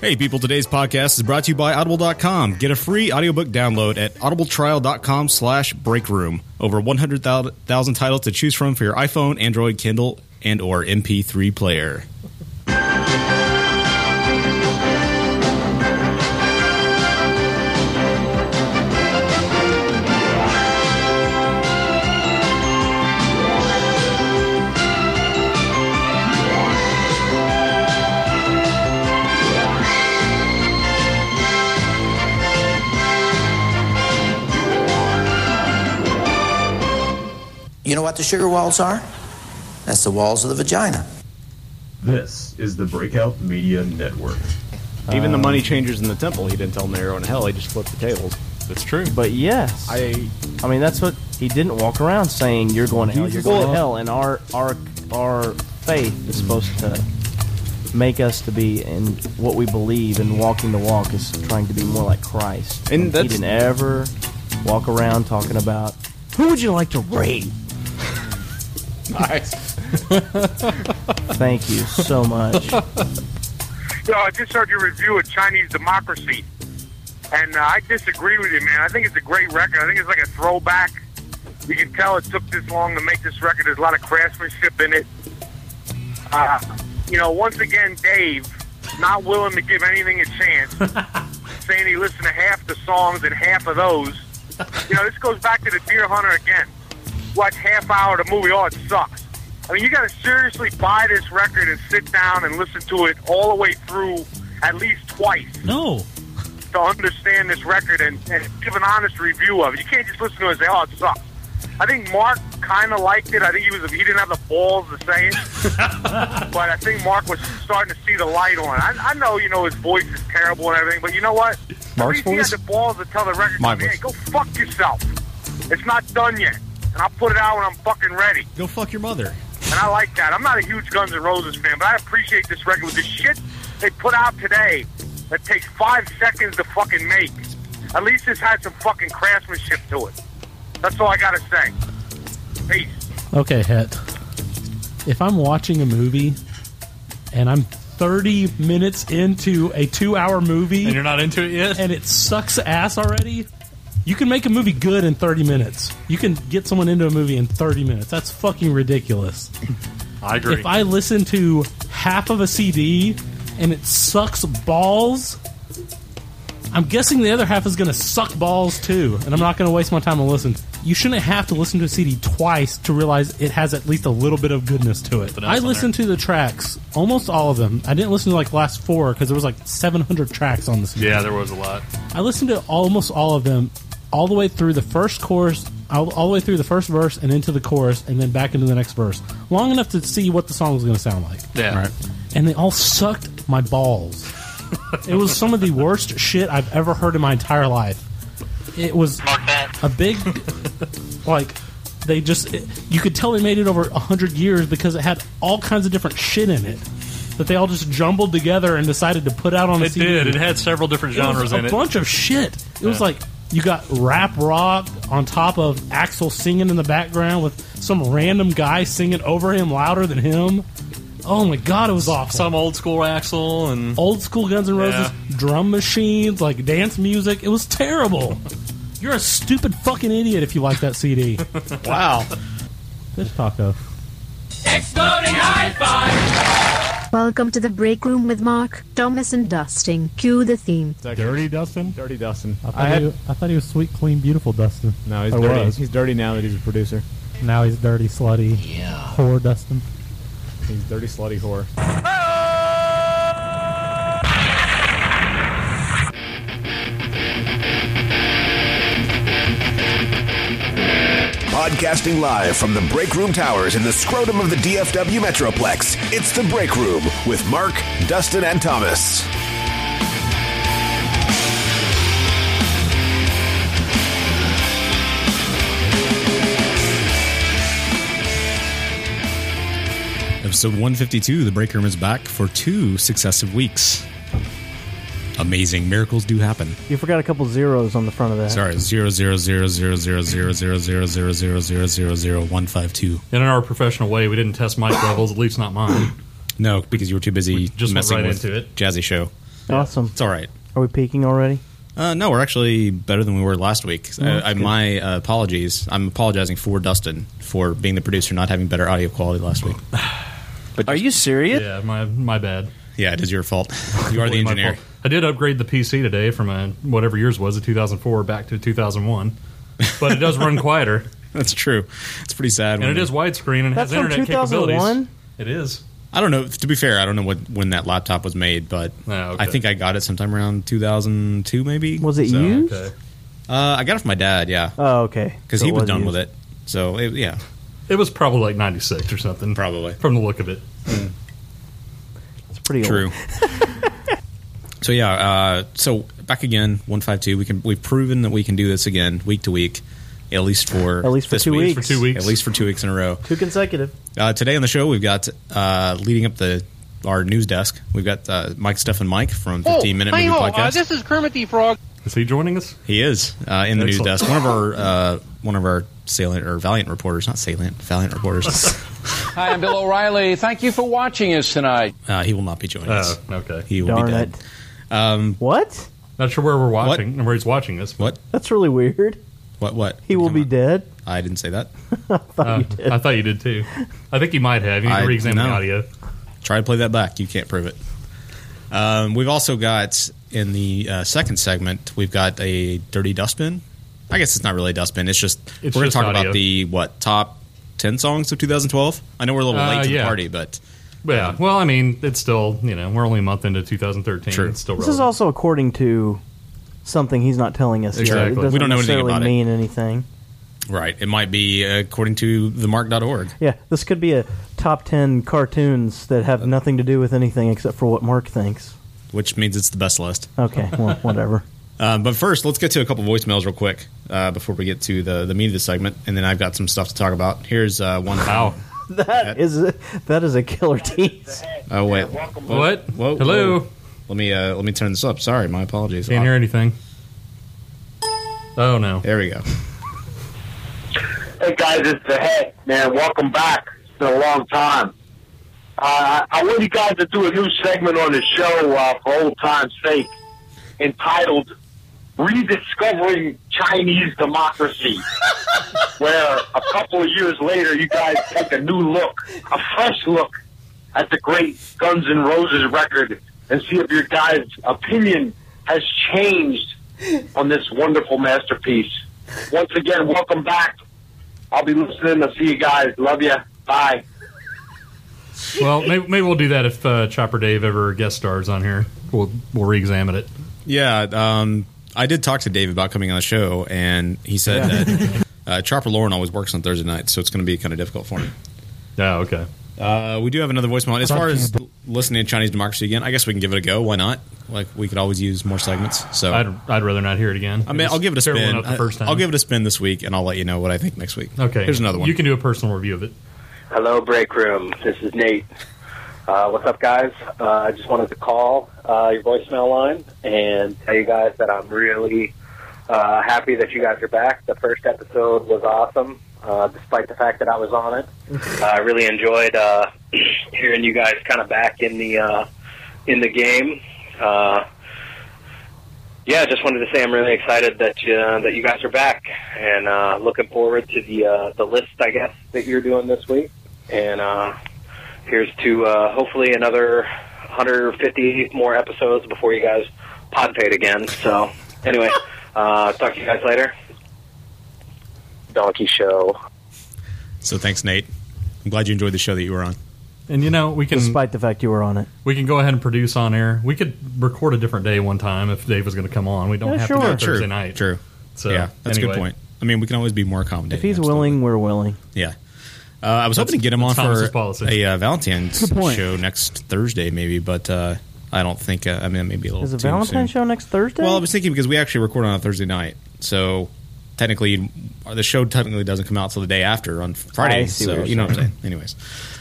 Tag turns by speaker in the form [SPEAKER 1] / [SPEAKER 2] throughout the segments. [SPEAKER 1] Hey, people, today's podcast is brought to you by Audible.com. Get a free audiobook download at audibletrial.com slash breakroom. Over 100,000 titles to choose from for your iPhone, Android, Kindle, and or MP3 player.
[SPEAKER 2] You know what the sugar walls are? That's the walls of the vagina.
[SPEAKER 3] This is the Breakout Media Network.
[SPEAKER 4] Even the money changers in the temple, he didn't tell them they were in hell. He just flipped the tables.
[SPEAKER 1] That's true.
[SPEAKER 5] But yes, I,
[SPEAKER 4] I
[SPEAKER 5] mean that's what he didn't walk around saying you're going to hell, you're going to hell, and our our our faith is supposed to make us to be in what we believe and walking the walk is trying to be more like Christ.
[SPEAKER 4] And
[SPEAKER 5] he
[SPEAKER 4] that's-
[SPEAKER 5] didn't ever walk around talking about who would you like to rape.
[SPEAKER 4] nice.
[SPEAKER 5] Thank you so much.
[SPEAKER 6] So I just heard your review of Chinese Democracy, and uh, I disagree with you, man. I think it's a great record. I think it's like a throwback. You can tell it took this long to make this record. There's a lot of craftsmanship in it. Uh, you know, once again, Dave not willing to give anything a chance, saying he listened to half the songs and half of those. You know, this goes back to the Deer Hunter again. Watch half hour of the movie, oh, it sucks. I mean, you got to seriously buy this record and sit down and listen to it all the way through at least twice
[SPEAKER 7] No.
[SPEAKER 6] to understand this record and, and give an honest review of it. You can't just listen to it and say, "Oh, it sucks." I think Mark kind of liked it. I think he was he didn't have the balls to say it, but I think Mark was starting to see the light on. it. I, I know you know his voice is terrible and everything, but you know what? At
[SPEAKER 4] Mark's
[SPEAKER 6] least he had
[SPEAKER 4] voice?
[SPEAKER 6] the balls to tell the record
[SPEAKER 1] My voice.
[SPEAKER 6] company, "Hey, go fuck yourself. It's not done yet." And I'll put it out when I'm fucking ready.
[SPEAKER 7] Go fuck your mother.
[SPEAKER 6] And I like that. I'm not a huge Guns N' Roses fan, but I appreciate this record with the shit they put out today that takes five seconds to fucking make. At least this had some fucking craftsmanship to it. That's all I gotta say. Peace.
[SPEAKER 7] Okay, Het. If I'm watching a movie and I'm 30 minutes into a two hour movie
[SPEAKER 8] And
[SPEAKER 7] and,
[SPEAKER 8] you're not into it yet?
[SPEAKER 7] it sucks ass already, you can make a movie good in 30 minutes. You can get someone into a movie in 30 minutes. That's fucking ridiculous.
[SPEAKER 8] I agree.
[SPEAKER 7] If I listen to half of a CD and it sucks balls, I'm guessing the other half is going to suck balls too, and I'm not going to waste my time and listen. You shouldn't have to listen to a CD twice to realize it has at least a little bit of goodness to it.
[SPEAKER 8] Something else
[SPEAKER 7] I
[SPEAKER 8] on
[SPEAKER 7] listened to the tracks, almost all of them. I didn't listen to like the last four because there was like 700 tracks on this.
[SPEAKER 8] yeah, there was a lot.
[SPEAKER 7] I listened to almost all of them, all the way through the first chorus, all, all the way through the first verse and into the chorus, and then back into the next verse, long enough to see what the song was going to sound like.
[SPEAKER 8] Yeah.
[SPEAKER 7] And they all sucked my balls. it was some of the worst shit I've ever heard in my entire life. It was a big, like, they just, it- you could tell they made it over a 100 years because it had all kinds of different shit in it that they all just jumbled together and decided to put out on a
[SPEAKER 8] It
[SPEAKER 7] CD.
[SPEAKER 8] did. It had several different
[SPEAKER 7] It was
[SPEAKER 8] genres
[SPEAKER 7] a
[SPEAKER 8] in it.
[SPEAKER 7] bunch of shit. It was
[SPEAKER 8] Yeah.
[SPEAKER 7] like you got rap rock on top of Axl singing in the background with some random guy singing over him louder than him. Oh my god, it was awful.
[SPEAKER 8] Some old school Axel and
[SPEAKER 7] old school Guns N' Roses
[SPEAKER 8] Yeah.
[SPEAKER 7] drum machines, like dance music. It was terrible. You're a stupid fucking idiot if you like that CD.
[SPEAKER 4] Wow.
[SPEAKER 7] Fish taco.
[SPEAKER 9] Welcome to the break room with Mark, Thomas, and Dustin. Cue the theme.
[SPEAKER 10] Dirty Dustin?
[SPEAKER 4] Dirty Dustin.
[SPEAKER 10] I thought,
[SPEAKER 4] I had-
[SPEAKER 10] he, I thought he was sweet, clean, beautiful Dustin.
[SPEAKER 4] No, he's
[SPEAKER 10] Or
[SPEAKER 4] dirty.
[SPEAKER 10] was.
[SPEAKER 4] He's dirty now that he's a producer.
[SPEAKER 10] Now he's dirty, slutty, whore Dustin.
[SPEAKER 4] He's dirty, slutty whore.
[SPEAKER 11] Podcasting live from the Break Room Towers in the scrotum of the DFW Metroplex, it's The Break Room with Mark, Dustin, and Thomas.
[SPEAKER 1] Episode 152, The Break Room is back for two successive weeks. Amazing. Miracles do happen.
[SPEAKER 5] You forgot a couple zeros on the front of that.
[SPEAKER 1] Sorry, zero zero zero zero zero zero zero zero zero zero zero zero zero one five two.
[SPEAKER 8] In our professional way, we didn't test mic levels, at least not mine.
[SPEAKER 1] No, because you were too busy
[SPEAKER 8] just went
[SPEAKER 1] messing
[SPEAKER 8] right
[SPEAKER 1] with
[SPEAKER 8] into it.
[SPEAKER 1] Jazzy show.
[SPEAKER 5] Awesome.
[SPEAKER 1] It's all right.
[SPEAKER 5] Are we peaking already?
[SPEAKER 1] Uh, no, we're actually better than we were last week.
[SPEAKER 5] Oh, that's
[SPEAKER 1] I, I,
[SPEAKER 5] good.
[SPEAKER 1] my uh, apologies. I'm apologizing for Dustin for being the producer, not having better audio quality last week.
[SPEAKER 5] But are you serious?
[SPEAKER 8] Yeah, my my bad.
[SPEAKER 1] Yeah, it is your fault. You are the
[SPEAKER 8] Completely my
[SPEAKER 1] engineer.
[SPEAKER 8] fault. I did upgrade the PC today from a, whatever yours was, a 2004 back to 2001, but it does run quieter.
[SPEAKER 1] That's true. It's pretty sad.
[SPEAKER 8] And
[SPEAKER 1] when
[SPEAKER 8] it
[SPEAKER 1] you-
[SPEAKER 8] is widescreen and it has internet capabilities. It is.
[SPEAKER 1] I don't know. To be fair, I don't know what when that laptop was made, but
[SPEAKER 8] Oh,
[SPEAKER 1] I think I got it sometime around 2002, maybe.
[SPEAKER 5] Was it used?
[SPEAKER 1] Uh, I got it from my dad. Yeah.
[SPEAKER 5] Oh, okay.
[SPEAKER 1] Because
[SPEAKER 5] So
[SPEAKER 1] he
[SPEAKER 5] it
[SPEAKER 1] was
[SPEAKER 5] was
[SPEAKER 1] done
[SPEAKER 5] used.
[SPEAKER 1] with it. So it, yeah.
[SPEAKER 8] It was probably like 96 or something.
[SPEAKER 1] Probably.
[SPEAKER 8] From the look of it.
[SPEAKER 1] Hmm.
[SPEAKER 5] It's pretty
[SPEAKER 1] True. so yeah, uh, so back again, one five two. We can we've proven that we can do this again, week to week, at least for
[SPEAKER 5] At least for
[SPEAKER 1] this
[SPEAKER 5] two
[SPEAKER 1] week.
[SPEAKER 5] weeks. For two weeks.
[SPEAKER 1] at least for two weeks in a row.
[SPEAKER 5] Two consecutive.
[SPEAKER 1] Uh, today on the show, we've got uh, leading up the our news desk. We've got uh, Mike, Steph, and Mike from
[SPEAKER 8] Oh,
[SPEAKER 12] Oh,
[SPEAKER 1] Fifteen Minute Movie Podcast.
[SPEAKER 12] uh, is Kermit the Frog.
[SPEAKER 8] Is he joining us?
[SPEAKER 1] He is uh, in the news
[SPEAKER 8] Excellent.
[SPEAKER 1] desk. One of our uh, one of our salient or valiant reporters, not salient, valiant reporters.
[SPEAKER 12] Hi, I'm Bill O'Reilly. Thank you for watching us tonight.
[SPEAKER 1] Uh, he will not be joining us.
[SPEAKER 8] Oh, okay.
[SPEAKER 1] He will
[SPEAKER 5] Darn
[SPEAKER 1] be dead. Um,
[SPEAKER 5] what?
[SPEAKER 8] Not sure where we're watching and where he's watching us.
[SPEAKER 1] What?
[SPEAKER 5] That's really weird.
[SPEAKER 1] What? What?
[SPEAKER 5] He will be dead.
[SPEAKER 1] I didn't say that.
[SPEAKER 8] Uh, I thought you did too. I think you might have. You need
[SPEAKER 1] I-
[SPEAKER 8] to re-examine
[SPEAKER 1] no.
[SPEAKER 8] the audio.
[SPEAKER 1] Try to play that back. You can't prove it. Um, we've also got in the uh, second segment, we've got a dirty dustbin. I guess it's not really a dustbin. It's just
[SPEAKER 8] It's
[SPEAKER 1] we're
[SPEAKER 8] just
[SPEAKER 1] going to talk
[SPEAKER 8] audio.
[SPEAKER 1] about the what top ten songs of 2012. I know we're a little
[SPEAKER 8] Uh,
[SPEAKER 1] late to
[SPEAKER 8] yeah.
[SPEAKER 1] the party, but
[SPEAKER 8] Yeah. Well, I mean, it's still you know we're only a month into 2013. It's still
[SPEAKER 5] This is
[SPEAKER 8] relevant.
[SPEAKER 5] also according to something he's not telling us. yet.
[SPEAKER 1] Exactly.
[SPEAKER 5] It doesn't
[SPEAKER 1] We don't know anything
[SPEAKER 5] necessarily
[SPEAKER 1] about it.
[SPEAKER 5] mean anything.
[SPEAKER 1] right, it might be uh, according to themark.org.
[SPEAKER 5] Yeah, this could be a top 10 cartoons that
[SPEAKER 1] Uh,
[SPEAKER 5] have nothing to do with anything except for what Mark thinks.
[SPEAKER 1] which means it's the best list.
[SPEAKER 5] Okay, well, whatever.
[SPEAKER 1] Um, but first, let's get to a couple voicemails real quick uh, before we get to the, the meat of the segment, and then I've got some stuff to talk about. Here's uh, one. Wow.
[SPEAKER 5] That is a, that is a killer tease.
[SPEAKER 1] Oh wait. Whoa.
[SPEAKER 8] What?
[SPEAKER 1] Whoa.
[SPEAKER 8] Hello?
[SPEAKER 1] whoa. Let me uh, let me turn this up. Sorry, my apologies. Uh,
[SPEAKER 8] Can't hear anything. Oh no.
[SPEAKER 1] There we go.
[SPEAKER 13] Hey guys, it's the head man. Welcome back. It's been a long time. Uh, I want you guys to do a new segment on the show uh, for old time's sake, entitled "Rediscovering Chinese Democracy," where a couple of years later, you guys take a new look, a fresh look at the great Guns N' Roses record, and see if your guys' opinion has changed on this wonderful masterpiece. Once again, welcome back. I'll be listening. I'll see you guys. Love you. Bye.
[SPEAKER 8] Well, maybe, maybe we'll do that if uh, Chopper Dave ever guest stars on here. We'll we'll re-examine it.
[SPEAKER 1] Yeah, um, I did talk to Dave about coming on the show, and he said that uh, Chopper Lauren always works on Thursday nights, so it's going to be kind of difficult for him.
[SPEAKER 8] Yeah, Oh, okay.
[SPEAKER 1] Uh, we do have another voicemail. As far as listening to Chinese Democracy again, I guess we can give it a go. Why not? Like we could always use more segments. So
[SPEAKER 8] I'd I'd rather not hear it again.
[SPEAKER 1] I mean, I'll give it a
[SPEAKER 8] Tear one
[SPEAKER 1] spin.
[SPEAKER 8] up the first time.
[SPEAKER 1] I'll give it a spin this week, and I'll let you know what I think next week.
[SPEAKER 8] Okay.
[SPEAKER 1] here's another one.
[SPEAKER 8] You can do a personal review of it.
[SPEAKER 14] Hello, break room. This is Nate. Uh, what's up, guys? Uh, I just wanted to call uh, your voicemail line and tell you guys that I'm really uh, happy that you guys are back. The first episode was awesome, uh, despite the fact that I was on it. Uh, I really enjoyed uh, hearing you guys kind of back in the uh, in the game. Uh, yeah, just wanted to say I'm really excited that uh, that you guys are back, and uh, looking forward to the uh, the list, I guess, that you're doing this week. And uh, here's to uh, hopefully another 150 more episodes before you guys podpate again. So anyway, uh, talk to you guys later. Donkey Show.
[SPEAKER 1] So thanks, Nate. I'm glad you enjoyed the show that you were on.
[SPEAKER 8] And you know, we can
[SPEAKER 5] Despite the fact you were on it.
[SPEAKER 8] we can go ahead and produce on air. We could record a different day one time if Dave was going to come on. We don't
[SPEAKER 5] Yeah,
[SPEAKER 8] have to do
[SPEAKER 5] sure.
[SPEAKER 8] it Thursday
[SPEAKER 1] True,
[SPEAKER 8] night.
[SPEAKER 1] True.
[SPEAKER 8] So
[SPEAKER 1] yeah, that's a
[SPEAKER 8] anyway.
[SPEAKER 1] good point. I mean, we can always be more accommodating.
[SPEAKER 5] If he's willing, we're willing.
[SPEAKER 1] Yeah. Uh, I was hoping to get him on
[SPEAKER 8] That's Thomas's
[SPEAKER 1] for
[SPEAKER 8] policy.
[SPEAKER 1] a uh, Valentine's
[SPEAKER 5] Good point.
[SPEAKER 1] show next Thursday, maybe, but uh, I don't think. Uh, I mean, maybe a little.
[SPEAKER 5] Is a
[SPEAKER 1] too soon.
[SPEAKER 5] Valentine's show next Thursday?
[SPEAKER 1] Well, I was thinking because we actually record on a Thursday night, so technically or the show technically doesn't come out till the day after on Friday.
[SPEAKER 8] I see what
[SPEAKER 1] so
[SPEAKER 8] you're
[SPEAKER 1] you know what I'm
[SPEAKER 8] saying.
[SPEAKER 1] saying. Anyways,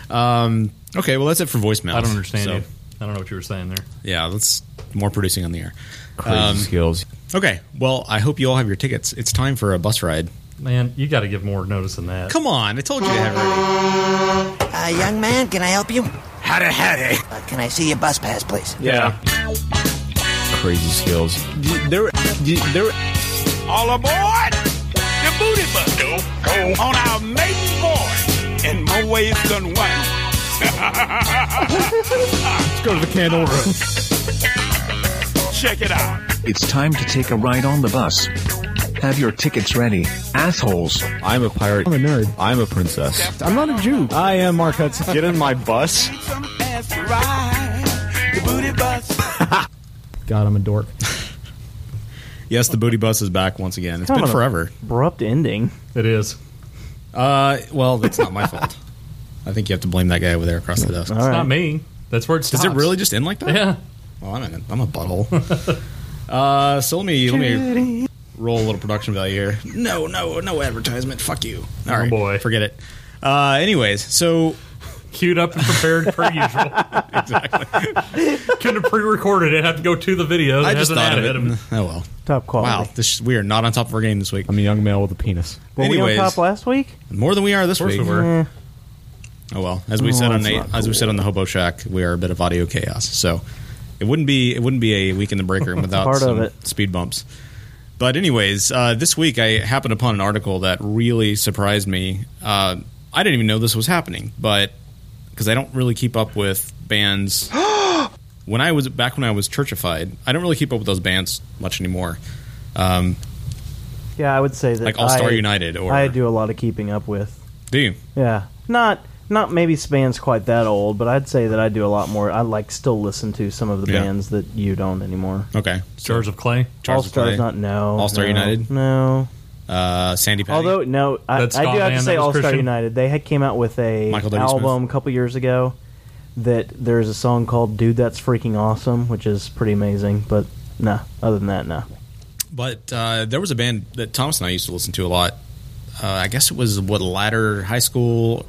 [SPEAKER 1] um, okay. Well, that's it for voicemail.
[SPEAKER 8] I don't understand you. I don't know what you were saying there.
[SPEAKER 1] Yeah, that's more producing on the air.
[SPEAKER 8] Crazy
[SPEAKER 1] skills. Okay. Well, I hope you all have your tickets. It's time for a bus ride.
[SPEAKER 8] Man, you got to give more notice than that.
[SPEAKER 1] Come on, I told you to have it.
[SPEAKER 15] Uh, young man, can I help you?
[SPEAKER 2] Howdy, howdy. Uh, can I see your bus pass, please?
[SPEAKER 1] Yeah.
[SPEAKER 15] crazy skills.
[SPEAKER 4] There, there.
[SPEAKER 16] All aboard the booty bus. Go, go. On our maiden voyage in more ways than one.
[SPEAKER 10] Let's go to the candle room.
[SPEAKER 16] Check it out.
[SPEAKER 17] It's time to take a ride on the bus. Have your tickets ready, assholes.
[SPEAKER 15] I'm a pirate. I'm a nerd. I'm a princess. I'm not a Jew. I am Mark Hudson. Get in my bus.
[SPEAKER 16] Let's ride the booty bus.
[SPEAKER 10] God, I'm a dork.
[SPEAKER 1] Yes, the booty bus is back once again. It's
[SPEAKER 5] Kind
[SPEAKER 1] been
[SPEAKER 5] of an
[SPEAKER 1] forever.
[SPEAKER 5] Abrupt ending.
[SPEAKER 1] It is. Uh, well, that's not my fault. I think you have to blame that guy over there across the desk.
[SPEAKER 8] It's not me. That's where it
[SPEAKER 1] Does
[SPEAKER 8] stops.
[SPEAKER 1] it really just end like that?
[SPEAKER 8] Yeah.
[SPEAKER 1] Well, I'm a, I'm a butthole. uh, so let me let me roll a little production value here. No, no, no advertisement. Fuck you.
[SPEAKER 8] Oh,
[SPEAKER 1] All right, boy, forget it. Uh, anyways, so
[SPEAKER 8] queued up and prepared per usual. exactly. Couldn't have pre-recorded it. Have to go to the video.
[SPEAKER 1] I
[SPEAKER 8] that has
[SPEAKER 1] just
[SPEAKER 8] an
[SPEAKER 1] thought
[SPEAKER 8] ad
[SPEAKER 1] of it.
[SPEAKER 8] in
[SPEAKER 1] Oh well,
[SPEAKER 5] top
[SPEAKER 1] quality. Wow, this, we are not on top of our game this week. I'm a young male with a penis.
[SPEAKER 5] Were
[SPEAKER 1] Anyways,
[SPEAKER 5] we on top last week?
[SPEAKER 1] more than we are this
[SPEAKER 5] Of course
[SPEAKER 1] week.
[SPEAKER 5] we were. Eh.
[SPEAKER 1] Oh well, as we
[SPEAKER 5] Oh,
[SPEAKER 1] said on
[SPEAKER 5] that's
[SPEAKER 1] the,
[SPEAKER 5] not
[SPEAKER 1] as we said on the Hobo Shack, we are a bit of audio chaos. So it wouldn't be it wouldn't be a week in the break room without
[SPEAKER 5] Part of
[SPEAKER 1] some
[SPEAKER 5] it.
[SPEAKER 1] speed bumps. But anyways, uh, this week I happened upon an article that really surprised me. Uh, I didn't even know this was happening, but because I don't really keep up with bands. when I was back when I was churchified, I don't really keep up with those bands much anymore. Um,
[SPEAKER 5] Yeah, I would say that.
[SPEAKER 1] Like All-Star
[SPEAKER 5] I-
[SPEAKER 1] United or-
[SPEAKER 5] I do a lot of keeping up with.
[SPEAKER 1] do you?
[SPEAKER 5] Yeah, not not maybe Span's quite that old, but I'd say that I do a lot more. I like still listen to some of the
[SPEAKER 1] Yeah.
[SPEAKER 5] bands that you don't anymore.
[SPEAKER 1] Okay,
[SPEAKER 8] Jars of Clay.
[SPEAKER 5] All Stars, not no.
[SPEAKER 1] All Star
[SPEAKER 5] no,
[SPEAKER 1] United,
[SPEAKER 5] no.
[SPEAKER 1] Uh, Sandy Patty.
[SPEAKER 5] Although no, I, I
[SPEAKER 1] That
[SPEAKER 5] do
[SPEAKER 1] ska
[SPEAKER 5] have to
[SPEAKER 1] band
[SPEAKER 5] say
[SPEAKER 1] that was
[SPEAKER 5] All Star
[SPEAKER 1] Christian?
[SPEAKER 5] United. They had came out with a
[SPEAKER 1] Michael W. Smith.
[SPEAKER 5] album a couple years ago. That there's a song called "Dude That's Freaking Awesome," which is pretty amazing. But nah, other than that, nah.
[SPEAKER 1] But uh, there was a band that Thomas and I used to listen to a lot. Uh, I guess it was what latter high school,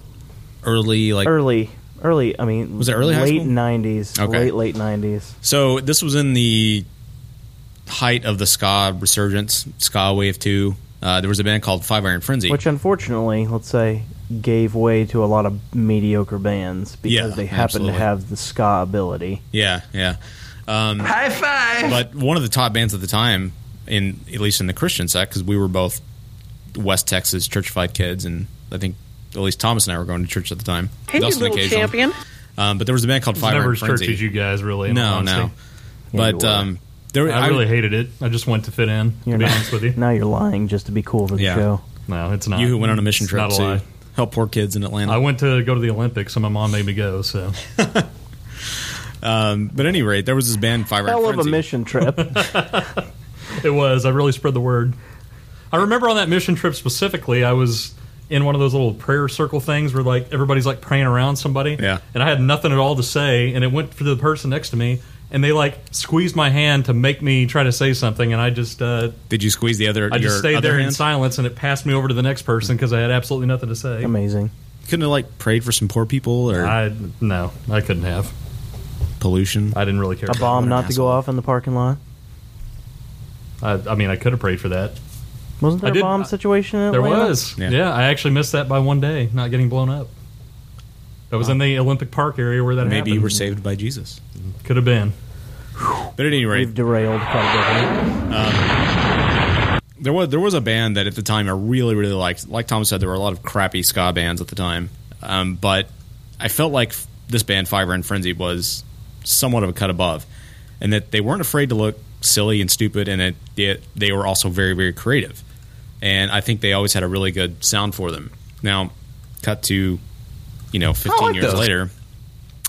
[SPEAKER 1] early like
[SPEAKER 5] early, early. I mean,
[SPEAKER 1] Was it early high
[SPEAKER 5] late
[SPEAKER 1] school?
[SPEAKER 5] nineties,
[SPEAKER 1] Okay.
[SPEAKER 5] late late nineties.
[SPEAKER 1] So this was in the height of the ska resurgence, ska wave two. Uh, there was a band called Five Iron Frenzy.
[SPEAKER 5] Which, unfortunately, let's say, gave way to a lot of mediocre bands because
[SPEAKER 1] Yeah,
[SPEAKER 5] they happen
[SPEAKER 1] absolutely.
[SPEAKER 5] to have the ska ability.
[SPEAKER 1] yeah, yeah. Um,
[SPEAKER 16] High five.
[SPEAKER 1] But one of the top bands at the time, in at least in the Christian side, because we were both West Texas churchified kids, and I think at least Thomas and I were going to church at the time. Dustin occasionally. Um, but there was a band called
[SPEAKER 8] It's
[SPEAKER 1] Five
[SPEAKER 8] never
[SPEAKER 1] Iron
[SPEAKER 8] as
[SPEAKER 1] Frenzy.
[SPEAKER 8] churchy as you guys, really, in all
[SPEAKER 1] No,
[SPEAKER 8] honesty.
[SPEAKER 1] no. But um, there,
[SPEAKER 8] I, really hated it. I just went to fit in. to be honest with you.
[SPEAKER 5] Now you're lying just to be cool for the
[SPEAKER 8] Yeah.
[SPEAKER 5] show.
[SPEAKER 8] No, it's not.
[SPEAKER 1] You who went on a mission
[SPEAKER 8] It's
[SPEAKER 1] trip
[SPEAKER 8] not a
[SPEAKER 1] to
[SPEAKER 8] lie.
[SPEAKER 1] help poor kids in Atlanta.
[SPEAKER 8] I went to go to the Olympics, and my mom made me go. So
[SPEAKER 1] Um, but at any rate, there was this band Five Iron
[SPEAKER 8] Hell of a
[SPEAKER 1] Frenzy.
[SPEAKER 5] mission trip.
[SPEAKER 8] it was. I really spread the word. I remember on that mission trip specifically, I was in one of those little prayer circle things where like everybody's like praying around somebody.
[SPEAKER 1] Yeah.
[SPEAKER 8] And I had nothing at all to say, and it went for the person next to me, and they like squeezed my hand to make me try to say something, and I just uh,
[SPEAKER 1] Did you squeeze the other?
[SPEAKER 8] I
[SPEAKER 1] your
[SPEAKER 8] just stayed
[SPEAKER 1] other
[SPEAKER 8] there in
[SPEAKER 1] hand?
[SPEAKER 8] silence, and it passed me over to the next person because I had absolutely nothing to say.
[SPEAKER 5] Amazing.
[SPEAKER 1] Couldn't have like prayed for some poor people or
[SPEAKER 8] I no, I couldn't have
[SPEAKER 1] pollution.
[SPEAKER 8] I didn't really care.
[SPEAKER 5] A bomb not to go off in the parking lot.
[SPEAKER 8] I, I mean, I could have prayed for that. I
[SPEAKER 5] Wasn't there a
[SPEAKER 8] did-
[SPEAKER 5] bomb situation? In
[SPEAKER 8] There
[SPEAKER 5] Atlanta?
[SPEAKER 8] was. Yeah. I actually missed that by one day, not getting blown up. That was in the Olympic Park area where that
[SPEAKER 1] Maybe
[SPEAKER 8] happened.
[SPEAKER 1] you were saved by Jesus.
[SPEAKER 8] Could have been.
[SPEAKER 1] But at any rate,
[SPEAKER 5] We've derailed quite
[SPEAKER 1] Um, there was there was a band that at the time I really really liked. Like Tom said, there were a lot of crappy ska bands at the time, um, but I felt like f- this band Fiverr and Frenzy was somewhat of a cut above, and that they weren't afraid to look silly and stupid, and it, it they were also very very creative, and I think they always had a really good sound for them. Now, cut to you know fifteen
[SPEAKER 15] like
[SPEAKER 1] years
[SPEAKER 15] those.
[SPEAKER 1] later,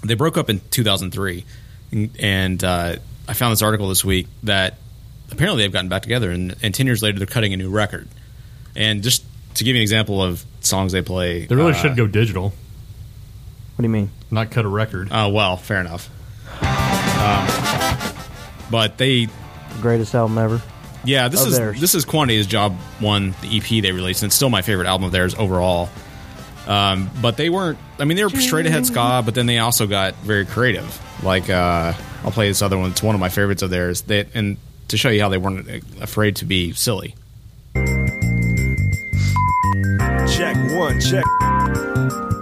[SPEAKER 1] they broke up in 2003 and, and uh, i found this article this week that apparently they've gotten back together and, and 10 years later they're cutting a new record and just to give you an example of songs they play uh,
[SPEAKER 8] They really
[SPEAKER 15] Uh,
[SPEAKER 8] should go digital.
[SPEAKER 5] What do you mean?
[SPEAKER 8] Not cut a record.
[SPEAKER 1] oh well fair enough um, but they
[SPEAKER 5] Greatest album ever.
[SPEAKER 1] yeah this
[SPEAKER 5] Of
[SPEAKER 1] is
[SPEAKER 5] theirs.
[SPEAKER 1] this is quantity's job one the ep they released and it's still my favorite album of theirs overall um, but they weren't i mean they were straight ahead ska but then they also got very creative like uh, i'll play this other one it's one of my favorites of theirs they, and to show you how they weren't afraid to be silly
[SPEAKER 18] Check one, check.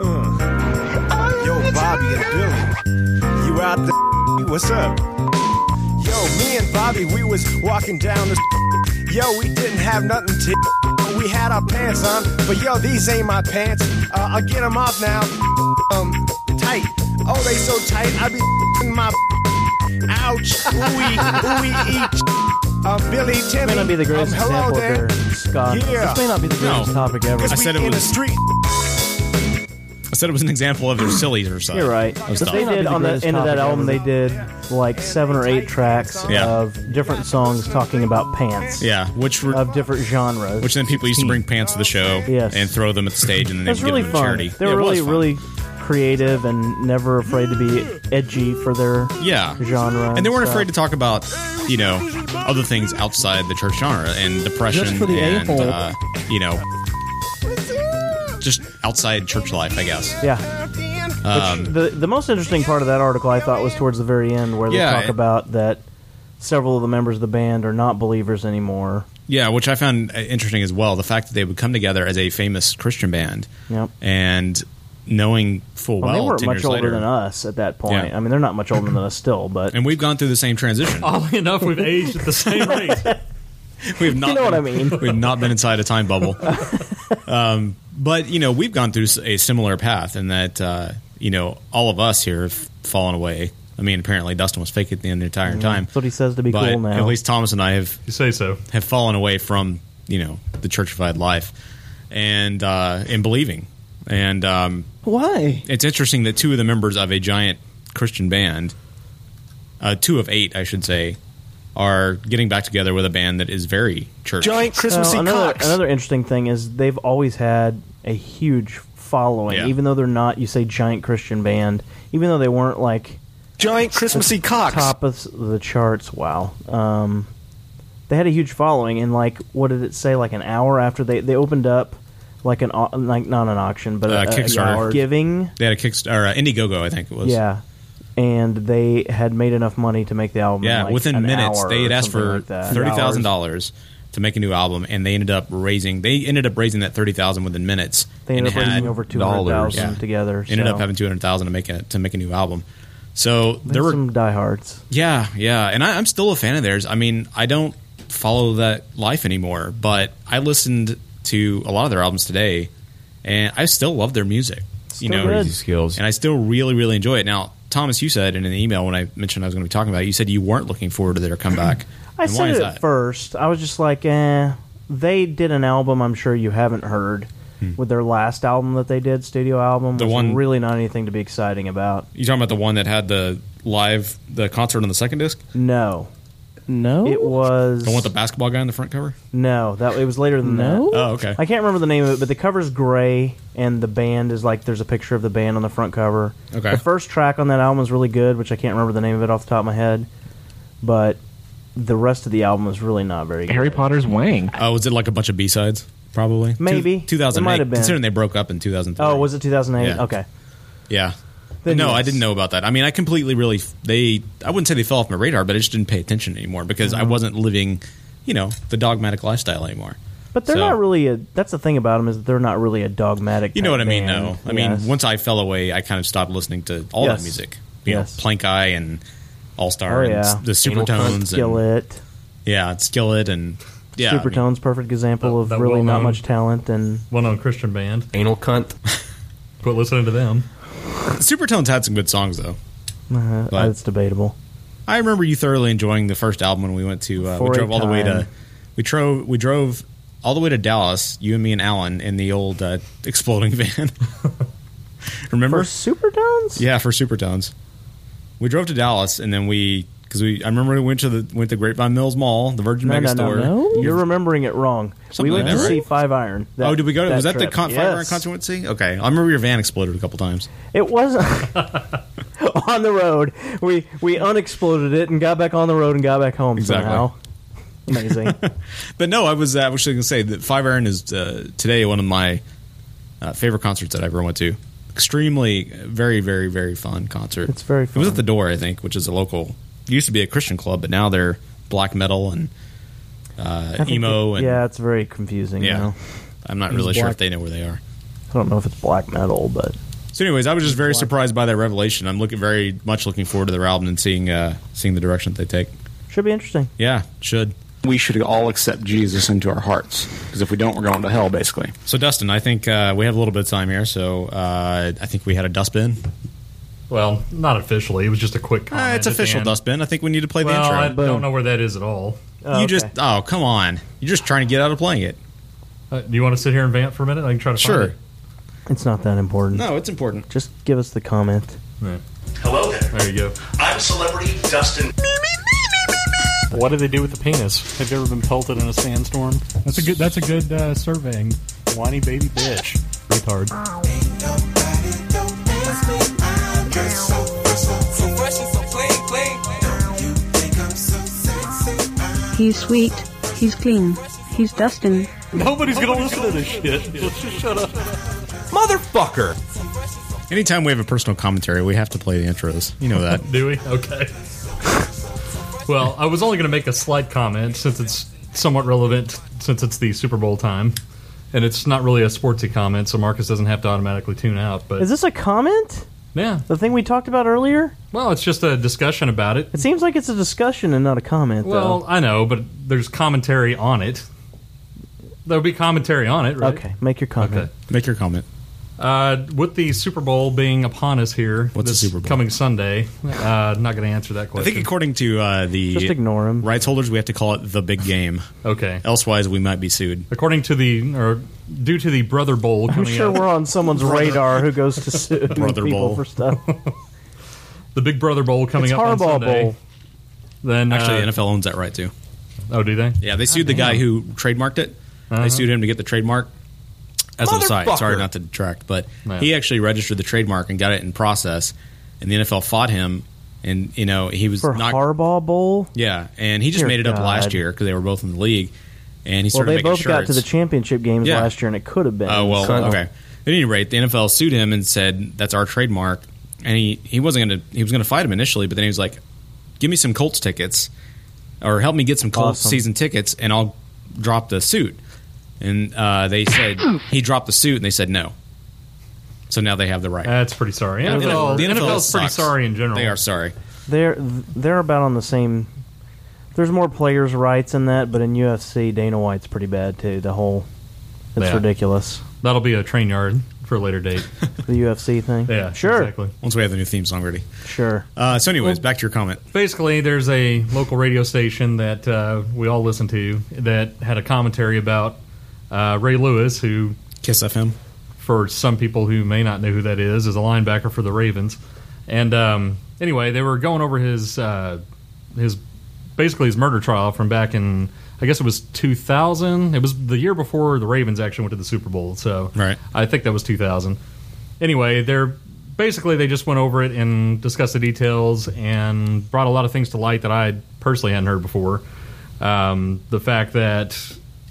[SPEAKER 18] Uh. Yo, Bobby and Billy, you out there? What's up? Yo, Yo, me and Bobby, we was walking down the. Yo, we didn't have nothing to. We had our pants on, but yo, these ain't my pants. Uh, I'll get them off now. Um, tight. Oh, they so tight. I be my. Ouch. Ooey, ooey, each. Uh, Billy Timmy.
[SPEAKER 5] may not be the greatest
[SPEAKER 18] um, hello
[SPEAKER 5] example
[SPEAKER 18] there.
[SPEAKER 5] there, Scott.
[SPEAKER 18] Yeah.
[SPEAKER 5] This may not be the greatest topic ever.
[SPEAKER 1] I said it
[SPEAKER 18] in the
[SPEAKER 1] was.
[SPEAKER 18] street.
[SPEAKER 1] I said it was an example of their silly side.
[SPEAKER 5] You're right.
[SPEAKER 1] That was
[SPEAKER 5] But
[SPEAKER 1] tough.
[SPEAKER 5] they did on the end of that album. They did like seven or eight tracks
[SPEAKER 1] Yeah.
[SPEAKER 5] of different songs talking about pants.
[SPEAKER 1] Yeah, which were
[SPEAKER 5] of different genres.
[SPEAKER 1] Which then people used to bring pants to the show
[SPEAKER 5] Yes.
[SPEAKER 1] and throw them at the stage, and then they would
[SPEAKER 5] That's
[SPEAKER 1] give
[SPEAKER 5] really
[SPEAKER 1] them to
[SPEAKER 5] fun.
[SPEAKER 1] charity.
[SPEAKER 5] They
[SPEAKER 1] Yeah,
[SPEAKER 5] were
[SPEAKER 1] it was
[SPEAKER 5] really,
[SPEAKER 1] fun.
[SPEAKER 5] really creative and never afraid to be edgy for their
[SPEAKER 1] yeah
[SPEAKER 5] genre.
[SPEAKER 1] and they weren't
[SPEAKER 5] stuff.
[SPEAKER 1] afraid to talk about you know other things outside the church genre and depression
[SPEAKER 5] Just for the
[SPEAKER 1] and
[SPEAKER 5] a-hole.
[SPEAKER 1] uh, you know just outside church life, I guess.
[SPEAKER 5] Yeah.
[SPEAKER 1] Um,
[SPEAKER 5] Which the the most interesting part of that article I thought was towards the very end where they
[SPEAKER 1] Yeah,
[SPEAKER 5] talk
[SPEAKER 1] it-
[SPEAKER 5] about that several of the members of the band are not believers anymore.
[SPEAKER 1] Yeah, which I found uh, interesting as well. The fact that they would come together as a famous Christian band,
[SPEAKER 5] Yep.
[SPEAKER 1] and knowing full
[SPEAKER 5] Well,
[SPEAKER 1] well,
[SPEAKER 5] they weren't
[SPEAKER 1] 10
[SPEAKER 5] much
[SPEAKER 1] years
[SPEAKER 5] older
[SPEAKER 1] later-
[SPEAKER 5] than us at that point.
[SPEAKER 1] Yeah.
[SPEAKER 5] I mean, they're not much older than us still, but
[SPEAKER 1] and we've gone through the same transition.
[SPEAKER 8] Oddly enough, we've aged at the same rate.
[SPEAKER 1] We've not
[SPEAKER 8] You know what
[SPEAKER 1] been-
[SPEAKER 8] I mean.
[SPEAKER 1] We've not been inside a time bubble. um, but you know, we've gone through s- a similar path, in that uh, you know, all of us here have fallen away. I mean, apparently Dustin was fake at the end the entire
[SPEAKER 8] Mm-hmm.
[SPEAKER 5] Mm,
[SPEAKER 1] time.
[SPEAKER 5] that's what he says to be
[SPEAKER 1] but
[SPEAKER 5] cool now.
[SPEAKER 1] At least Thomas and I have
[SPEAKER 8] you say so
[SPEAKER 1] have fallen away from you know the churchified life and uh, and believing. And um,
[SPEAKER 5] why
[SPEAKER 1] it's interesting that two of the members of a giant Christian band, uh, two of eight, I should say, are getting back together with a band that is very church.
[SPEAKER 5] Well, another, another interesting thing is they've always had a huge following,
[SPEAKER 1] Yeah.
[SPEAKER 5] even though they're not. You say giant Christian band, even though they weren't like
[SPEAKER 15] giant
[SPEAKER 5] Christmassy cocks top of s- the charts. Wow, um, they had a huge following, and like what did it say? Like an hour after they they opened up, like an au- like not an auction, but
[SPEAKER 1] uh,
[SPEAKER 5] a, a- a
[SPEAKER 1] Kickstarter
[SPEAKER 5] giving.
[SPEAKER 1] They had a Kickstarter, uh, Indiegogo, I think it was.
[SPEAKER 5] Yeah. And they had made enough money to make the album. in,
[SPEAKER 1] yeah.
[SPEAKER 5] like,
[SPEAKER 1] within
[SPEAKER 5] an
[SPEAKER 1] minutes,
[SPEAKER 5] hour
[SPEAKER 1] they had
[SPEAKER 5] or
[SPEAKER 1] asked
[SPEAKER 5] something
[SPEAKER 1] for
[SPEAKER 5] like that.
[SPEAKER 1] thirty thousand dollars to make a new album, and they ended up raising. They ended up raising that thirty thousand within minutes.
[SPEAKER 5] They ended
[SPEAKER 1] and
[SPEAKER 5] up raising
[SPEAKER 1] had
[SPEAKER 5] over $200,000
[SPEAKER 1] dollars.
[SPEAKER 5] together,
[SPEAKER 1] Ended
[SPEAKER 5] so.
[SPEAKER 1] up having two hundred thousand to make a to make a new album. So there were
[SPEAKER 5] some diehards.
[SPEAKER 1] Yeah, yeah, and I, I'm still a fan of theirs. I mean, I don't follow that life anymore, but I listened to a lot of their albums today, and I still love their music. you
[SPEAKER 5] Still
[SPEAKER 1] know,
[SPEAKER 5] good. Crazy
[SPEAKER 1] skills, and I still really, really enjoy it. Now, Thomas, you said in an email when I mentioned I was going to be talking about, it, you said you weren't looking forward to their comeback.
[SPEAKER 5] I
[SPEAKER 1] and why
[SPEAKER 5] said
[SPEAKER 1] is
[SPEAKER 5] it
[SPEAKER 1] that?
[SPEAKER 5] at first. I was just like, eh. They did an album I'm sure you haven't heard with their last album that they did, studio album.
[SPEAKER 1] Hmm. The
[SPEAKER 5] which
[SPEAKER 1] one-
[SPEAKER 5] really not anything to be exciting about.
[SPEAKER 1] You talking about the one that had the live the concert on the second disc?
[SPEAKER 5] No. No. It was
[SPEAKER 1] The one with the basketball guy on the front cover?
[SPEAKER 5] No, that it was later than
[SPEAKER 1] No?
[SPEAKER 5] that.
[SPEAKER 1] Oh, okay.
[SPEAKER 5] I can't remember the name of it, but the cover's gray and the band is like there's a picture of the band on the front cover.
[SPEAKER 1] Okay.
[SPEAKER 5] The first track on that album is really good, which I can't remember the name of it off the top of my head, but the rest of the album is really not very good.
[SPEAKER 1] Harry Potter's Wang. Oh, was it like a bunch of B sides? Probably.
[SPEAKER 5] Maybe.
[SPEAKER 1] Two thousand
[SPEAKER 5] It might have
[SPEAKER 1] eight.
[SPEAKER 5] been.
[SPEAKER 1] Considering they broke up in two thousand three.
[SPEAKER 5] Oh, was it 2008?
[SPEAKER 1] Yeah.
[SPEAKER 5] Okay.
[SPEAKER 1] Yeah.
[SPEAKER 5] Then
[SPEAKER 1] no,
[SPEAKER 5] yes.
[SPEAKER 1] I didn't know about that. I mean, I completely really they I wouldn't say they fell off my radar, but I just didn't pay attention anymore because
[SPEAKER 5] Uh-huh.
[SPEAKER 1] I wasn't living, you know, the dogmatic lifestyle anymore.
[SPEAKER 5] But they're
[SPEAKER 1] So-
[SPEAKER 5] not really a. That's the thing about them is that they're not really a dogmatic.
[SPEAKER 1] You know what
[SPEAKER 5] type
[SPEAKER 1] I mean?
[SPEAKER 5] band.
[SPEAKER 1] though. I mean,
[SPEAKER 5] Oh, Yes.
[SPEAKER 1] once I fell away, I kind of stopped listening to all
[SPEAKER 5] Yes.
[SPEAKER 1] that music. You
[SPEAKER 5] Yes.
[SPEAKER 1] know, Plank Eye and All Star
[SPEAKER 5] Oh,
[SPEAKER 1] and
[SPEAKER 5] yeah.
[SPEAKER 1] s- the
[SPEAKER 5] Anal Cunt.
[SPEAKER 1] Supertones,
[SPEAKER 5] Skillet.
[SPEAKER 1] yeah, and Skillet, and yeah, I mean- oh.
[SPEAKER 5] Supertones, perfect example of
[SPEAKER 8] that
[SPEAKER 5] really not
[SPEAKER 8] well-known-
[SPEAKER 5] much talent and
[SPEAKER 8] well-known Christian band.
[SPEAKER 1] Anal cunt.
[SPEAKER 8] Quit listening to them.
[SPEAKER 1] Supertones had some good songs though.
[SPEAKER 5] uh,
[SPEAKER 1] But-
[SPEAKER 5] it's debatable.
[SPEAKER 1] I remember you thoroughly enjoying the first album when we went to. Uh, we
[SPEAKER 5] For a
[SPEAKER 1] drove all the way
[SPEAKER 5] time.
[SPEAKER 1] to. We drove. We drove all the way to Dallas. You and me and Alan in the old uh, exploding van. remember
[SPEAKER 5] for Supertones?
[SPEAKER 1] Yeah, for Supertones. We drove to Dallas and then we because we. I remember we went to the went to Grapevine Mills Mall, the Virgin
[SPEAKER 5] No,
[SPEAKER 1] Mega
[SPEAKER 5] no, no,
[SPEAKER 1] Store.
[SPEAKER 5] no. You're remembering it wrong.
[SPEAKER 1] Something
[SPEAKER 5] we went
[SPEAKER 1] like
[SPEAKER 5] to
[SPEAKER 1] that,
[SPEAKER 5] see
[SPEAKER 1] right?
[SPEAKER 5] Five Iron.
[SPEAKER 1] oh, did we go to? was that the
[SPEAKER 5] trip.
[SPEAKER 1] con- Fire Iron
[SPEAKER 5] Yes.
[SPEAKER 1] concert we went to see? Okay, I remember your van exploded a couple times.
[SPEAKER 5] It was on the road. We we unexploded it and got back on the road and got back home
[SPEAKER 1] Exactly. Uh,
[SPEAKER 5] somehow. Amazing.
[SPEAKER 1] But no, I was uh, actually going to say that Five Iron is uh, today one of my uh, favorite concerts that I ever went to. Extremely, very, very, very fun concert.
[SPEAKER 5] It's very
[SPEAKER 1] It was at the Door, I think, which is a local. It used to be a Christian club, but now they're black metal and
[SPEAKER 5] I
[SPEAKER 1] uh,
[SPEAKER 5] think
[SPEAKER 1] emo.
[SPEAKER 5] it-
[SPEAKER 1] and
[SPEAKER 5] yeah, it's very confusing.
[SPEAKER 1] Yeah.
[SPEAKER 5] now.
[SPEAKER 1] I'm not
[SPEAKER 5] It's
[SPEAKER 1] really sure
[SPEAKER 5] black-
[SPEAKER 1] if they know where they are.
[SPEAKER 5] I don't know if it's black metal, but
[SPEAKER 1] So, anyways, I was just very surprised by that revelation. I'm looking very much looking forward to their album and seeing uh, seeing the direction that they take.
[SPEAKER 5] Should be interesting.
[SPEAKER 1] Yeah, should.
[SPEAKER 15] We should all accept Jesus into our hearts because if we don't, we're going to hell, basically.
[SPEAKER 1] So, Dustin, I think uh, we have a little bit of time here, so uh, I think we had a dustbin.
[SPEAKER 8] Well, not officially. It was just a quick.
[SPEAKER 1] Uh,
[SPEAKER 8] Comment
[SPEAKER 1] it's
[SPEAKER 8] at the
[SPEAKER 1] official
[SPEAKER 8] end.
[SPEAKER 1] dustbin. I think we need to play the
[SPEAKER 8] Well,
[SPEAKER 1] intro.
[SPEAKER 8] I don't know where that is at all.
[SPEAKER 1] you just oh come on! You're just trying to get out of playing it.
[SPEAKER 8] Uh, do you want to sit here and vamp for a minute? I can try to
[SPEAKER 1] Sure.
[SPEAKER 8] find it.
[SPEAKER 5] It's not that important.
[SPEAKER 1] No, it's important.
[SPEAKER 5] Just give us the comment.
[SPEAKER 19] Hello there.
[SPEAKER 8] There you go.
[SPEAKER 19] I'm celebrity Dustin.
[SPEAKER 8] What do they do with the penis? Have you ever been pelted in a sandstorm?
[SPEAKER 7] That's a good. That's a good uh, surveying.
[SPEAKER 4] Whiny baby bitch.
[SPEAKER 7] Retard.
[SPEAKER 20] He's sweet. He's clean. He's Dustin.
[SPEAKER 8] Nobody's gonna listen to this shit. Let's just shut up.
[SPEAKER 1] Motherfucker! Anytime we have a personal commentary, we have to play the intros. You know that.
[SPEAKER 8] Do we? Okay. well, I was only going to make a slight comment since it's somewhat relevant since it's the Super Bowl time, and it's not really a sportsy comment, so Marcus doesn't have to automatically tune out. But
[SPEAKER 5] Is this a comment?
[SPEAKER 8] Yeah.
[SPEAKER 5] The thing we talked about earlier?
[SPEAKER 8] well, it's just a discussion about it.
[SPEAKER 5] It seems like it's a discussion and not a comment,
[SPEAKER 8] Well, I know, but there's commentary on it. There'll be commentary on it,
[SPEAKER 5] though.
[SPEAKER 8] right?
[SPEAKER 5] Okay, make your comment.
[SPEAKER 1] Make your comment.
[SPEAKER 8] Uh, with the Super Bowl being upon us here, what's this Super Bowl coming Sunday? Uh, not going to answer that
[SPEAKER 1] I
[SPEAKER 8] question.
[SPEAKER 1] think according to uh, the
[SPEAKER 8] Just
[SPEAKER 5] ignore him.
[SPEAKER 1] rights holders, we have to call it the big game.
[SPEAKER 8] Okay.
[SPEAKER 1] Elsewise, we might be sued.
[SPEAKER 8] According to the or due to the Brother Bowl
[SPEAKER 5] I'm
[SPEAKER 8] coming
[SPEAKER 5] sure
[SPEAKER 8] up,
[SPEAKER 5] we're on someone's
[SPEAKER 8] Oh, Brother-
[SPEAKER 5] radar who goes to sue
[SPEAKER 8] Brother
[SPEAKER 5] people
[SPEAKER 8] Bowl.
[SPEAKER 5] for stuff.
[SPEAKER 8] the Big Brother Bowl coming
[SPEAKER 5] It's
[SPEAKER 8] up on
[SPEAKER 5] Harbaugh
[SPEAKER 8] Sunday.
[SPEAKER 5] Bowl.
[SPEAKER 8] Then
[SPEAKER 1] Actually,
[SPEAKER 8] uh,
[SPEAKER 1] the NFL owns that right too.
[SPEAKER 8] Oh, do they?
[SPEAKER 1] Yeah, they sued the
[SPEAKER 5] Oh,
[SPEAKER 1] guy who trademarked it. They
[SPEAKER 8] Uh-huh.
[SPEAKER 1] sued him to get the trademark. As an aside,
[SPEAKER 8] Motherfucker.
[SPEAKER 1] sorry not to detract, but
[SPEAKER 8] Yeah.
[SPEAKER 1] he actually registered the trademark and got it in process, and the NFL fought him, and you know he was
[SPEAKER 5] For
[SPEAKER 1] not
[SPEAKER 5] Harbaugh Bowl?
[SPEAKER 1] yeah, and he just
[SPEAKER 5] Dear
[SPEAKER 1] made it up
[SPEAKER 5] God.
[SPEAKER 1] last year because they were both in the league, and he
[SPEAKER 5] well,
[SPEAKER 1] started
[SPEAKER 5] they
[SPEAKER 1] making
[SPEAKER 5] both got
[SPEAKER 1] shirts.
[SPEAKER 5] to the championship games
[SPEAKER 1] Yeah.
[SPEAKER 5] last year, and it could have been.
[SPEAKER 1] Oh well,
[SPEAKER 5] So-
[SPEAKER 1] okay. At any rate, the NFL sued him and said that's our trademark, and he, he wasn't gonna he was gonna fight him initially, but then he was like, "Give me some Colts tickets, or help me get some Colts
[SPEAKER 5] Awesome.
[SPEAKER 1] season tickets, and I'll drop the suit." And uh, they said he dropped the suit, and they said no. So now they have the right.
[SPEAKER 8] That's pretty sorry. NFL
[SPEAKER 1] the NFL
[SPEAKER 8] is pretty
[SPEAKER 1] sucks.
[SPEAKER 8] sorry in general.
[SPEAKER 1] They are sorry.
[SPEAKER 5] They're they're about on the same. There's more players' rights in that, but in UFC, Dana White's pretty bad too. The whole it's
[SPEAKER 8] Yeah.
[SPEAKER 5] ridiculous.
[SPEAKER 8] That'll be a train yard for a later date.
[SPEAKER 5] The UFC thing.
[SPEAKER 8] Yeah,
[SPEAKER 5] sure,
[SPEAKER 8] exactly.
[SPEAKER 1] Once we have the new theme song ready.
[SPEAKER 5] sure.
[SPEAKER 1] Uh, so, anyways, back to your comment.
[SPEAKER 8] Basically, there's a local radio station that uh, we all listen to that had a commentary about uh, Ray Lewis, who
[SPEAKER 1] Kiss FM.
[SPEAKER 8] For some people who may not know who that is, is a linebacker for the Ravens. And um, anyway, they were going over his uh, his basically his murder trial from back in I guess it was 2000. It was the year before the Ravens actually went to the Super Bowl. So
[SPEAKER 1] Right.
[SPEAKER 8] I think that was 2000. Anyway, they're basically they just went over it and discussed the details and brought a lot of things to light that I personally hadn't heard before. Um, the fact that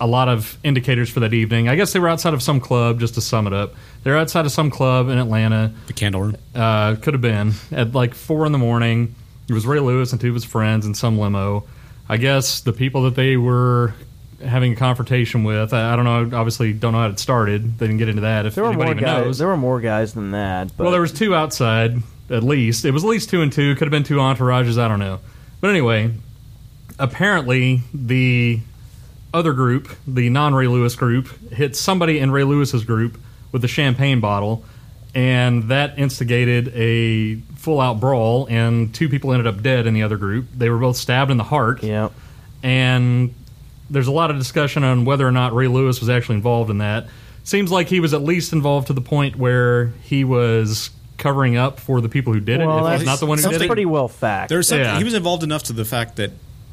[SPEAKER 8] a lot of indicators for that evening. I guess they were outside of some club. Just to sum it up, they're outside of some club in Atlanta.
[SPEAKER 1] The Candle Room
[SPEAKER 8] uh, could have been at like four in the morning. It was Ray Lewis and two of his friends in some limo. I guess the people that they were having a confrontation with. I, I don't know. Obviously, don't know how it started. They didn't get into that. If
[SPEAKER 5] There were
[SPEAKER 8] anybody
[SPEAKER 5] more
[SPEAKER 8] even
[SPEAKER 5] guys.
[SPEAKER 8] knows,
[SPEAKER 5] There were more guys than that. But
[SPEAKER 8] well, there was two outside at least. It was at least two and two. Could have been two entourages. I don't know. But anyway, apparently the other group, the non-Ray Lewis group, hit somebody in Ray Lewis's group with a champagne bottle, and that instigated a full-out brawl. And two people ended up dead in the other group. They were both stabbed in the heart.
[SPEAKER 5] Yeah.
[SPEAKER 8] And there's a lot of discussion on whether or not Ray Lewis was actually involved in that. Seems like he was at least involved to the point where he was covering up for the people who did it.
[SPEAKER 5] Well,
[SPEAKER 8] if
[SPEAKER 5] that's
[SPEAKER 8] he's not the one who did
[SPEAKER 5] something-
[SPEAKER 8] it.
[SPEAKER 5] pretty well fact.
[SPEAKER 1] There's something,
[SPEAKER 8] Yeah.
[SPEAKER 1] he was involved enough to the fact that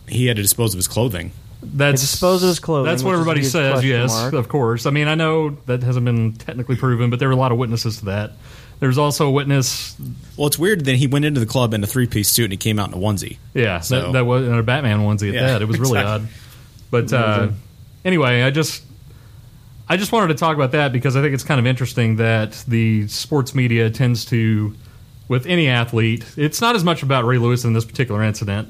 [SPEAKER 1] he had to dispose of his clothing.
[SPEAKER 8] That's
[SPEAKER 5] dispose of his clothing,
[SPEAKER 8] That's what
[SPEAKER 5] which is a
[SPEAKER 8] everybody
[SPEAKER 5] huge
[SPEAKER 8] says.
[SPEAKER 5] question
[SPEAKER 8] Yes,
[SPEAKER 5] mark.
[SPEAKER 8] of course. I mean, I know that hasn't been technically proven, but there were a lot of witnesses to that. There was also a witness.
[SPEAKER 1] Well, it's weird that he went into the club in a three piece suit and he came out in a onesie.
[SPEAKER 8] Yeah,
[SPEAKER 1] So-
[SPEAKER 8] that, that was in a Batman onesie at
[SPEAKER 1] Yeah,
[SPEAKER 8] that. It was really
[SPEAKER 1] exactly.
[SPEAKER 8] odd. But uh, anyway, I just I just wanted to talk about that because I think it's kind of interesting that the sports media tends to, with any athlete, it's not as much about Ray Lewis in this particular incident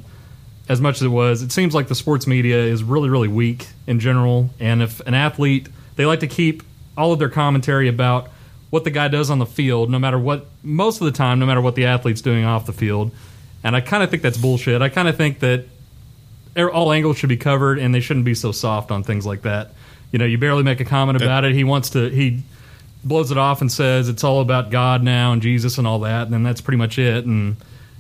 [SPEAKER 8] as much as it was. It seems like the sports media is really, really weak in general. And if an athlete, they like to keep all of their commentary about what the guy does on the field, no matter what, most of the time, no matter what the athlete's doing off the field. And I kind of think that's bullshit. I kind of think that er- all angles should be covered, and they shouldn't be so soft on things like that. You know, you barely make a comment about it. He wants to he blows it off and says it's all about God now and Jesus and all that, and then that's pretty much it. And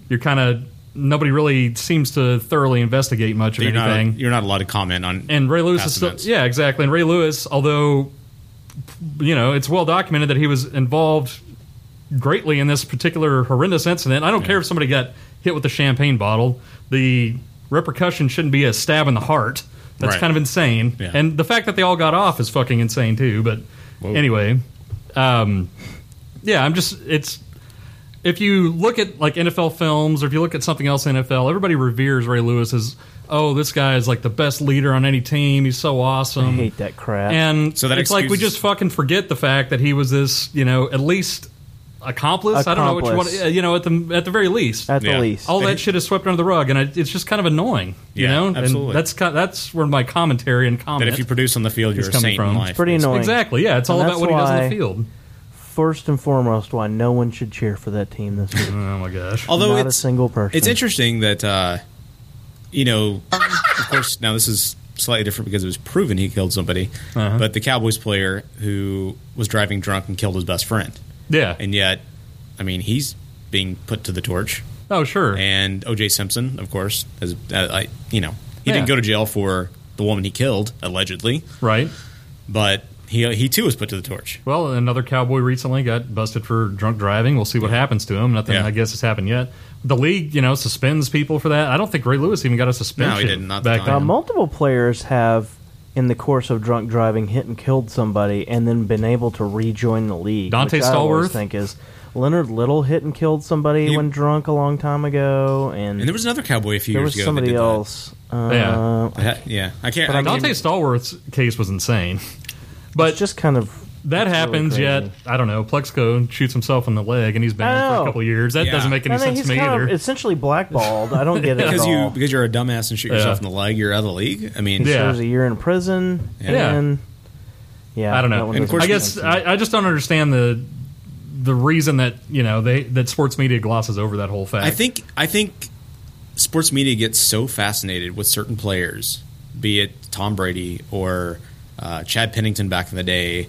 [SPEAKER 8] you're kind of nobody really seems to thoroughly investigate much of
[SPEAKER 1] You're not,
[SPEAKER 8] anything.
[SPEAKER 1] you're not allowed to comment on.
[SPEAKER 8] And Ray Lewis is
[SPEAKER 1] past
[SPEAKER 8] still,
[SPEAKER 1] events.
[SPEAKER 8] yeah, exactly. And Ray Lewis, although you know, it's well documented that he was involved greatly in this particular horrendous incident. I don't care if somebody got hit with a champagne bottle. The repercussion shouldn't be a stab in the heart. That's
[SPEAKER 1] Right.
[SPEAKER 8] kind of insane.
[SPEAKER 1] Yeah.
[SPEAKER 8] And the fact that they all got off is fucking insane too. But anyway, um, yeah, I'm just it's if you look at like NFL films or if you look at something else in NFL, everybody reveres Ray Lewis as oh, this guy is like the best leader on any team. He's so awesome.
[SPEAKER 5] I hate that crap.
[SPEAKER 8] And
[SPEAKER 5] So that
[SPEAKER 8] it's like we
[SPEAKER 5] excuses-
[SPEAKER 8] just fucking forget the fact that he was this, you know, at least accomplice. I don't know what you want.
[SPEAKER 5] Accomplice.
[SPEAKER 8] yeah, You know, at the at the very least, at
[SPEAKER 5] the Yeah. least.
[SPEAKER 8] all that shit is swept under the rug, and it, it's just kind of annoying. You
[SPEAKER 1] Yeah,
[SPEAKER 8] know, And
[SPEAKER 1] absolutely.
[SPEAKER 8] that's ki- that's where my commentary and comment
[SPEAKER 1] That if you produce on the field,
[SPEAKER 8] is
[SPEAKER 1] you're a
[SPEAKER 8] coming
[SPEAKER 1] saint
[SPEAKER 8] from.
[SPEAKER 1] in life.
[SPEAKER 5] It's pretty annoying.
[SPEAKER 8] Exactly. Yeah, it's all
[SPEAKER 5] And
[SPEAKER 8] about
[SPEAKER 5] that's
[SPEAKER 8] what he does in the
[SPEAKER 5] why-
[SPEAKER 8] field.
[SPEAKER 5] First and foremost, why no one should cheer for that team this week. oh
[SPEAKER 8] my gosh!
[SPEAKER 5] Although
[SPEAKER 1] Although
[SPEAKER 5] not a
[SPEAKER 1] it's-
[SPEAKER 5] single person.
[SPEAKER 1] It's interesting that uh, you know, of course. Now this is slightly different because it was proven he killed somebody,
[SPEAKER 8] Uh-huh.
[SPEAKER 1] but the Cowboys player who was driving drunk and killed his best friend.
[SPEAKER 8] Yeah.
[SPEAKER 1] and yet, I mean, he's being put to the torch.
[SPEAKER 8] Oh, sure.
[SPEAKER 1] And O.J. Simpson, of course, as uh, I, you know, he
[SPEAKER 8] Yeah.
[SPEAKER 1] didn't go to jail for the woman he killed allegedly,
[SPEAKER 8] right?
[SPEAKER 1] But he he too was put to the torch.
[SPEAKER 8] Well, another cowboy recently got busted for drunk driving. We'll see what happens to him. Nothing,
[SPEAKER 1] Yeah.
[SPEAKER 8] I guess, has happened yet. The league, you know, suspends people for that. I don't think Ray Lewis even got a suspension. back
[SPEAKER 5] Uh,
[SPEAKER 8] then.
[SPEAKER 5] multiple players have, in the course of drunk driving, hit and killed somebody, and then been able to rejoin the league.
[SPEAKER 8] Dante
[SPEAKER 5] which I always
[SPEAKER 8] Stallworth?
[SPEAKER 5] think is Leonard Little hit and killed somebody when drunk a long time ago, and
[SPEAKER 1] And there was another cowboy a few
[SPEAKER 5] there
[SPEAKER 1] years ago
[SPEAKER 5] was
[SPEAKER 1] that
[SPEAKER 5] somebody
[SPEAKER 1] did that.
[SPEAKER 5] else. Uh,
[SPEAKER 8] Yeah.
[SPEAKER 1] I ha- yeah, I can't. I can't-
[SPEAKER 8] Dante Stallworth's case was insane, but
[SPEAKER 5] just kind of
[SPEAKER 8] that
[SPEAKER 5] it's really
[SPEAKER 8] happens.
[SPEAKER 5] crazy.
[SPEAKER 8] yet I don't know. Plexco shoots himself in the leg, and he's
[SPEAKER 5] I
[SPEAKER 8] banned for
[SPEAKER 5] know.
[SPEAKER 8] a couple of years. That
[SPEAKER 5] Yeah.
[SPEAKER 8] doesn't make any
[SPEAKER 5] Oh. I mean,
[SPEAKER 8] sense
[SPEAKER 5] he's
[SPEAKER 8] to me
[SPEAKER 5] kind
[SPEAKER 8] either.
[SPEAKER 5] of essentially blackballed. I don't get it
[SPEAKER 1] because
[SPEAKER 5] at
[SPEAKER 1] you
[SPEAKER 5] all.
[SPEAKER 1] because you're a dumbass and shoot
[SPEAKER 8] Yeah.
[SPEAKER 1] yourself in the leg, you're out of the league. I mean,
[SPEAKER 5] He serves a year in prison.
[SPEAKER 1] Yeah.
[SPEAKER 5] And, yeah.
[SPEAKER 8] I don't
[SPEAKER 5] that
[SPEAKER 8] know.
[SPEAKER 5] one doesn't
[SPEAKER 8] I
[SPEAKER 5] make
[SPEAKER 8] guess
[SPEAKER 5] sense.
[SPEAKER 8] I, I just don't understand the the reason that you know they that sports media glosses over that whole fact.
[SPEAKER 1] I think I think sports media gets so fascinated with certain players, be it Tom Brady or uh, Chad Pennington back in the day,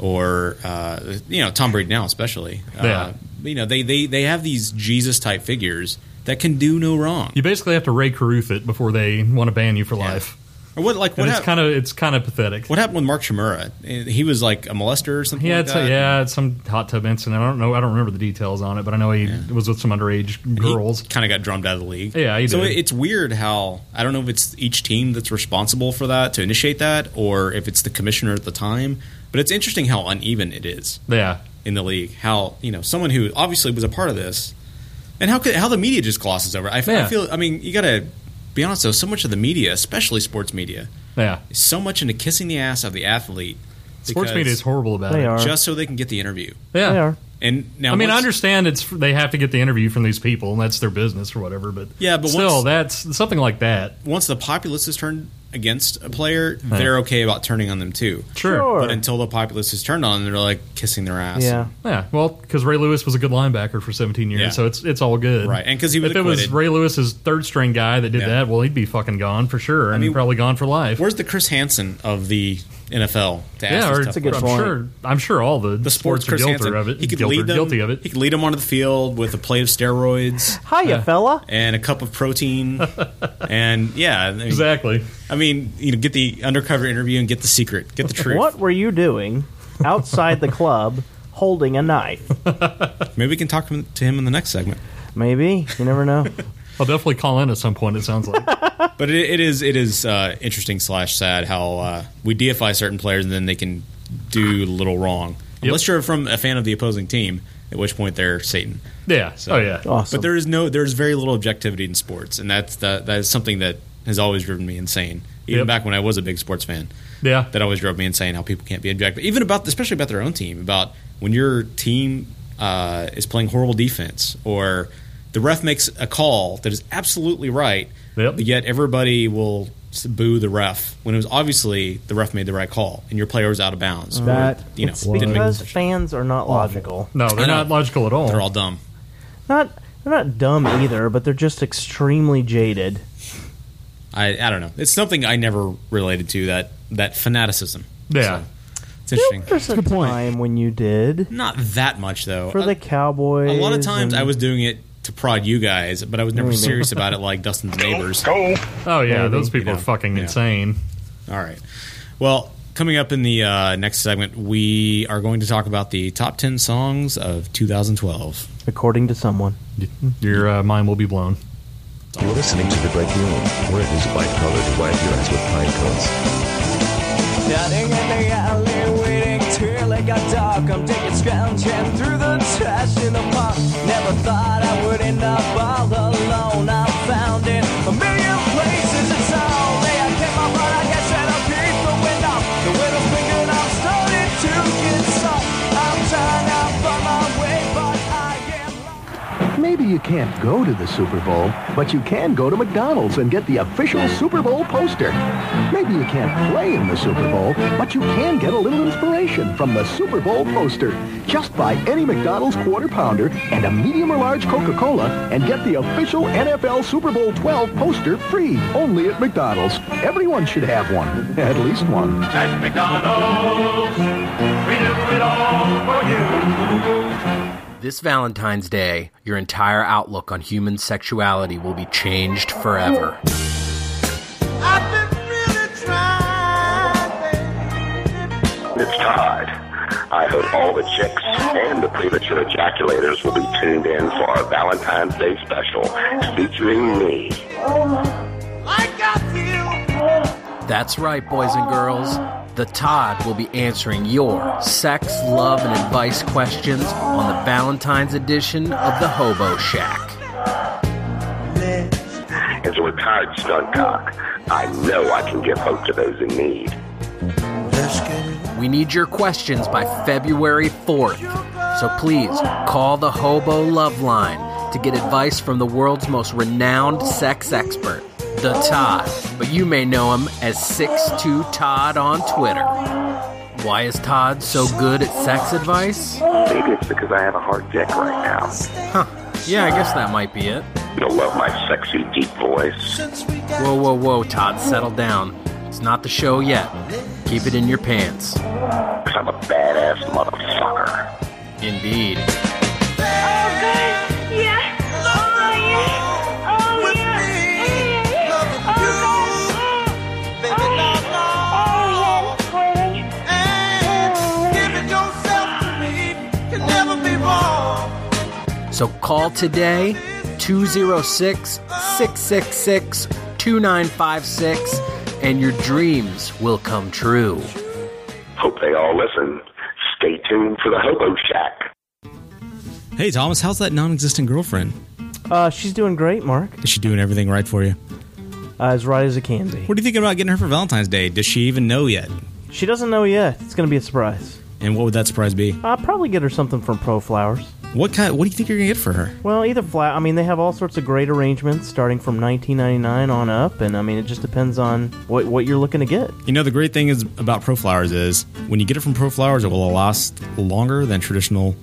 [SPEAKER 1] or uh, you know Tom Brady now especially.
[SPEAKER 8] Yeah.
[SPEAKER 1] Uh, you know they, they they have these Jesus type figures that can do no wrong.
[SPEAKER 8] You basically have to Ray Caruth it before they want to ban you for life.
[SPEAKER 1] Or what? Like
[SPEAKER 8] And
[SPEAKER 1] what
[SPEAKER 8] it's
[SPEAKER 1] hap-
[SPEAKER 8] kind of it's kind of pathetic.
[SPEAKER 1] What happened with Mark Shimura? He was like a molester or something.
[SPEAKER 8] He had
[SPEAKER 1] like
[SPEAKER 8] some,
[SPEAKER 1] that?
[SPEAKER 8] yeah, it's some hot tub incident. I don't know. I don't remember the details on it, but I know he was with some underage girls.
[SPEAKER 1] Kind of got drummed out of the league.
[SPEAKER 8] Yeah, he
[SPEAKER 1] so
[SPEAKER 8] did.
[SPEAKER 1] it- it's weird how I don't know if it's each team that's responsible for that to initiate that, or if it's the commissioner at the time. But it's interesting how uneven it is.
[SPEAKER 8] Yeah.
[SPEAKER 1] in the league, how you know someone who obviously was a part of this, and how could, how the media just glosses over. it. I, f- I
[SPEAKER 8] Yeah.
[SPEAKER 1] feel. I mean, you got to be honest though. So much of the media, especially sports media,
[SPEAKER 8] yeah,
[SPEAKER 1] is so much into kissing the ass of the athlete.
[SPEAKER 8] Sports
[SPEAKER 1] because-
[SPEAKER 8] media is horrible about
[SPEAKER 1] They
[SPEAKER 8] it.
[SPEAKER 1] are. Just so they can get the interview.
[SPEAKER 8] Yeah. They are.
[SPEAKER 1] And now
[SPEAKER 8] I mean, I
[SPEAKER 1] once-
[SPEAKER 8] understand it's they have to get the interview from these people, and that's their business or whatever. But
[SPEAKER 1] Yeah, but
[SPEAKER 8] still,
[SPEAKER 1] once-
[SPEAKER 8] that's something like that.
[SPEAKER 1] once the populace is turned against a player, they're okay about turning on them too.
[SPEAKER 8] Sure. Sure.
[SPEAKER 1] But until the populace is turned on, they're like kissing their ass.
[SPEAKER 8] yeah. Well, because Ray Lewis was a good linebacker for 17 years,
[SPEAKER 1] Yeah.
[SPEAKER 8] so it's it's all good,
[SPEAKER 1] Right, and 'cause he was
[SPEAKER 8] if it was
[SPEAKER 1] acquitted.
[SPEAKER 8] Ray Lewis's third string guy that did
[SPEAKER 1] Yeah.
[SPEAKER 8] that, well, he'd be fucking gone for sure, and probably gone for life.
[SPEAKER 1] Where's the Chris Hansen of the NFL? To ask
[SPEAKER 8] yeah,
[SPEAKER 1] these
[SPEAKER 8] or
[SPEAKER 1] tough
[SPEAKER 8] I'm
[SPEAKER 1] questions?
[SPEAKER 8] sure I'm sure all the, the sports, are
[SPEAKER 1] Chris
[SPEAKER 8] guilty
[SPEAKER 1] Hansen.
[SPEAKER 8] of it.
[SPEAKER 1] He could
[SPEAKER 8] guilty,
[SPEAKER 1] lead them,
[SPEAKER 8] guilty of it.
[SPEAKER 1] He could lead them onto the field with a plate of steroids.
[SPEAKER 5] Hiya, fella.
[SPEAKER 1] And a cup of protein. and yeah, I mean-
[SPEAKER 8] Exactly.
[SPEAKER 1] I mean, you know, get the undercover interview and get the secret, get the truth.
[SPEAKER 5] What were you doing outside the club holding a knife?
[SPEAKER 1] Maybe we can talk to him- to him in the next segment.
[SPEAKER 5] Maybe. You never know.
[SPEAKER 8] I'll definitely call in at some point. It sounds like.
[SPEAKER 1] But it, it is it is uh, interesting slash sad how uh, we deify certain players and then they can do little wrong unless you're from a fan of the opposing team, at which point they're Satan.
[SPEAKER 8] Yeah. Oh, yeah. Awesome.
[SPEAKER 1] But there is no there is very little objectivity in sports, and that's that that is something that has always driven me insane. Even
[SPEAKER 8] Yep.
[SPEAKER 1] back when I was a big sports fan,
[SPEAKER 8] Yeah.
[SPEAKER 1] that always drove me insane how people can't be objective, even about especially about their own team. About when your team uh, is playing horrible defense, or the ref makes a call that is absolutely right, but yet everybody will s- boo the ref when it was obviously the ref made the right call and your player was out of bounds. or, you know
[SPEAKER 5] it's
[SPEAKER 1] didn't make-
[SPEAKER 5] because fans are not logical.
[SPEAKER 8] No, they're
[SPEAKER 1] I know.
[SPEAKER 8] not logical at all.
[SPEAKER 1] They're all dumb.
[SPEAKER 5] Not they're not dumb either, but they're just extremely jaded.
[SPEAKER 1] I, I don't know. It's something I never related to that that fanaticism.
[SPEAKER 8] Yeah.
[SPEAKER 1] So, it's interesting.
[SPEAKER 5] There's a time when you did
[SPEAKER 1] Not that much though.
[SPEAKER 5] for the Cowboys.
[SPEAKER 1] a lot of times
[SPEAKER 5] and-
[SPEAKER 1] I was doing it to prod you guys, but I was never
[SPEAKER 5] Maybe.
[SPEAKER 1] serious about it like Dustin's neighbors.
[SPEAKER 8] Oh yeah,
[SPEAKER 1] Maybe.
[SPEAKER 8] those people
[SPEAKER 1] You know,
[SPEAKER 8] are fucking
[SPEAKER 1] yeah.
[SPEAKER 8] insane.
[SPEAKER 1] All right. Well, coming up in the uh, next segment, we are going to talk about the top 10 songs of 2012.
[SPEAKER 5] according to someone.
[SPEAKER 8] Your uh, mind will be blown.
[SPEAKER 13] You're listening to The Break Room, where it is white-collared white guys with pine cones.
[SPEAKER 21] Nothing in the alley, waiting till it got dark. I'm digging, scrounging through the trash in the park. Never thought I would end up all alone. I found it a million places it's all day. I kept my heart, I guess that I'll keep the wind off. The widow's finger, I'm starting to get soft. I'm trying to find my way, but I am.
[SPEAKER 13] Maybe you can't go to the Super Bowl, but you can go to McDonald's and get the official Super Bowl poster. Maybe you can't play in the Super Bowl, but you can get a little inspiration from the Super Bowl poster. Just buy any McDonald's Quarter Pounder and a medium or large Coca-Cola and get the official NFL Super Bowl 12 poster free only at McDonald's. Everyone should have one, at least one.
[SPEAKER 16] At McDonald's, we do it all for you.
[SPEAKER 22] This Valentine's Day, your entire outlook on human sexuality will be changed forever.
[SPEAKER 23] It's Todd. I hope all the chicks and the premature ejaculators will be tuned in for our Valentine's Day special featuring me.
[SPEAKER 22] That's right, boys and girls. The Todd will be answering your sex, love, and advice questions on the Valentine's edition of The Hobo Shack.
[SPEAKER 23] As a retired stunt cock, I know I can give hope to those in need.
[SPEAKER 22] We need your questions by February 4th. So please call the Hobo Love Line to get advice from the world's most renowned sex expert, the Todd. But you may know him as 62 Todd on Twitter. Why is Todd so good at sex advice?
[SPEAKER 23] Maybe it's because I have a hard dick right now.
[SPEAKER 22] Huh. Yeah, I guess that might be it.
[SPEAKER 23] You'll love my sexy deep voice.
[SPEAKER 22] Whoa, whoa, whoa, Todd, settle down. It's not the show yet. Keep it in your pants.
[SPEAKER 23] Because I'm a badass motherfucker.
[SPEAKER 22] Indeed. So call today 206 666 2956 and your dreams will come true.
[SPEAKER 23] Hope they all listen. Stay tuned for the Hobo Shack.
[SPEAKER 1] Hey, Thomas, how's that non existent girlfriend?
[SPEAKER 5] Uh, she's doing great, Mark.
[SPEAKER 1] Is she doing everything right for you?
[SPEAKER 5] as right as it can be.
[SPEAKER 1] What are you thinking about getting her for Valentine's Day? Does she even know yet?
[SPEAKER 5] She doesn't know yet. It's going to be a surprise.
[SPEAKER 1] And what would that surprise be?
[SPEAKER 5] I'll probably get her something from Pro Flowers.
[SPEAKER 1] What kind? What do you think you're gonna get for her?
[SPEAKER 5] Well, either flat. I mean, they have all sorts of great arrangements starting from 1999 on up, and I mean, it just depends on what what you're looking to get.
[SPEAKER 1] You know, the great thing is about Pro Flowers is when you get it from Pro Flowers, it will last longer than traditional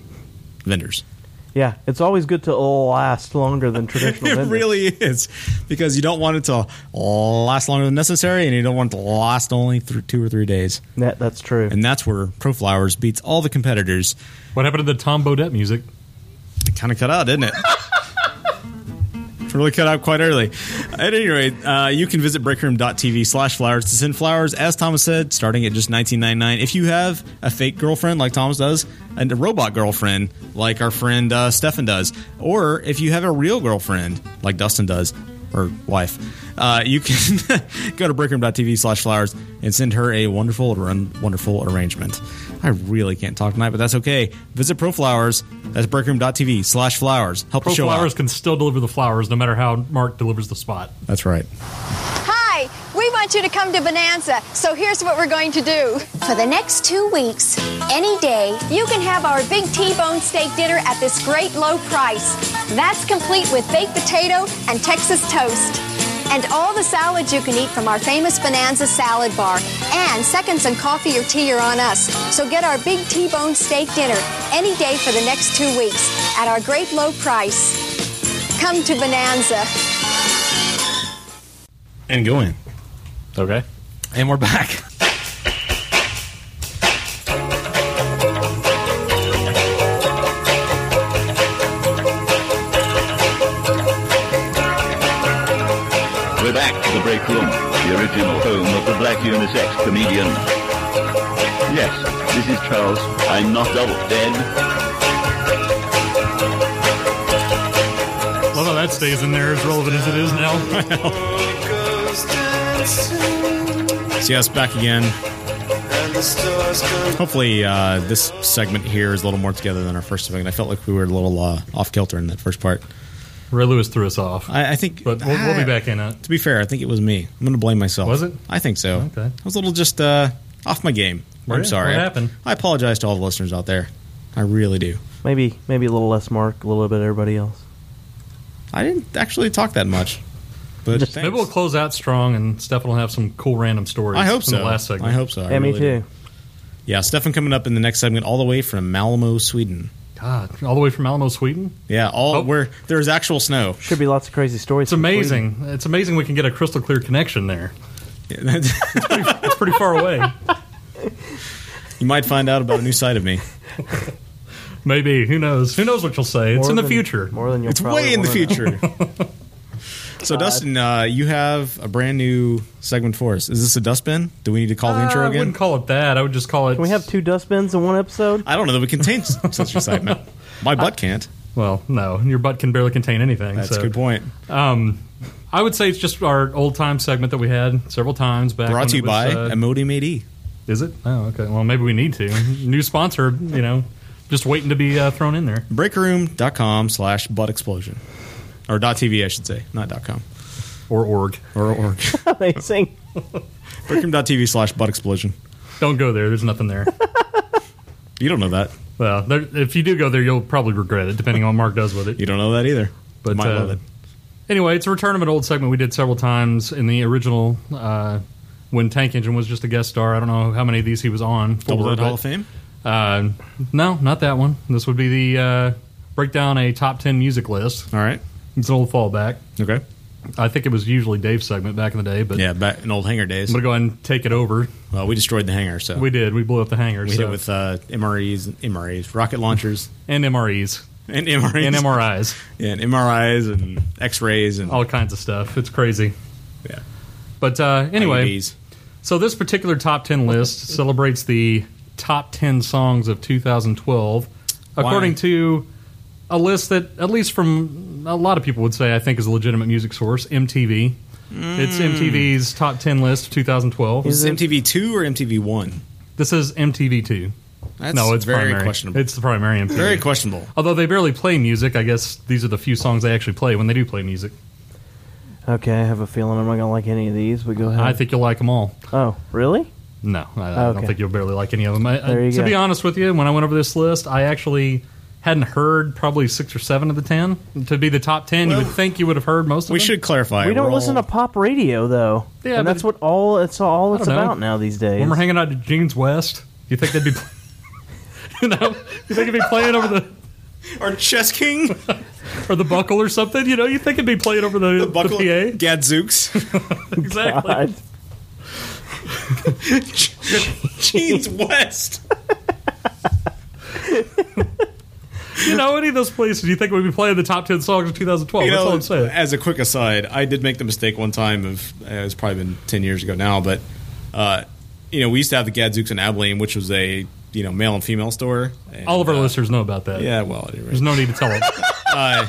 [SPEAKER 1] vendors.
[SPEAKER 5] Yeah, it's always good to last longer than traditional.
[SPEAKER 1] It
[SPEAKER 5] vendors.
[SPEAKER 1] really is because you don't want it to last longer than necessary, and you don't want it to last only th- two or three days.
[SPEAKER 5] That, that's true,
[SPEAKER 1] and that's where Pro Flowers beats all the competitors.
[SPEAKER 8] What happened to the Tom Bodette music?
[SPEAKER 1] It kind of cut out, didn't it? It's really cut out quite early. At any rate, uh, you can visit breakroom.tv slash flowers to send flowers, as Thomas said, starting at just $19.99. If you have a fake girlfriend like Thomas does, and a robot girlfriend like our friend uh, Stefan does, or if you have a real girlfriend like Dustin does, or wife, uh, you can go to breakroom.tv slash flowers and send her a wonderful or un- wonderful arrangement. I really can't talk tonight, but that's okay. Visit ProFlowers. That's breakroom.tv slash flowers. Help
[SPEAKER 8] Pro
[SPEAKER 1] the show out.
[SPEAKER 8] Flowers can still deliver the flowers no matter how Mark delivers the spot.
[SPEAKER 1] That's right.
[SPEAKER 24] Hi, we want you to come to Bonanza, so here's what we're going to do. For the next two weeks, any day, you can have our big T bone steak dinner at this great low price. That's complete with baked potato and Texas toast. And all the salads you can eat from our famous Bonanza salad bar. And seconds and coffee or tea are on us. So get our big T bone steak dinner any day for the next two weeks at our great low price. Come to Bonanza.
[SPEAKER 1] And go in.
[SPEAKER 8] Okay.
[SPEAKER 3] And we're back.
[SPEAKER 6] We're back to the break room, the original home of the black unisex comedian. Yes, this is Charles. I'm not double dead.
[SPEAKER 8] Love how that stays in there as relevant as it is now.
[SPEAKER 1] So yes, back again. Hopefully, uh, this segment here is a little more together than our first segment. I felt like we were a little uh, off kilter in that first part.
[SPEAKER 8] Ray Lewis threw us off.
[SPEAKER 1] I, I think,
[SPEAKER 8] but we'll, we'll be back in it.
[SPEAKER 1] To be fair, I think it was me. I'm going to blame myself.
[SPEAKER 8] Was it?
[SPEAKER 1] I think so.
[SPEAKER 8] Okay.
[SPEAKER 1] I was a little just uh, off my game.
[SPEAKER 8] What-
[SPEAKER 1] I'm sorry.
[SPEAKER 8] what happened?
[SPEAKER 1] I apologize to all the listeners out there. I really do.
[SPEAKER 5] Maybe maybe a little less Mark, a little bit everybody else.
[SPEAKER 1] I didn't actually talk that much, but
[SPEAKER 8] Maybe we'll close out strong, and Stefan will have some cool random stories.
[SPEAKER 1] I hope
[SPEAKER 8] from
[SPEAKER 1] so.
[SPEAKER 8] The last segment.
[SPEAKER 1] I hope so. I really do. Yeah, Stefan coming up in the next segment, all the way from Malmo, Sweden.
[SPEAKER 8] God, all the way from Alamo, Sweden.
[SPEAKER 1] Yeah, all where there's actual snow.
[SPEAKER 5] Should be lots of crazy
[SPEAKER 8] Oh.
[SPEAKER 5] stories.
[SPEAKER 8] It's amazing. It's amazing we can get a crystal clear connection there.
[SPEAKER 1] it's,
[SPEAKER 8] pretty, it's pretty far away.
[SPEAKER 1] You might find out about a new side of me.
[SPEAKER 8] Maybe who knows? Who knows what you'll say? it's
[SPEAKER 1] More
[SPEAKER 8] in the
[SPEAKER 1] than-
[SPEAKER 8] future.
[SPEAKER 5] More than
[SPEAKER 1] It's way in the future. so,
[SPEAKER 8] God.
[SPEAKER 1] Dustin, uh, you have a brand new segment for us. Is this a dustbin? Do we need to call the
[SPEAKER 8] Uh,
[SPEAKER 1] intro
[SPEAKER 8] I
[SPEAKER 1] again?
[SPEAKER 8] wouldn't call it that. I would just call it.
[SPEAKER 5] Can we have two dustbins in one episode?
[SPEAKER 1] I don't know that we can change such a segment. My butt can't.
[SPEAKER 8] Well, no, your butt can barely contain anything.
[SPEAKER 1] That's
[SPEAKER 8] so.
[SPEAKER 1] a good point.
[SPEAKER 8] Um, I would say it's just our old time segment that we had several times back.
[SPEAKER 1] Brought
[SPEAKER 8] when
[SPEAKER 1] to you
[SPEAKER 8] it was,
[SPEAKER 1] by
[SPEAKER 8] uh,
[SPEAKER 1] Emodium AD.
[SPEAKER 8] Is it? Oh, okay. Well, maybe we need to. New sponsor, you know, just waiting to be uh, thrown in there.
[SPEAKER 1] Breakroom.com slash butt explosion. Or dot TV, I should say, not dot com.
[SPEAKER 8] Or org.
[SPEAKER 1] Or org.
[SPEAKER 5] Amazing.
[SPEAKER 1] Breakroom.tv slash butt explosion.
[SPEAKER 8] Don't go there. There's nothing there.
[SPEAKER 1] You don't know that.
[SPEAKER 8] Well, there, if you do go there, you'll probably regret it, depending on what Mark does with it.
[SPEAKER 1] You don't know that either.
[SPEAKER 8] But
[SPEAKER 1] Might
[SPEAKER 8] uh,
[SPEAKER 1] love it.
[SPEAKER 8] anyway, it's a return of an old segment we did several times in the original uh, when Tank Engine was just a guest star. I don't know how many of these he was on. for,
[SPEAKER 1] Double Dog
[SPEAKER 8] but-
[SPEAKER 1] Hall of Fame?
[SPEAKER 8] Uh, no, not that one. This would be the uh, break down a top ten music list.
[SPEAKER 1] All right,
[SPEAKER 8] it's an old fallback.
[SPEAKER 1] Okay,
[SPEAKER 8] I think it was usually Dave's segment back in the day, but
[SPEAKER 1] yeah, back in old hangar days.
[SPEAKER 8] I'm gonna go ahead and take it over.
[SPEAKER 1] Well, we destroyed the hangar, so
[SPEAKER 8] We did. We blew up the hangar.
[SPEAKER 1] we
[SPEAKER 8] so.
[SPEAKER 1] hit it with uh, MREs, MREs, rocket launchers,
[SPEAKER 8] and MREs,
[SPEAKER 1] and MREs,
[SPEAKER 8] And MRIs,
[SPEAKER 1] yeah, and MRIs, and X-rays, and
[SPEAKER 8] all kinds of stuff. It's crazy.
[SPEAKER 1] Yeah.
[SPEAKER 8] But uh, anyway,
[SPEAKER 1] IEDs.
[SPEAKER 8] so this particular top ten list celebrates the top ten songs of 2012, according
[SPEAKER 1] Why?
[SPEAKER 8] to a list that, at least from a lot of people would say, I think is a legitimate music source, MTV. It's
[SPEAKER 1] Mm.
[SPEAKER 8] MTV's top ten list of 2012.
[SPEAKER 1] Is this MTV two or MTV one?
[SPEAKER 8] This is MTV two.
[SPEAKER 1] That's
[SPEAKER 8] no, it's
[SPEAKER 1] very
[SPEAKER 8] primary.
[SPEAKER 1] questionable.
[SPEAKER 8] It's the primary MTV.
[SPEAKER 1] Very questionable.
[SPEAKER 8] Although they barely play music, I guess these are the few songs they actually play when they do play music.
[SPEAKER 5] Okay, I have a feeling I'm not gonna like any of these. But go ahead.
[SPEAKER 8] I think you'll like them all.
[SPEAKER 5] Oh, really?
[SPEAKER 8] No, I, I don't
[SPEAKER 5] Okay.
[SPEAKER 8] think you'll barely like any of them. I, I-
[SPEAKER 5] There you
[SPEAKER 8] to
[SPEAKER 5] go.
[SPEAKER 8] be honest with you, when I went over this list, I actually hadn't heard probably six or seven of the ten. To be the top ten, you would think you would have heard most of them.
[SPEAKER 5] We don't listen to pop radio though.
[SPEAKER 8] Yeah,
[SPEAKER 5] and
[SPEAKER 8] but-
[SPEAKER 5] that's what all it's all
[SPEAKER 8] I
[SPEAKER 5] it's
[SPEAKER 8] don't know.
[SPEAKER 5] about now these days.
[SPEAKER 8] When we're hanging out at Jeans West, you think they'd be, you know, you think it'd be playing over the.
[SPEAKER 1] Or Chess King,
[SPEAKER 8] or the Buckle, or something. You know, you think it'd be playing over the, the,
[SPEAKER 1] Buckle,
[SPEAKER 8] PA.
[SPEAKER 1] Gadzooks,
[SPEAKER 8] exactly.
[SPEAKER 1] Jeans West.
[SPEAKER 8] you know, any of those places you think we'd be playing the top 10 songs of 2012.
[SPEAKER 1] You
[SPEAKER 8] That's all
[SPEAKER 1] know,
[SPEAKER 8] I'm saying.
[SPEAKER 1] as a quick aside, I did make the mistake one time of uh, it's probably been ten years ago now, but uh, you know we used to have the Gadzooks in Abilene, which was a you know male and female store. And, uh,
[SPEAKER 8] all of our listeners know about that.
[SPEAKER 1] yeah, well, at any rate.
[SPEAKER 8] There's no need to tell them.
[SPEAKER 1] uh,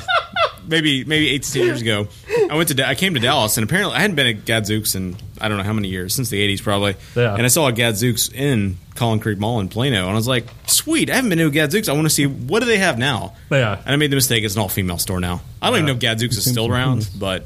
[SPEAKER 1] maybe maybe eight to ten years ago, I went to Da- I came to Dallas, and apparently I hadn't been at Gadzooks in I don't know how many years since the '80s probably.
[SPEAKER 8] Yeah.
[SPEAKER 1] And I saw a Gadzooks in Collin Creek Mall in Plano, and I was like, "Sweet, I haven't been to a Gadzooks. I want to see what do they have now."
[SPEAKER 8] Yeah.
[SPEAKER 1] And I made the mistake; it's an all-female store now. I don't even know if Gadzooks is still around, but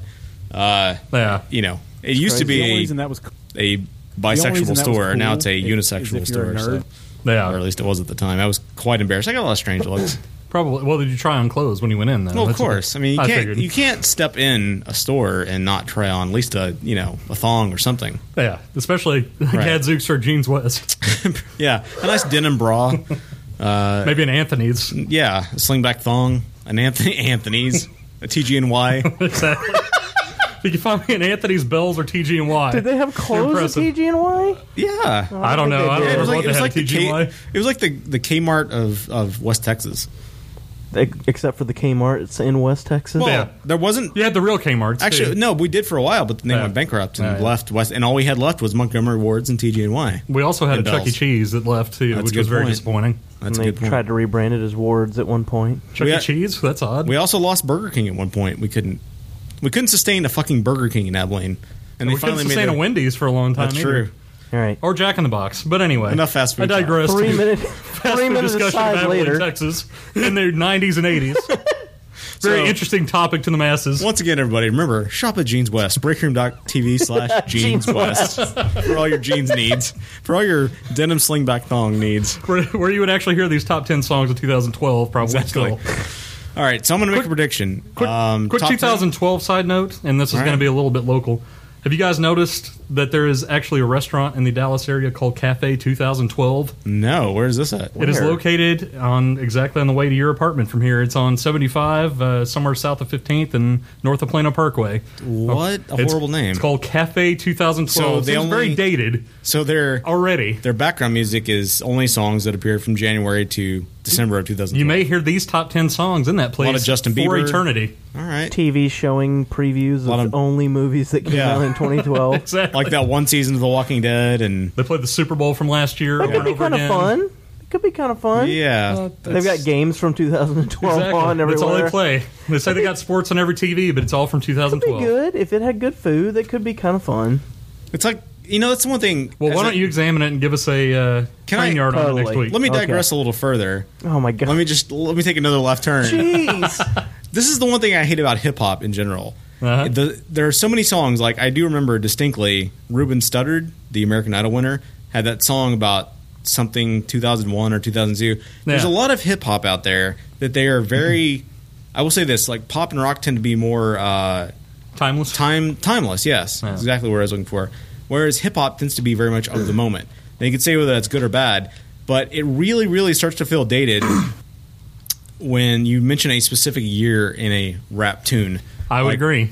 [SPEAKER 1] uh,
[SPEAKER 8] yeah,
[SPEAKER 1] you know, it used to
[SPEAKER 15] The only
[SPEAKER 1] be a,
[SPEAKER 15] reason that was cool-
[SPEAKER 1] a
[SPEAKER 15] the only reason
[SPEAKER 1] bisexual
[SPEAKER 15] that was
[SPEAKER 1] store. now it's a
[SPEAKER 15] cool is- is if
[SPEAKER 1] unisexual
[SPEAKER 15] you're
[SPEAKER 1] store.
[SPEAKER 15] a nerd.
[SPEAKER 1] So.
[SPEAKER 8] Yeah.
[SPEAKER 1] Or at least it was at the time. I was quite embarrassed. I got a lot of strange looks.
[SPEAKER 8] Probably. Well, did you try on clothes when you went in? Though?
[SPEAKER 1] Well, of
[SPEAKER 8] That's what-
[SPEAKER 1] course. I mean, you can't
[SPEAKER 8] figured.
[SPEAKER 1] you can't step in a store and not try on at least a you know a thong or something.
[SPEAKER 8] Yeah, especially Gadzooks or Jeans West.
[SPEAKER 1] Yeah, a nice denim bra. Uh,
[SPEAKER 8] Maybe an Anthony's.
[SPEAKER 1] Yeah, a slingback thong, an Anthony Anthony's, a TG and Y.
[SPEAKER 8] exactly. You can find me at Anthony's Bells or TG and Y.
[SPEAKER 5] Did they have clothes at TG and Y? Oh,
[SPEAKER 1] Yeah,
[SPEAKER 8] I don't know. I don't remember what they had at
[SPEAKER 1] the K-
[SPEAKER 8] TGY.
[SPEAKER 1] it was like the the Kmart of of West Texas.
[SPEAKER 5] Except for the Kmart, it's in West Texas.
[SPEAKER 1] Well, there wasn't.
[SPEAKER 8] You had the real Kmart.
[SPEAKER 1] Actually,
[SPEAKER 8] too.
[SPEAKER 1] no, we did for a while, but then they
[SPEAKER 8] Yeah.
[SPEAKER 1] went bankrupt and
[SPEAKER 8] Right.
[SPEAKER 1] left West, and all we had left was Montgomery Wards and TG and Y.
[SPEAKER 8] We also had
[SPEAKER 1] And
[SPEAKER 8] a Chuck E.
[SPEAKER 1] Bell's.
[SPEAKER 8] Cheese that left too,
[SPEAKER 1] That's a
[SPEAKER 8] which
[SPEAKER 1] good
[SPEAKER 8] was very
[SPEAKER 1] point.
[SPEAKER 8] disappointing. E.
[SPEAKER 1] That's a
[SPEAKER 5] and they
[SPEAKER 1] good point.
[SPEAKER 5] tried to rebrand it as Wards at one point.
[SPEAKER 1] We had-
[SPEAKER 8] Cheese? That's odd.
[SPEAKER 1] We also lost Burger King at one point. We couldn't we couldn't sustain a fucking Burger King in Abilene, and
[SPEAKER 8] And
[SPEAKER 1] they
[SPEAKER 8] we couldn't
[SPEAKER 1] finally
[SPEAKER 8] sustain
[SPEAKER 1] made
[SPEAKER 8] a Wendy's for a long time.
[SPEAKER 1] That's
[SPEAKER 8] either.
[SPEAKER 1] true.
[SPEAKER 5] All right.
[SPEAKER 8] Or Jack in the Box. But anyway,
[SPEAKER 1] Enough fast food
[SPEAKER 8] I
[SPEAKER 1] talk.
[SPEAKER 8] digress.
[SPEAKER 1] Three
[SPEAKER 8] to
[SPEAKER 1] minute-
[SPEAKER 8] fast
[SPEAKER 5] three
[SPEAKER 8] food
[SPEAKER 5] minute
[SPEAKER 8] discussion
[SPEAKER 5] aside
[SPEAKER 8] of Abilene,
[SPEAKER 5] later.
[SPEAKER 8] Texas, in the nineties and eighties. Very
[SPEAKER 1] So-
[SPEAKER 8] interesting topic to the masses.
[SPEAKER 1] Once again, everybody, remember shop at Jeans West, breakroom.tv slash
[SPEAKER 8] Jeans
[SPEAKER 1] Jeans West for all your jeans needs, for all your denim slingback thong needs.
[SPEAKER 8] Where, where you would actually hear these top ten songs of 2012, probably
[SPEAKER 1] Exactly.
[SPEAKER 8] still.
[SPEAKER 1] All right, so I'm going to make a prediction. Quick, um,
[SPEAKER 8] Quick
[SPEAKER 1] top ten-
[SPEAKER 8] 2012 side note, and this is
[SPEAKER 1] All right.
[SPEAKER 8] going to be a little bit local. Have you guys noticed that there is actually a restaurant in the Dallas area called Cafe 2012?
[SPEAKER 1] No, where is this at?
[SPEAKER 8] It is
[SPEAKER 1] Where?
[SPEAKER 8] located on exactly on the way to your apartment from here. It's on 75, uh, somewhere south of 15th and north of Plano Parkway. Oh,
[SPEAKER 1] What a
[SPEAKER 8] It's-
[SPEAKER 1] horrible name.
[SPEAKER 8] It's called Cafe 2012.
[SPEAKER 1] So they
[SPEAKER 8] Seems
[SPEAKER 1] only,
[SPEAKER 8] very dated.
[SPEAKER 1] So they're
[SPEAKER 8] already
[SPEAKER 1] their background music is only songs that appeared from January to December of 2000.
[SPEAKER 8] You may hear these top 10 songs in that place
[SPEAKER 1] lot of Justin
[SPEAKER 8] for
[SPEAKER 1] Bieber.
[SPEAKER 8] eternity.
[SPEAKER 1] All right.
[SPEAKER 5] TV showing previews of, only movies that came out in 2012.
[SPEAKER 8] exactly.
[SPEAKER 1] Like that one season of The Walking Dead, and
[SPEAKER 8] they played the Super Bowl from last year.
[SPEAKER 5] That
[SPEAKER 8] over
[SPEAKER 5] could be
[SPEAKER 8] and over
[SPEAKER 5] kind of
[SPEAKER 8] again.
[SPEAKER 5] fun. It could be kind of fun.
[SPEAKER 1] Yeah. Uh,
[SPEAKER 5] they've got games from 2012
[SPEAKER 8] Exactly.
[SPEAKER 5] on everywhere.
[SPEAKER 8] That's all they play. They say they got sports on every TV, but it's all from
[SPEAKER 5] Could
[SPEAKER 8] 2012.
[SPEAKER 5] be good if it had good food. That could be kind of fun.
[SPEAKER 1] It's like you know, that's one thing.
[SPEAKER 8] Well, why
[SPEAKER 1] As
[SPEAKER 8] don't
[SPEAKER 1] a-
[SPEAKER 8] you examine it and give us a uh,
[SPEAKER 1] Can
[SPEAKER 8] train
[SPEAKER 1] I-
[SPEAKER 8] yard on it next
[SPEAKER 1] Totally.
[SPEAKER 8] week?
[SPEAKER 1] Let me digress a little further.
[SPEAKER 5] Oh my god.
[SPEAKER 1] Let me just let me take another left turn.
[SPEAKER 5] Jeez.
[SPEAKER 1] this is the one thing I hate about hip hop in general.
[SPEAKER 8] Uh-huh.
[SPEAKER 1] The, there are so many songs. Like I do remember distinctly, Ruben Studdard, the American Idol winner, had that song about something 2001 or 2002. There's
[SPEAKER 8] Yeah.
[SPEAKER 1] a lot of hip hop out there that they are very. I will say this: like pop and rock tend to be more uh,
[SPEAKER 8] timeless.
[SPEAKER 1] Time timeless. Yes,
[SPEAKER 8] Yeah.
[SPEAKER 1] exactly where I was looking for. Whereas hip hop tends to be very much of the moment. Now you can say whether that's good or bad, but it really, really starts to feel dated when you mention a specific year in a rap tune.
[SPEAKER 8] I would agree.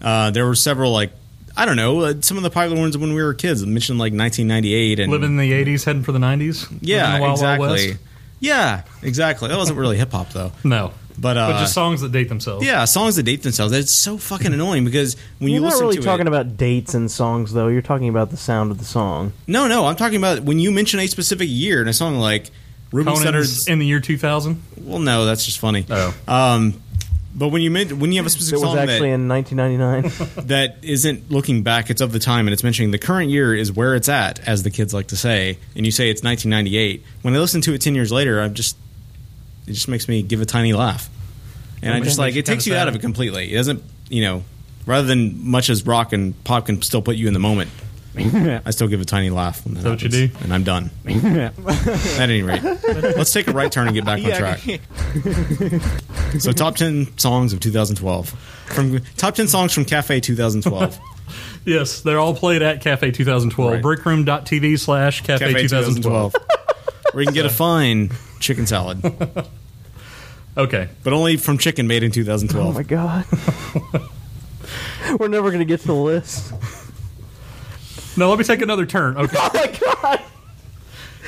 [SPEAKER 1] Uh, there were several like I don't know uh, some of the popular ones when we were kids. Mentioned like 1998 and
[SPEAKER 8] Living in the 80s, heading for the 90s. Living in
[SPEAKER 1] yeah
[SPEAKER 8] the Wild Wild
[SPEAKER 1] exactly
[SPEAKER 8] West.
[SPEAKER 1] yeah exactly. That wasn't really hip hop though.
[SPEAKER 8] No,
[SPEAKER 1] but uh,
[SPEAKER 8] but just songs that date themselves.
[SPEAKER 1] yeah, songs that date themselves. That's so fucking annoying because when
[SPEAKER 5] You're
[SPEAKER 1] you
[SPEAKER 5] not
[SPEAKER 1] listen
[SPEAKER 5] really
[SPEAKER 1] to
[SPEAKER 5] talking
[SPEAKER 1] it,
[SPEAKER 5] about dates and songs, though. You're talking about the sound of the song.
[SPEAKER 1] No, no, I'm talking about when you mention a specific year in a song like Ruben
[SPEAKER 8] Conan's
[SPEAKER 1] Studdard's.
[SPEAKER 8] in the year Oh. 2000.
[SPEAKER 1] Well, no, that's just funny. Um, but when you men- when you have a
[SPEAKER 5] It
[SPEAKER 1] specific
[SPEAKER 5] was
[SPEAKER 1] song
[SPEAKER 5] actually in 1999.
[SPEAKER 1] that, that isn't looking back, it's of the time, and it's mentioning the current year is where it's at, as the kids like to say, and you say it's 1998. When I listen to it ten years later, I'm just it just makes me give a tiny laugh, and I
[SPEAKER 8] Okay.
[SPEAKER 1] just like
[SPEAKER 8] Makes
[SPEAKER 1] it
[SPEAKER 8] you
[SPEAKER 1] takes
[SPEAKER 8] kinda
[SPEAKER 1] you out
[SPEAKER 8] sad.
[SPEAKER 1] of it completely. It doesn't, you know, rather than much as rock and pop can still put you in the moment. I still give a tiny laugh. When that
[SPEAKER 8] Is that what you
[SPEAKER 1] happens, And I'm done. At any rate, let's take a right turn and get back on track. So, top 10 songs of 2012. From Top 10 songs from Cafe 2012.
[SPEAKER 8] Yes, they're all played at Cafe 2012.
[SPEAKER 1] Right.
[SPEAKER 8] Brickroom.tv slash Cafe 2012.
[SPEAKER 1] Where you can get a fine chicken salad.
[SPEAKER 8] Okay.
[SPEAKER 1] But only from chicken made in 2012.
[SPEAKER 5] Oh my god. We're never going to get to the list.
[SPEAKER 8] No, let me take another turn. Okay. oh my god.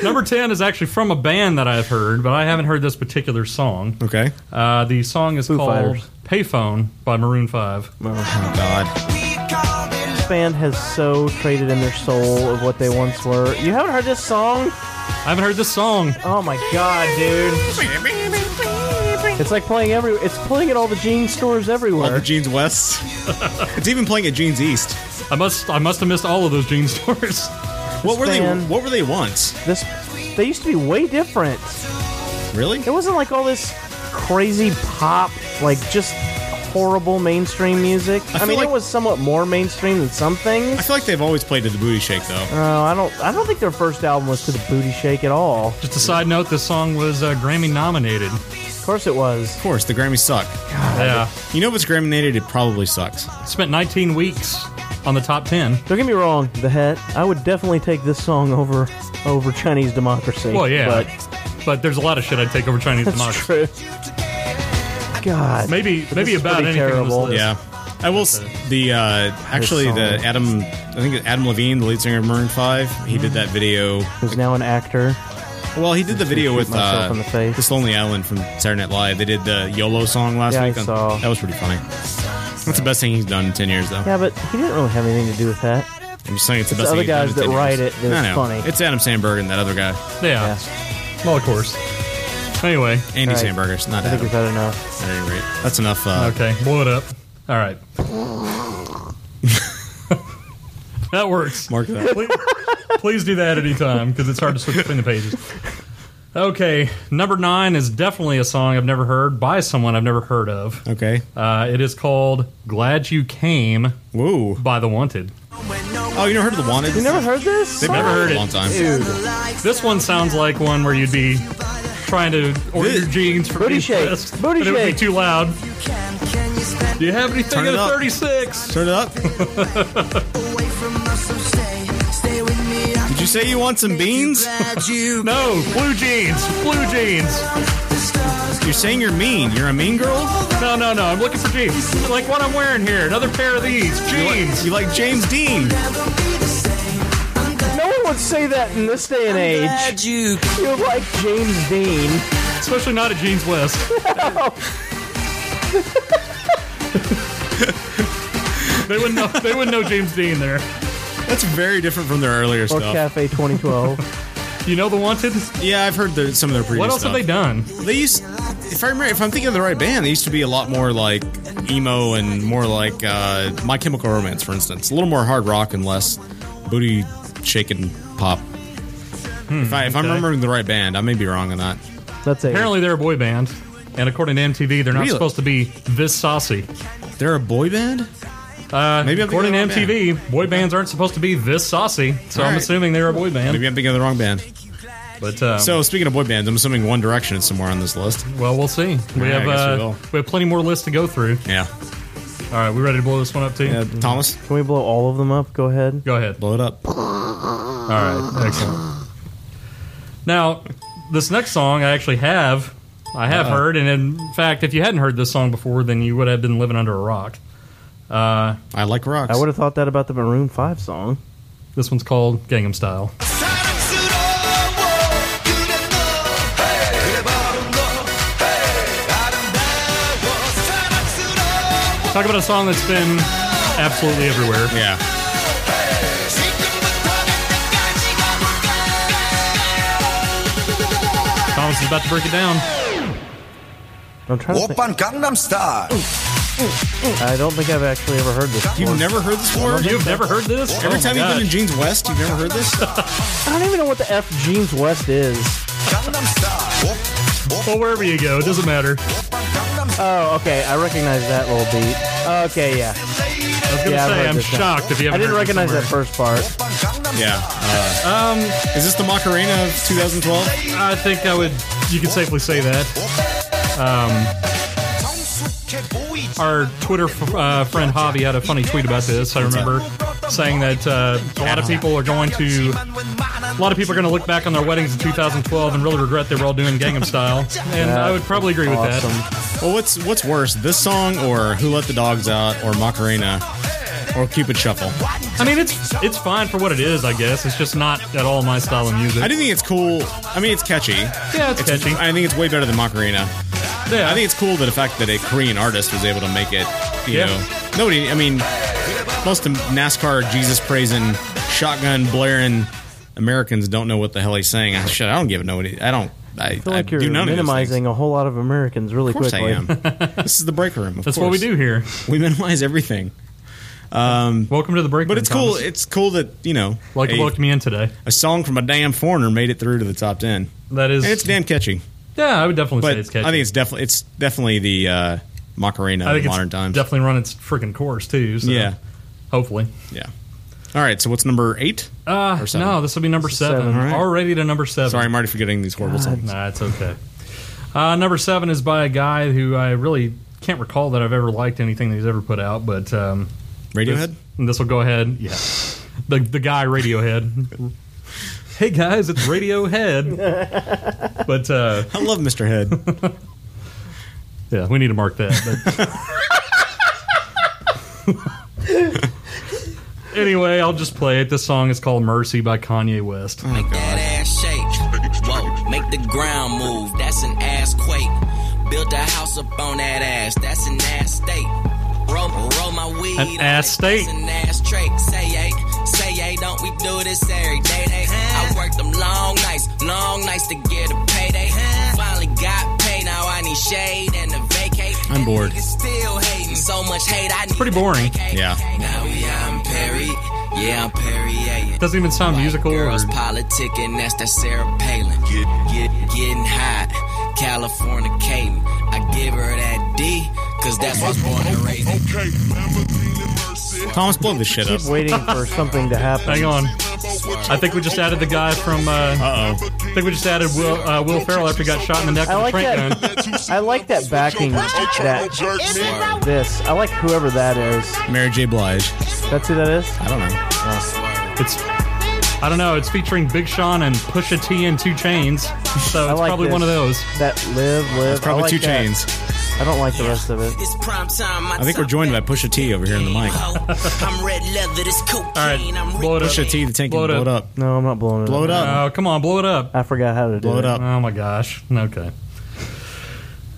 [SPEAKER 8] Number ten is actually from a band that I've heard, but I haven't heard this particular song.
[SPEAKER 1] Okay.
[SPEAKER 8] Uh, the song is
[SPEAKER 5] Foo
[SPEAKER 8] called
[SPEAKER 5] Fighters.
[SPEAKER 8] "Payphone" by Maroon Five.
[SPEAKER 1] Oh God.
[SPEAKER 5] This band has so traded in their soul of what they once were. You haven't heard this song?
[SPEAKER 8] I haven't heard this song.
[SPEAKER 5] Oh my god, dude. It's like playing every. It's playing at all the jeans stores everywhere.
[SPEAKER 1] All the Jeans West. it's even playing at Jeans East.
[SPEAKER 8] I must. I must have missed all of those jean stores.
[SPEAKER 1] What were they?
[SPEAKER 5] band-
[SPEAKER 1] What were they once?
[SPEAKER 5] This they used to be way different.
[SPEAKER 1] Really?
[SPEAKER 5] It wasn't like all this crazy pop, like just horrible mainstream music.
[SPEAKER 1] I
[SPEAKER 5] I,
[SPEAKER 1] feel
[SPEAKER 5] mean,
[SPEAKER 1] like-
[SPEAKER 5] it was somewhat more mainstream than some things.
[SPEAKER 1] I feel like they've always played to the booty shake though.
[SPEAKER 5] Oh, I don't. I don't think their first album was to the booty shake at all.
[SPEAKER 8] Just a side note: this song was uh, Grammy nominated.
[SPEAKER 5] Of course, it was.
[SPEAKER 1] Of course, the Grammys suck.
[SPEAKER 8] Yeah.
[SPEAKER 1] You know if it's Gramminated, it probably sucks.
[SPEAKER 8] Spent 19 weeks on the top 10.
[SPEAKER 5] Don't get me wrong, the Hat. I would definitely take this song over over Chinese Democracy.
[SPEAKER 8] Well, yeah,
[SPEAKER 5] but
[SPEAKER 8] but, there's a lot of shit I'd take over Chinese
[SPEAKER 5] That's
[SPEAKER 8] democracy.
[SPEAKER 5] God,
[SPEAKER 8] Maybe
[SPEAKER 5] But
[SPEAKER 8] maybe
[SPEAKER 5] this is
[SPEAKER 8] about
[SPEAKER 5] pretty
[SPEAKER 8] anything on this
[SPEAKER 5] terrible.
[SPEAKER 8] list.
[SPEAKER 1] Yeah. I will. s- The uh, actually
[SPEAKER 5] song.
[SPEAKER 1] the Adam, I think it's Adam Levine, the lead singer of Maroon Five, he did that video.
[SPEAKER 5] Who's now an actor?
[SPEAKER 1] Well, he did the video
[SPEAKER 5] shoot
[SPEAKER 1] with
[SPEAKER 5] myself
[SPEAKER 1] uh,
[SPEAKER 5] in the face.
[SPEAKER 1] this Lonely Island from Saturday Night Live. They did the YOLO song last
[SPEAKER 5] Yeah, I
[SPEAKER 1] week. on-
[SPEAKER 5] saw.
[SPEAKER 1] That was pretty funny. That's the best thing he's done in ten years, though.
[SPEAKER 5] Yeah, but he didn't really have anything to do with that.
[SPEAKER 1] I'm just saying it's the
[SPEAKER 5] It's
[SPEAKER 1] best.
[SPEAKER 5] the
[SPEAKER 1] thing
[SPEAKER 5] other
[SPEAKER 1] he's done in
[SPEAKER 5] guys
[SPEAKER 1] 10
[SPEAKER 5] that
[SPEAKER 1] years.
[SPEAKER 5] write it that
[SPEAKER 1] I
[SPEAKER 5] it's
[SPEAKER 1] know.
[SPEAKER 5] funny.
[SPEAKER 1] It's Adam Sandberg and that other guy.
[SPEAKER 8] Yeah. Well, of course. Anyway,
[SPEAKER 1] Andy Sandberger's not
[SPEAKER 8] I think
[SPEAKER 1] Adam.
[SPEAKER 8] we've
[SPEAKER 5] had enough.
[SPEAKER 1] At any rate, that's enough. Uh,
[SPEAKER 8] okay, blow it up. All right. that works.
[SPEAKER 1] Mark that.
[SPEAKER 8] Please, please do that anytime because it's hard to switch between the pages. Okay, number nine is definitely a song I've never heard by someone I've never heard of.
[SPEAKER 1] Okay.
[SPEAKER 8] Uh, it is called Glad You Came
[SPEAKER 1] Woo.
[SPEAKER 8] by The Wanted.
[SPEAKER 1] Oh, you never heard of The Wanted?
[SPEAKER 5] You never heard this?
[SPEAKER 8] They've never heard it.
[SPEAKER 1] A long time.
[SPEAKER 8] Dude. This one sounds like one where you'd be trying to order your jeans for
[SPEAKER 5] Booty
[SPEAKER 8] being
[SPEAKER 5] shake.
[SPEAKER 8] pressed,
[SPEAKER 5] Booty
[SPEAKER 8] but it would be
[SPEAKER 5] shake.
[SPEAKER 8] too loud. Do you have anything
[SPEAKER 1] Turn
[SPEAKER 8] at
[SPEAKER 1] it
[SPEAKER 8] a
[SPEAKER 1] up.
[SPEAKER 8] 36?
[SPEAKER 1] Turn it up. Did you say you want some beans?
[SPEAKER 8] no, blue jeans. Blue jeans.
[SPEAKER 1] You're saying you're mean. You're a mean girl?
[SPEAKER 8] No, no, no. I'm looking for jeans. Like what I'm wearing here. Another pair of these. Jeans.
[SPEAKER 1] You like, James Dean?
[SPEAKER 5] No one would say that in this day and age. You. are like James Dean.
[SPEAKER 8] Especially not at Jeans West. They wouldn't know they wouldn't know James Dean there.
[SPEAKER 1] That's very different from their earlier
[SPEAKER 5] or
[SPEAKER 1] stuff.
[SPEAKER 5] Cafe 2012.
[SPEAKER 8] You know the Wanted?
[SPEAKER 1] Yeah, I've heard their, some of their previous.
[SPEAKER 8] What else have
[SPEAKER 1] stuff.
[SPEAKER 8] they done?
[SPEAKER 1] They used, if I remember, if I'm thinking of the right band, they used to be a lot more like emo and more like uh, My Chemical Romance, for instance. A little more hard rock and less booty shaking pop. if, I, if I'm
[SPEAKER 8] okay.
[SPEAKER 1] remembering the right band, I may be wrong on that.
[SPEAKER 5] That's it.
[SPEAKER 8] Apparently they're a boy band. And according to MTV, they're not
[SPEAKER 1] Really?
[SPEAKER 8] supposed to be this saucy.
[SPEAKER 1] They're a boy band?
[SPEAKER 8] Uh,
[SPEAKER 1] Maybe I'm
[SPEAKER 8] according to
[SPEAKER 1] thinking of the
[SPEAKER 8] MTV, boy bands aren't supposed to be this saucy, so I'm
[SPEAKER 1] Alright.
[SPEAKER 8] assuming they're a boy band.
[SPEAKER 1] Maybe I'm thinking of the wrong band.
[SPEAKER 8] But um,
[SPEAKER 1] so speaking of boy bands, I'm assuming One Direction is somewhere on this list.
[SPEAKER 8] Well, we'll see. We
[SPEAKER 1] Yeah, I
[SPEAKER 8] have
[SPEAKER 1] guess we
[SPEAKER 8] uh,
[SPEAKER 1] will.
[SPEAKER 8] we have plenty more lists to go through.
[SPEAKER 1] Yeah.
[SPEAKER 8] All right, we ready to blow this one up too?
[SPEAKER 1] Yeah, Thomas,
[SPEAKER 5] Can we blow all of them up? Go ahead.
[SPEAKER 8] Go ahead.
[SPEAKER 1] blow it up.
[SPEAKER 8] All right, excellent. Now, this next song I actually have, I have
[SPEAKER 1] Uh-oh.
[SPEAKER 8] heard, and in fact, if you hadn't heard this song before, then you would have been living under a rock. Uh,
[SPEAKER 1] I like rocks.
[SPEAKER 5] I would have thought that about the Maroon 5 song.
[SPEAKER 8] This one's called Gangnam Style. Talk about a song that's been absolutely everywhere.
[SPEAKER 1] Yeah.
[SPEAKER 8] Thomas is about to break it down.
[SPEAKER 5] I'm trying to think.
[SPEAKER 2] Gangnam Style.
[SPEAKER 5] I don't think I've actually ever heard this.
[SPEAKER 1] You've
[SPEAKER 5] before.
[SPEAKER 1] never heard this before?
[SPEAKER 8] You've never heard this?
[SPEAKER 1] Every
[SPEAKER 8] Oh
[SPEAKER 1] time
[SPEAKER 8] my
[SPEAKER 1] you've been
[SPEAKER 8] God.
[SPEAKER 1] in Jeans West, you've never heard this?
[SPEAKER 5] I don't even know what the F Jeans West is.
[SPEAKER 8] Well, wherever you go, it doesn't matter.
[SPEAKER 5] Oh, okay. I recognize that little beat. Okay, yeah.
[SPEAKER 8] I was gonna
[SPEAKER 5] yeah, I've
[SPEAKER 8] say,
[SPEAKER 5] heard
[SPEAKER 8] I'm
[SPEAKER 5] this now.
[SPEAKER 8] shocked if you
[SPEAKER 5] I
[SPEAKER 8] haven't
[SPEAKER 5] didn't
[SPEAKER 8] heard this
[SPEAKER 5] recognize that
[SPEAKER 8] somewhere.
[SPEAKER 5] first part.
[SPEAKER 1] Yeah. um, is this the Macarena of 2012?
[SPEAKER 8] I think I would. You could safely say that. Um, our Twitter f- uh, friend Javi had a funny tweet about this. I remember saying that uh, a lot of people are going to, a lot of people are going to look back on their weddings in 2012 and really regret they were all doing Gangnam Style. And I would probably agree with that.
[SPEAKER 1] Well, what's what's worse, this song or Who Let the Dogs Out or Macarena or Cupid Shuffle?
[SPEAKER 8] I mean, it's it's fine for what it is, I guess. It's just not at all my style of music.
[SPEAKER 1] I do think it's cool. I mean, it's catchy.
[SPEAKER 8] Yeah, it's catchy.
[SPEAKER 1] I think it's way better than Macarena.
[SPEAKER 8] Yeah.
[SPEAKER 1] I think it's cool that the fact that a Korean artist was able to make it. You
[SPEAKER 8] Yeah.
[SPEAKER 1] know, nobody. I mean, most of NASCAR Jesus praising, shotgun blaring Americans don't know what the hell he's saying. I, shit, I don't give a nobody. I don't. I,
[SPEAKER 5] I feel like
[SPEAKER 1] I
[SPEAKER 5] you're
[SPEAKER 1] do none
[SPEAKER 5] minimizing a whole lot of Americans really
[SPEAKER 1] Of course
[SPEAKER 5] quickly.
[SPEAKER 1] I am. this is the break room. Of
[SPEAKER 8] That's what we
[SPEAKER 1] course.
[SPEAKER 8] do here.
[SPEAKER 1] We minimize everything. Um,
[SPEAKER 8] welcome to the break.
[SPEAKER 1] But
[SPEAKER 8] room,
[SPEAKER 1] it's cool.
[SPEAKER 8] Thomas.
[SPEAKER 1] It's cool that you know,
[SPEAKER 8] Like
[SPEAKER 1] a,
[SPEAKER 8] you welcomed me in today.
[SPEAKER 1] a song from a damn foreigner made it through to the top ten.
[SPEAKER 8] That is,
[SPEAKER 1] And it's damn catchy.
[SPEAKER 8] yeah, I would definitely
[SPEAKER 1] But
[SPEAKER 8] say it's catchy.
[SPEAKER 1] I think it's definitely it's definitely the uh, Macarena
[SPEAKER 8] I
[SPEAKER 1] of
[SPEAKER 8] think
[SPEAKER 1] modern
[SPEAKER 8] it's
[SPEAKER 1] times.
[SPEAKER 8] definitely run its freaking course too. So
[SPEAKER 1] Yeah.
[SPEAKER 8] hopefully.
[SPEAKER 1] yeah. All right. So what's number eight?
[SPEAKER 8] Uh,
[SPEAKER 1] Or seven.
[SPEAKER 8] no, this will be number seven.
[SPEAKER 1] seven, all right.
[SPEAKER 8] Already to number seven.
[SPEAKER 1] Sorry, I'm already forgetting these horrible songs.
[SPEAKER 8] Nah, it's okay. Uh, number seven is by a guy who I really can't recall that I've ever liked anything that he's ever put out, but um,
[SPEAKER 1] Radiohead?
[SPEAKER 8] This, this will go ahead. Yeah, the the guy Radiohead. hey guys, it's Radiohead. but uh,
[SPEAKER 1] I love Mr. Head.
[SPEAKER 8] yeah, we need to mark that. but- Anyway, I'll just play it. This song is called Mercy by Kanye West. Oh,
[SPEAKER 3] That ass shake. Whoa, make the ground move. That's an ass quake. Built a house up on that ass. That's an ass state. Roll, roll my weed.
[SPEAKER 8] An
[SPEAKER 3] on
[SPEAKER 8] ass
[SPEAKER 3] it.
[SPEAKER 8] state.
[SPEAKER 3] That's an ass trait. Say yay, say yay. Don't we do this every day? day? I worked them long nights, long nights to get a payday. Finally got pay. Now I need shade and a vacate.
[SPEAKER 1] I'm bored.
[SPEAKER 3] Niggas still hating. So much hate. I need
[SPEAKER 8] Pretty boring.
[SPEAKER 1] Yeah.
[SPEAKER 3] Now yeah, I'm Perry. Yeah, I'm Perry. Yeah.
[SPEAKER 8] Doesn't even sound musical. Or,
[SPEAKER 3] Girls politicking, that's that Sarah Palin. Get, get, getting hot, California Caden. I give her that D, cause that's what's born and raised.
[SPEAKER 1] Thomas, blow this shit up.
[SPEAKER 5] Keep waiting for something to happen.
[SPEAKER 8] hang on. I think we just added the guy from. Uh,
[SPEAKER 1] Uh
[SPEAKER 8] oh. I think we just added Will, uh, Will Ferrell after he got shot in the neck
[SPEAKER 5] I
[SPEAKER 8] with
[SPEAKER 5] like
[SPEAKER 8] a Frank gun.
[SPEAKER 5] that. I like that backing. That this. I like whoever that is.
[SPEAKER 1] Mary J. Blige.
[SPEAKER 5] That's who that is. Oh.
[SPEAKER 1] I don't know.
[SPEAKER 8] It's. I don't know. It's featuring Big Sean and Pusha T and Two Chains. So it's
[SPEAKER 5] I like
[SPEAKER 8] probably
[SPEAKER 5] this.
[SPEAKER 8] one of those.
[SPEAKER 5] That live, live.
[SPEAKER 1] It's probably
[SPEAKER 5] I like
[SPEAKER 1] two
[SPEAKER 5] that.
[SPEAKER 1] chains.
[SPEAKER 5] I don't like the rest of it.
[SPEAKER 3] It's prime time, my
[SPEAKER 1] I think we're joined by Pusha T over here in the mic.
[SPEAKER 3] I'm red leather, this cocaine. I'm
[SPEAKER 8] Blow it up.
[SPEAKER 1] Pusha T, the tank, blow, blow it up.
[SPEAKER 5] No, I'm not blowing it.
[SPEAKER 1] Blow it up.
[SPEAKER 8] Oh, come on, blow it up.
[SPEAKER 5] I forgot how to do
[SPEAKER 1] Blow it up.
[SPEAKER 8] Oh my gosh. Okay.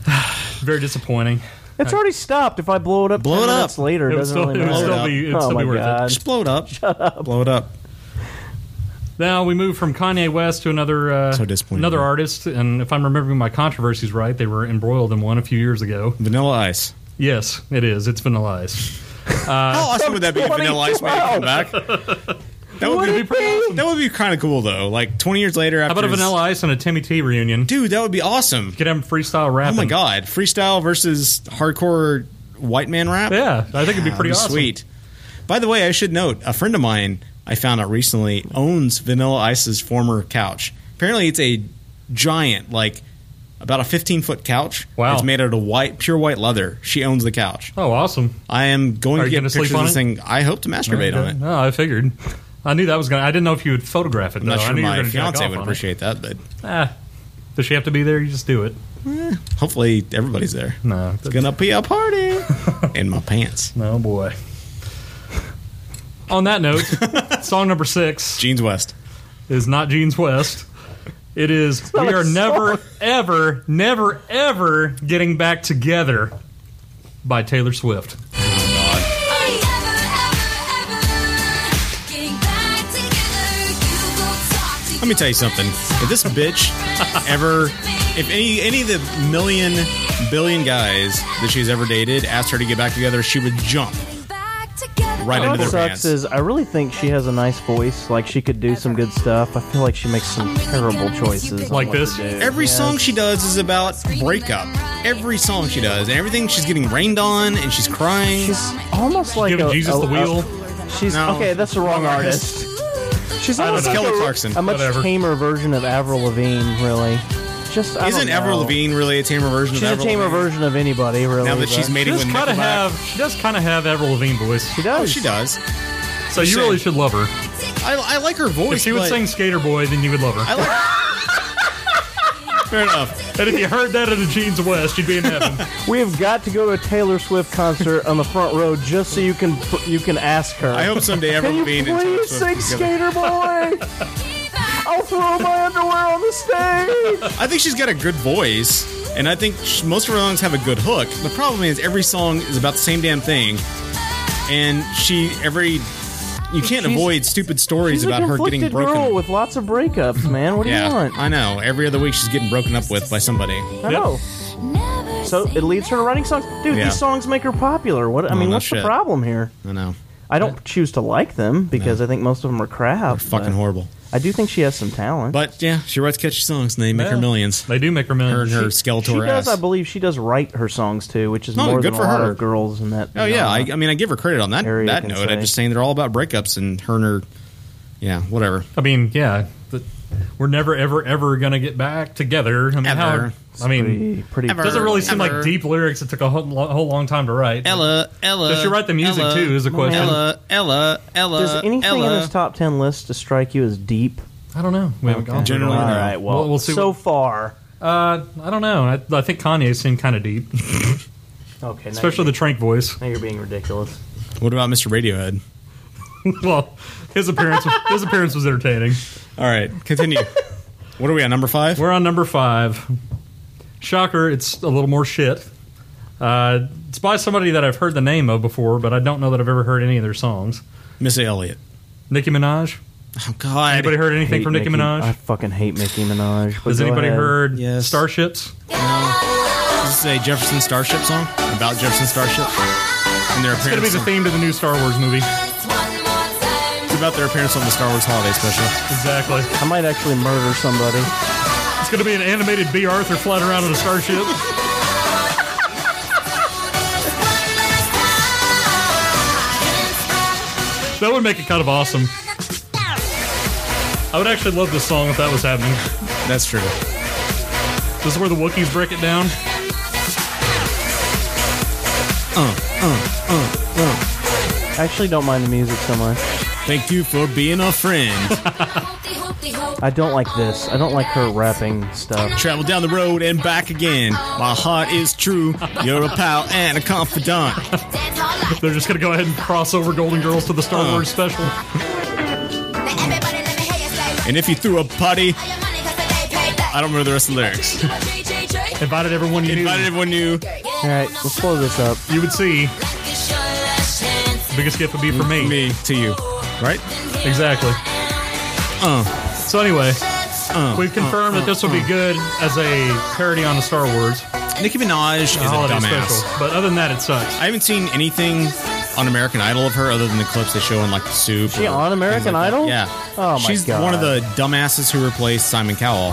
[SPEAKER 8] Very disappointing.
[SPEAKER 5] It's already stopped. If I blow it up,
[SPEAKER 1] Blow
[SPEAKER 5] 10
[SPEAKER 1] it up.
[SPEAKER 5] minutes later,
[SPEAKER 8] It would
[SPEAKER 5] doesn't
[SPEAKER 8] still-
[SPEAKER 5] really
[SPEAKER 8] it would
[SPEAKER 5] matter.
[SPEAKER 8] still be- it would
[SPEAKER 5] oh
[SPEAKER 8] still
[SPEAKER 5] my
[SPEAKER 8] be worth it.
[SPEAKER 5] god.
[SPEAKER 1] Just blow it up. Blow it up.
[SPEAKER 8] Now we move from Kanye West to another uh,
[SPEAKER 1] So disappointing.
[SPEAKER 8] another artist, and if I'm remembering my controversies right, they were embroiled in one a few years ago.
[SPEAKER 1] Vanilla Ice.
[SPEAKER 8] Yes, it is. It's Vanilla Ice. Uh,
[SPEAKER 1] How awesome would that be if Vanilla Ice made it come back? That would, be, that would be kind of cool though. Like twenty years later,
[SPEAKER 8] How
[SPEAKER 1] after
[SPEAKER 8] about a
[SPEAKER 1] his-
[SPEAKER 8] Vanilla Ice and a Timmy T reunion?
[SPEAKER 1] dude, that would be awesome.
[SPEAKER 8] Get him freestyle
[SPEAKER 1] Oh
[SPEAKER 8] rapping.
[SPEAKER 1] my god, freestyle versus hardcore white man rap.
[SPEAKER 8] Yeah, I think it'd be
[SPEAKER 1] Ah,
[SPEAKER 8] pretty awesome.
[SPEAKER 1] sweet. By the way, I should note a friend of mine I found out recently owns Vanilla Ice's former couch. Apparently, it's a giant, like about a fifteen foot couch.
[SPEAKER 8] Wow.
[SPEAKER 1] it's made out of white, pure white leather. She owns the couch.
[SPEAKER 8] Oh, awesome.
[SPEAKER 1] I am going
[SPEAKER 8] Are
[SPEAKER 1] to
[SPEAKER 8] you
[SPEAKER 1] get
[SPEAKER 8] gonna
[SPEAKER 1] pictures
[SPEAKER 8] sleep on
[SPEAKER 1] of this
[SPEAKER 8] it?
[SPEAKER 1] thing. I hope to masturbate on it.
[SPEAKER 8] Uh, No, I figured. I knew that was gonna. I didn't know if you would photograph it.
[SPEAKER 1] I'm
[SPEAKER 8] though.
[SPEAKER 1] not
[SPEAKER 8] I
[SPEAKER 1] sure
[SPEAKER 8] knew you were
[SPEAKER 1] my
[SPEAKER 8] gonna jack
[SPEAKER 1] fiance
[SPEAKER 8] off
[SPEAKER 1] would
[SPEAKER 8] on it.
[SPEAKER 1] appreciate that, but
[SPEAKER 8] Ah, does she have to be there? You just do it.
[SPEAKER 1] hopefully everybody's there.
[SPEAKER 8] No,
[SPEAKER 1] It's gonna be a party in my pants.
[SPEAKER 8] No boy. On that note, song number six.
[SPEAKER 1] Jeans West.
[SPEAKER 8] Is not Jeans West. It is We
[SPEAKER 7] not a
[SPEAKER 8] Are Never, Ever, Never, Ever Getting Back Together by Taylor Swift.
[SPEAKER 1] Let me tell you something. If this bitch ever, if any any of the million billion guys that she's ever dated asked her to get back together, she would jump right
[SPEAKER 8] Oh,
[SPEAKER 5] what
[SPEAKER 1] into their
[SPEAKER 5] sucks
[SPEAKER 1] pants.
[SPEAKER 5] is I really think she has a nice voice. Like she could do some good stuff. I feel like she makes some terrible choices. on
[SPEAKER 8] Like
[SPEAKER 5] what to
[SPEAKER 8] this?
[SPEAKER 5] do.
[SPEAKER 1] Every
[SPEAKER 5] Yeah.
[SPEAKER 1] song she does is about breakup. Every song she does, and everything she's getting rained on, and she's crying.
[SPEAKER 5] She's almost like
[SPEAKER 8] Giving
[SPEAKER 5] a,
[SPEAKER 8] Jesus
[SPEAKER 5] a-
[SPEAKER 8] the
[SPEAKER 5] a-
[SPEAKER 8] wheel.
[SPEAKER 5] oh, she's
[SPEAKER 1] No.
[SPEAKER 5] okay. That's the wrong artist. She's
[SPEAKER 1] I don't
[SPEAKER 5] almost
[SPEAKER 1] know.
[SPEAKER 5] like
[SPEAKER 1] Kelly
[SPEAKER 5] a-
[SPEAKER 1] Clarkson.
[SPEAKER 5] A much
[SPEAKER 1] Whatever.
[SPEAKER 5] tamer version of Avril Lavigne, really. Just I
[SPEAKER 1] Isn't
[SPEAKER 5] don't know.
[SPEAKER 1] Avril Lavigne really a tamer version
[SPEAKER 5] She's
[SPEAKER 1] of
[SPEAKER 5] a
[SPEAKER 1] Avril?
[SPEAKER 5] tamer
[SPEAKER 1] Lavigne?
[SPEAKER 5] version of anybody, really.
[SPEAKER 1] Now that she's
[SPEAKER 5] but-
[SPEAKER 1] made
[SPEAKER 8] She
[SPEAKER 1] it
[SPEAKER 8] does
[SPEAKER 1] with
[SPEAKER 8] kind of
[SPEAKER 1] Nickelback.
[SPEAKER 8] have. She does kind of have Avril Lavigne voice.
[SPEAKER 5] she does.
[SPEAKER 1] Oh, she does.
[SPEAKER 8] So you really should love her.
[SPEAKER 1] I, I like her voice.
[SPEAKER 8] If she would
[SPEAKER 1] but-
[SPEAKER 8] sing Skater Boy, then you would love her.
[SPEAKER 1] I like. Fair enough.
[SPEAKER 8] and if you heard that at the Jeans West, you'd be in heaven.
[SPEAKER 5] We have got to go to a Taylor Swift concert on the front row just so you can you can ask her.
[SPEAKER 1] I hope someday Avril
[SPEAKER 5] can you
[SPEAKER 1] Lavigne and Taylor
[SPEAKER 5] please sing
[SPEAKER 1] Swift get together.
[SPEAKER 5] Skater Boy? I'll throw my underwear on the stage.
[SPEAKER 1] I think she's got a good voice, and I think sh- most of her songs have a good hook. The problem is every song is about the same damn thing, and she every you can't
[SPEAKER 5] She's-
[SPEAKER 1] avoid stupid stories
[SPEAKER 5] She's
[SPEAKER 1] about
[SPEAKER 5] a
[SPEAKER 1] her
[SPEAKER 5] conflicted
[SPEAKER 1] getting broken.
[SPEAKER 5] girl with lots of breakups, man. What do
[SPEAKER 1] yeah,
[SPEAKER 5] you want?
[SPEAKER 1] I know. Every other week she's getting broken up with by somebody.
[SPEAKER 5] I know. So it leads her to writing songs. Dude,
[SPEAKER 1] Yeah.
[SPEAKER 5] these songs make her popular. What I mean,
[SPEAKER 1] no
[SPEAKER 5] what's
[SPEAKER 1] shit.
[SPEAKER 5] the problem here?
[SPEAKER 1] I know.
[SPEAKER 5] I don't choose to like them because I think most of them are crap.
[SPEAKER 1] Fucking
[SPEAKER 5] but
[SPEAKER 1] horrible.
[SPEAKER 5] I do think she has some talent.
[SPEAKER 1] But yeah, she writes catchy songs and they make her
[SPEAKER 8] Yeah.
[SPEAKER 1] millions.
[SPEAKER 8] They do make her
[SPEAKER 1] Her
[SPEAKER 8] millions.
[SPEAKER 1] and her
[SPEAKER 5] she
[SPEAKER 1] skeletal
[SPEAKER 5] does,
[SPEAKER 1] ass.
[SPEAKER 5] I believe, she does write her songs too, which is
[SPEAKER 1] No,
[SPEAKER 5] more
[SPEAKER 1] good
[SPEAKER 5] than
[SPEAKER 1] for
[SPEAKER 5] a lot
[SPEAKER 1] her.
[SPEAKER 5] of girls in that.
[SPEAKER 1] Oh yeah, I,
[SPEAKER 5] genre.
[SPEAKER 1] I mean I give her credit on that
[SPEAKER 5] Area
[SPEAKER 1] that
[SPEAKER 5] can
[SPEAKER 1] note.
[SPEAKER 5] say.
[SPEAKER 1] I'm just saying they're all about breakups and her and her, yeah, whatever.
[SPEAKER 8] I mean, yeah, the, we're never, ever, ever gonna get back together. I mean,
[SPEAKER 1] Ever.
[SPEAKER 8] how? I mean,
[SPEAKER 5] pretty, pretty
[SPEAKER 1] Ever.
[SPEAKER 8] doesn't really seem
[SPEAKER 1] Ever.
[SPEAKER 8] like deep lyrics. It took a whole, lo- whole long time to write.
[SPEAKER 1] Ella, Ella.
[SPEAKER 8] Does she write the music,
[SPEAKER 1] Ella,
[SPEAKER 8] too, is the question.
[SPEAKER 1] Ella, Ella, Ella.
[SPEAKER 5] Does anything
[SPEAKER 1] Ella.
[SPEAKER 5] in this top ten list to strike you as deep?
[SPEAKER 8] I don't know. We haven't gone through it
[SPEAKER 1] Generally,
[SPEAKER 8] all.
[SPEAKER 5] All
[SPEAKER 1] no.
[SPEAKER 5] right. Well,
[SPEAKER 8] We'll- we'll see
[SPEAKER 5] so
[SPEAKER 8] what-
[SPEAKER 5] far.
[SPEAKER 8] Uh, I don't know. I, I think Kanye seemed kind of deep,
[SPEAKER 5] Okay. now
[SPEAKER 8] especially the
[SPEAKER 5] you're-
[SPEAKER 8] Trank voice.
[SPEAKER 5] now you're being ridiculous.
[SPEAKER 1] What about Mr. Radiohead?
[SPEAKER 8] well, his appearance his appearance was entertaining.
[SPEAKER 1] All right, continue. what are we on number five?
[SPEAKER 8] We're on number five. Shocker! It's a little more shit. Uh, it's by somebody that I've heard the name of before, but I don't know that I've ever heard any of their songs.
[SPEAKER 1] Missy Elliott,
[SPEAKER 8] Nicki Minaj.
[SPEAKER 1] Oh God!
[SPEAKER 8] Anybody heard anything
[SPEAKER 5] Hate
[SPEAKER 8] from Nicki
[SPEAKER 5] Nicki-
[SPEAKER 8] Minaj?
[SPEAKER 5] I fucking hate Nicki Minaj. but
[SPEAKER 8] Has
[SPEAKER 5] go
[SPEAKER 8] anybody
[SPEAKER 5] ahead.
[SPEAKER 8] heard Starships?
[SPEAKER 1] This is a Jefferson Starship song about Jefferson Starship and their
[SPEAKER 8] It's going to be
[SPEAKER 1] appearance.
[SPEAKER 8] the theme to the new Star Wars movie.
[SPEAKER 1] on- it's about their appearance on the Star Wars Holiday Special.
[SPEAKER 8] Exactly.
[SPEAKER 5] I might actually murder somebody.
[SPEAKER 8] It's going to be an animated B. Arthur flying around in a starship. that would make it kind of awesome. I would actually love this song if that was happening.
[SPEAKER 1] That's true.
[SPEAKER 8] This is where the Wookiees break it down.
[SPEAKER 1] Uh, uh, uh, uh.
[SPEAKER 5] I actually don't mind the music so much.
[SPEAKER 1] Thank you for being a friend.
[SPEAKER 5] I don't like this. I don't like her rapping stuff.
[SPEAKER 1] Travel down the road and back again. My heart is true. You're a pal and a confidant.
[SPEAKER 8] They're just going to go ahead and cross over Golden Girls to the Star
[SPEAKER 1] Uh.
[SPEAKER 8] Wars special.
[SPEAKER 1] And if you threw a party, I don't remember the rest of the lyrics.
[SPEAKER 8] Invited everyone you knew.
[SPEAKER 1] Invited everyone knew.
[SPEAKER 5] All right, let's blow this up.
[SPEAKER 8] You would see. Biggest gift would be for me.
[SPEAKER 1] Me to you. Right?
[SPEAKER 8] Exactly. So anyway, we've confirmed
[SPEAKER 1] uh,
[SPEAKER 8] that this will be good as a parody on the Star Wars
[SPEAKER 1] Nicki Minaj is a
[SPEAKER 8] holiday
[SPEAKER 1] dumbass.
[SPEAKER 8] special. But other than that, it sucks.
[SPEAKER 1] I haven't seen anything on American Idol of her other than the clips they show in like the soup.
[SPEAKER 5] She
[SPEAKER 1] or
[SPEAKER 5] on
[SPEAKER 1] things
[SPEAKER 5] American
[SPEAKER 1] like that.
[SPEAKER 5] Idol?
[SPEAKER 1] Yeah.
[SPEAKER 5] Oh my
[SPEAKER 1] She's
[SPEAKER 5] God.
[SPEAKER 1] one of the dumbasses who replaced Simon Cowell.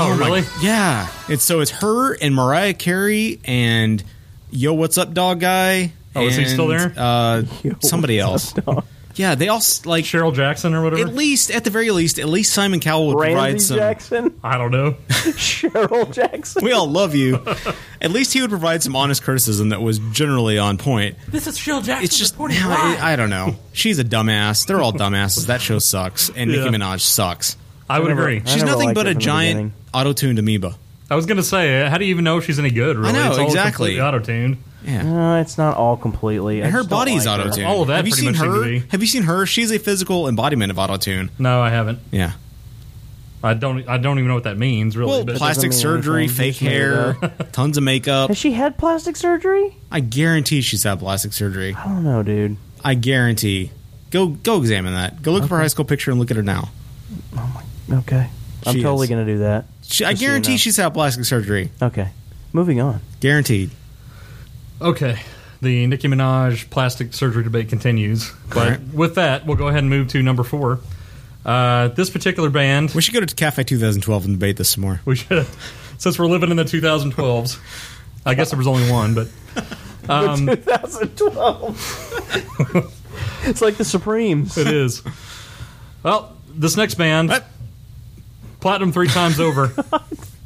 [SPEAKER 8] Oh,
[SPEAKER 1] my-
[SPEAKER 8] really?
[SPEAKER 1] yeah. It's so it's her and Mariah Carey and Yo What's Up Dog guy.
[SPEAKER 8] Oh, is he
[SPEAKER 1] and,
[SPEAKER 8] still there?
[SPEAKER 1] Uh, somebody else. Yeah, they all s- like
[SPEAKER 8] Cheryl Jackson or whatever.
[SPEAKER 1] At least, at the very least, at least Simon Cowell would provide some.
[SPEAKER 5] Jackson,
[SPEAKER 8] I don't know.
[SPEAKER 5] Cheryl Jackson.
[SPEAKER 1] We all love you. At least he would provide some honest criticism that was generally on point.
[SPEAKER 7] This is Cheryl Jackson. It's just
[SPEAKER 1] I, I don't know. She's a dumbass. They're all dumbasses. That show sucks, and
[SPEAKER 8] Yeah.
[SPEAKER 1] Nicki Minaj sucks.
[SPEAKER 8] I would
[SPEAKER 1] never-
[SPEAKER 8] agree.
[SPEAKER 1] She's nothing but a giant auto-tuned amoeba.
[SPEAKER 8] I was gonna say, uh, how do you even know if she's any good? Really,
[SPEAKER 1] I know, exactly.
[SPEAKER 8] Auto tuned.
[SPEAKER 1] Yeah.
[SPEAKER 5] No, it's not all completely.
[SPEAKER 1] And her body's auto-tuned.
[SPEAKER 8] All of that
[SPEAKER 1] Have you
[SPEAKER 8] pretty
[SPEAKER 1] seen
[SPEAKER 8] much seemed to
[SPEAKER 1] her?
[SPEAKER 8] be.
[SPEAKER 1] Have you seen her? She's a physical embodiment of auto-tune.
[SPEAKER 8] No, I haven't.
[SPEAKER 1] Yeah.
[SPEAKER 8] I don't. I don't even know what that means. Really,
[SPEAKER 1] Well,
[SPEAKER 8] but-
[SPEAKER 1] plastic surgery, fake hair, tons of makeup.
[SPEAKER 5] Has she had plastic surgery?
[SPEAKER 1] I guarantee she's had plastic surgery. I
[SPEAKER 5] don't know, dude.
[SPEAKER 1] I guarantee. Go go examine that. Go look up her high school picture and look at her now.
[SPEAKER 5] Okay, I'm
[SPEAKER 1] She
[SPEAKER 5] totally
[SPEAKER 1] is.
[SPEAKER 5] gonna do that.
[SPEAKER 1] She, I
[SPEAKER 5] Just so you
[SPEAKER 1] guarantee
[SPEAKER 5] know.
[SPEAKER 1] she's had plastic surgery.
[SPEAKER 5] Okay, moving on.
[SPEAKER 1] Guaranteed.
[SPEAKER 8] Okay. The Nicki Minaj plastic surgery debate continues. But
[SPEAKER 1] Correct.
[SPEAKER 8] with that, we'll go ahead and move to number four. Uh, this particular band.
[SPEAKER 1] We should go to Cafe 2012 and debate this some more.
[SPEAKER 8] We should. Since we're living in the 2012s, I guess there was only one, but. Um,
[SPEAKER 5] 2012. it's like the Supremes.
[SPEAKER 8] it is. Well, this next band. Platinum three times over.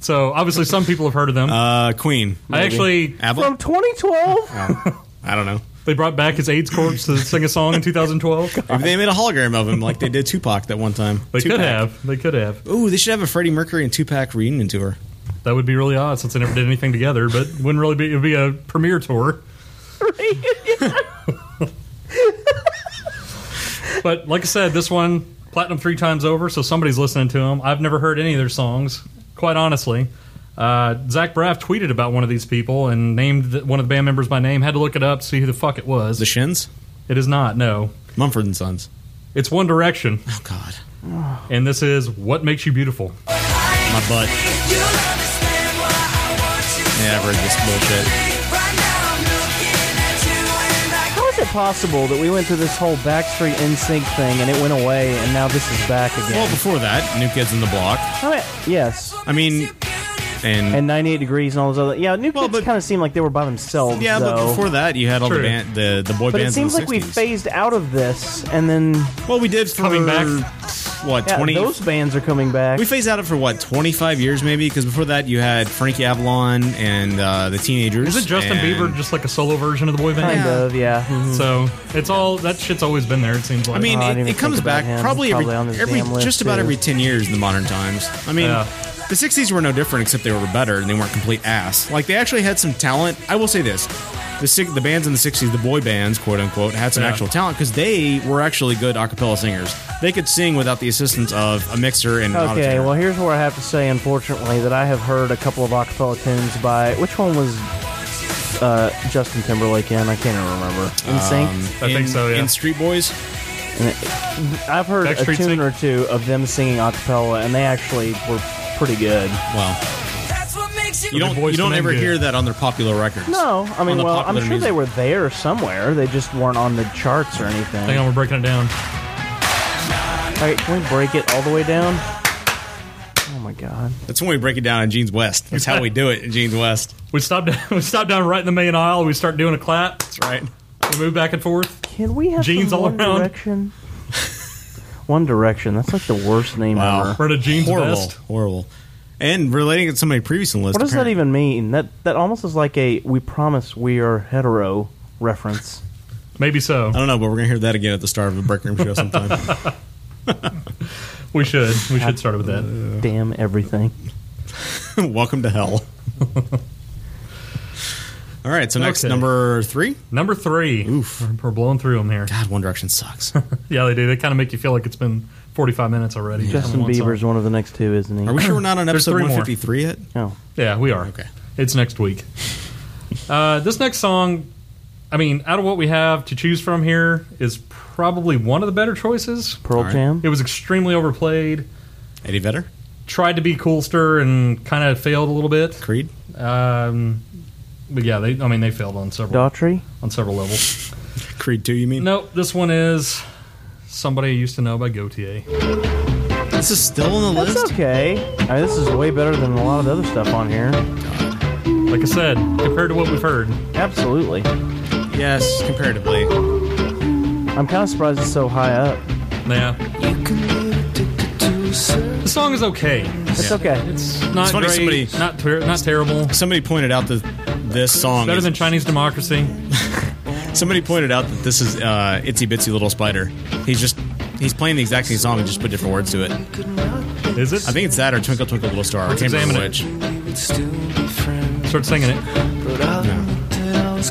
[SPEAKER 8] so obviously, some people have heard of them.
[SPEAKER 1] Uh, Queen.
[SPEAKER 8] I actually.
[SPEAKER 1] Apple.
[SPEAKER 5] From 2012.
[SPEAKER 1] I don't know.
[SPEAKER 8] They brought back his AIDS corpse to sing a song in 2012.
[SPEAKER 1] Maybe they made a hologram of him like they did Tupac that one time.
[SPEAKER 8] They
[SPEAKER 1] Tupac.
[SPEAKER 8] could have. They could have.
[SPEAKER 1] Ooh, they should have a Freddie Mercury and Tupac reunion tour.
[SPEAKER 8] That would be really odd since they never did anything together, but it wouldn't really be. It'd be a premiere tour. but like I said, this one platinum three times over, so somebody's listening to them. I've never heard any of their songs, quite honestly. Uh, Zach Braff tweeted about one of these people and named th- one of the band members by name. Had to look it up, see who the fuck it was. The
[SPEAKER 1] Shins?
[SPEAKER 8] It is not. No,
[SPEAKER 1] Mumford and Sons.
[SPEAKER 8] It's One Direction.
[SPEAKER 1] Oh God.
[SPEAKER 8] And this is what makes you beautiful.
[SPEAKER 1] My butt. Yeah, I've heard this bullshit.
[SPEAKER 5] How is it possible that we went through this whole Backstreet NSYNC thing and it went away and now this is back again?
[SPEAKER 1] Well, before that, New Kids in the Block.
[SPEAKER 5] I mean, yes.
[SPEAKER 1] I mean, and
[SPEAKER 5] and 98 degrees and all those other. Yeah, New Kids kind of seemed like they were by themselves.
[SPEAKER 1] Yeah, but
[SPEAKER 5] though.
[SPEAKER 1] before that, you had all
[SPEAKER 5] True.
[SPEAKER 1] the band, the the boy
[SPEAKER 5] But it
[SPEAKER 1] bands. in
[SPEAKER 5] seems
[SPEAKER 1] the
[SPEAKER 5] like we
[SPEAKER 1] 60s.
[SPEAKER 5] phased out of this, and then
[SPEAKER 1] well, we did for
[SPEAKER 5] coming back.
[SPEAKER 1] what
[SPEAKER 5] Yeah,
[SPEAKER 1] twenty?
[SPEAKER 5] those bands are coming back.
[SPEAKER 1] We phased out it for what twenty five years maybe because before that you had Frankie Avalon and uh, the Teenagers.
[SPEAKER 8] Is it Justin
[SPEAKER 1] and-
[SPEAKER 8] Bieber just like a solo version of the boy band?
[SPEAKER 5] Kind of, yeah. Mm-hmm. Oh,
[SPEAKER 8] So it's all that shit's always been there. It seems like.
[SPEAKER 1] I mean, it, it comes back probably every, every just about every ten years in the modern times. I mean,
[SPEAKER 8] Yeah.
[SPEAKER 1] the '60s were no different, except they were better and they weren't complete ass. Like they actually had some talent. I will say this: the six, the bands in the '60s, the boy bands, quote unquote, had some
[SPEAKER 8] Yeah.
[SPEAKER 1] actual talent because they were actually good a cappella singers. They could sing without the assistance of a mixer and an
[SPEAKER 5] Okay,
[SPEAKER 1] autotune.
[SPEAKER 5] well, here's where I have to say, unfortunately, that I have heard a couple of acapella tunes by which one was uh, Justin Timberlake in? I can't even remember. Um, In Sync.
[SPEAKER 1] Um, in, In Street Boys,
[SPEAKER 5] I've heard a
[SPEAKER 1] Backstreet
[SPEAKER 5] tune
[SPEAKER 1] Sync?
[SPEAKER 5] or two of them singing a cappella, and they actually were pretty good.
[SPEAKER 1] Wow.
[SPEAKER 5] So
[SPEAKER 1] you don't
[SPEAKER 5] they voiced
[SPEAKER 1] you don't
[SPEAKER 5] them
[SPEAKER 1] ever
[SPEAKER 5] good.
[SPEAKER 1] hear that on their popular records.
[SPEAKER 5] No, I
[SPEAKER 1] On
[SPEAKER 5] mean,
[SPEAKER 1] the
[SPEAKER 5] well, I'm
[SPEAKER 1] popular
[SPEAKER 5] sure
[SPEAKER 1] music.
[SPEAKER 5] they were there somewhere. They just weren't on the charts or anything.
[SPEAKER 8] Hang on, we're breaking it down.
[SPEAKER 5] All right, can we break it all the way down? Oh my god.
[SPEAKER 1] That's when we break it down in Gene's West. That's how we do it in Gene's West.
[SPEAKER 8] We stop down. We stop down right in the main aisle. We start doing a clap. That's
[SPEAKER 1] right.
[SPEAKER 8] We move back and forth.
[SPEAKER 5] Can we have
[SPEAKER 8] jeans
[SPEAKER 5] some
[SPEAKER 8] all
[SPEAKER 5] One
[SPEAKER 8] around?
[SPEAKER 5] Direction? One Direction. That's like the worst name ever.
[SPEAKER 8] We're in a jeans
[SPEAKER 1] horrible,
[SPEAKER 8] vest.
[SPEAKER 1] horrible. And relating it to somebody previous in the list,
[SPEAKER 5] What does that
[SPEAKER 1] apparently-
[SPEAKER 5] even mean? That that almost is like a "We promise we are hetero" reference.
[SPEAKER 8] Maybe so. I
[SPEAKER 1] don't know, but we're gonna hear that again at the start of a break room show sometime.
[SPEAKER 8] we should. We should start with that.
[SPEAKER 5] Damn everything.
[SPEAKER 1] Welcome to hell. All right, so next
[SPEAKER 8] Okay.
[SPEAKER 1] number three.
[SPEAKER 8] Number three. Oof, we're, we're blowing through them here.
[SPEAKER 1] God, One Direction sucks.
[SPEAKER 8] yeah, they do. They kind of make you feel like it's been 45 minutes already.
[SPEAKER 5] Justin
[SPEAKER 8] On one song.
[SPEAKER 5] Bieber's one of the next two, isn't he?
[SPEAKER 8] Are we sure we're not on There's episode three more.
[SPEAKER 1] 153 yet?
[SPEAKER 5] No.
[SPEAKER 8] Yeah, we are. Okay. It's next week. Uh, this next song, I mean, out of what we have to choose from here, is probably one of the better choices.
[SPEAKER 5] Pearl All right. Jam?
[SPEAKER 8] It was extremely overplayed.
[SPEAKER 1] Eddie Vedder?
[SPEAKER 8] Tried to be coolster and kind of failed a little bit.
[SPEAKER 1] Creed?
[SPEAKER 8] Um, but yeah, they. I mean, they failed on several.
[SPEAKER 5] Daughtry?
[SPEAKER 8] On several levels.
[SPEAKER 1] Creed 2, you mean?
[SPEAKER 8] Nope, this one is somebody I used to know by Gautier.
[SPEAKER 1] This is still on the
[SPEAKER 5] That's
[SPEAKER 8] list?
[SPEAKER 5] okay. I mean, this is way better than a lot of the other stuff on here.
[SPEAKER 8] Like I said, compared to what we've heard.
[SPEAKER 5] Absolutely.
[SPEAKER 1] Yes, comparatively.
[SPEAKER 5] I'm kind of surprised it's so high up.
[SPEAKER 8] Yeah. The song is okay.
[SPEAKER 5] It's
[SPEAKER 1] Yeah.
[SPEAKER 5] okay.
[SPEAKER 8] It's not
[SPEAKER 1] funny,
[SPEAKER 8] great,
[SPEAKER 1] somebody-
[SPEAKER 8] not ter- not terrible.
[SPEAKER 1] Somebody pointed out that this song
[SPEAKER 8] Better
[SPEAKER 1] is-
[SPEAKER 8] than Chinese democracy.
[SPEAKER 1] Somebody pointed out that this is uh, Itsy Bitsy Little Spider. He's just he's playing the exact same song and just put different words to it.
[SPEAKER 8] Is it?
[SPEAKER 1] I think it's that or Twinkle Twinkle Little Star.
[SPEAKER 8] Let's
[SPEAKER 1] I can't remember which.
[SPEAKER 8] examine Start singing it.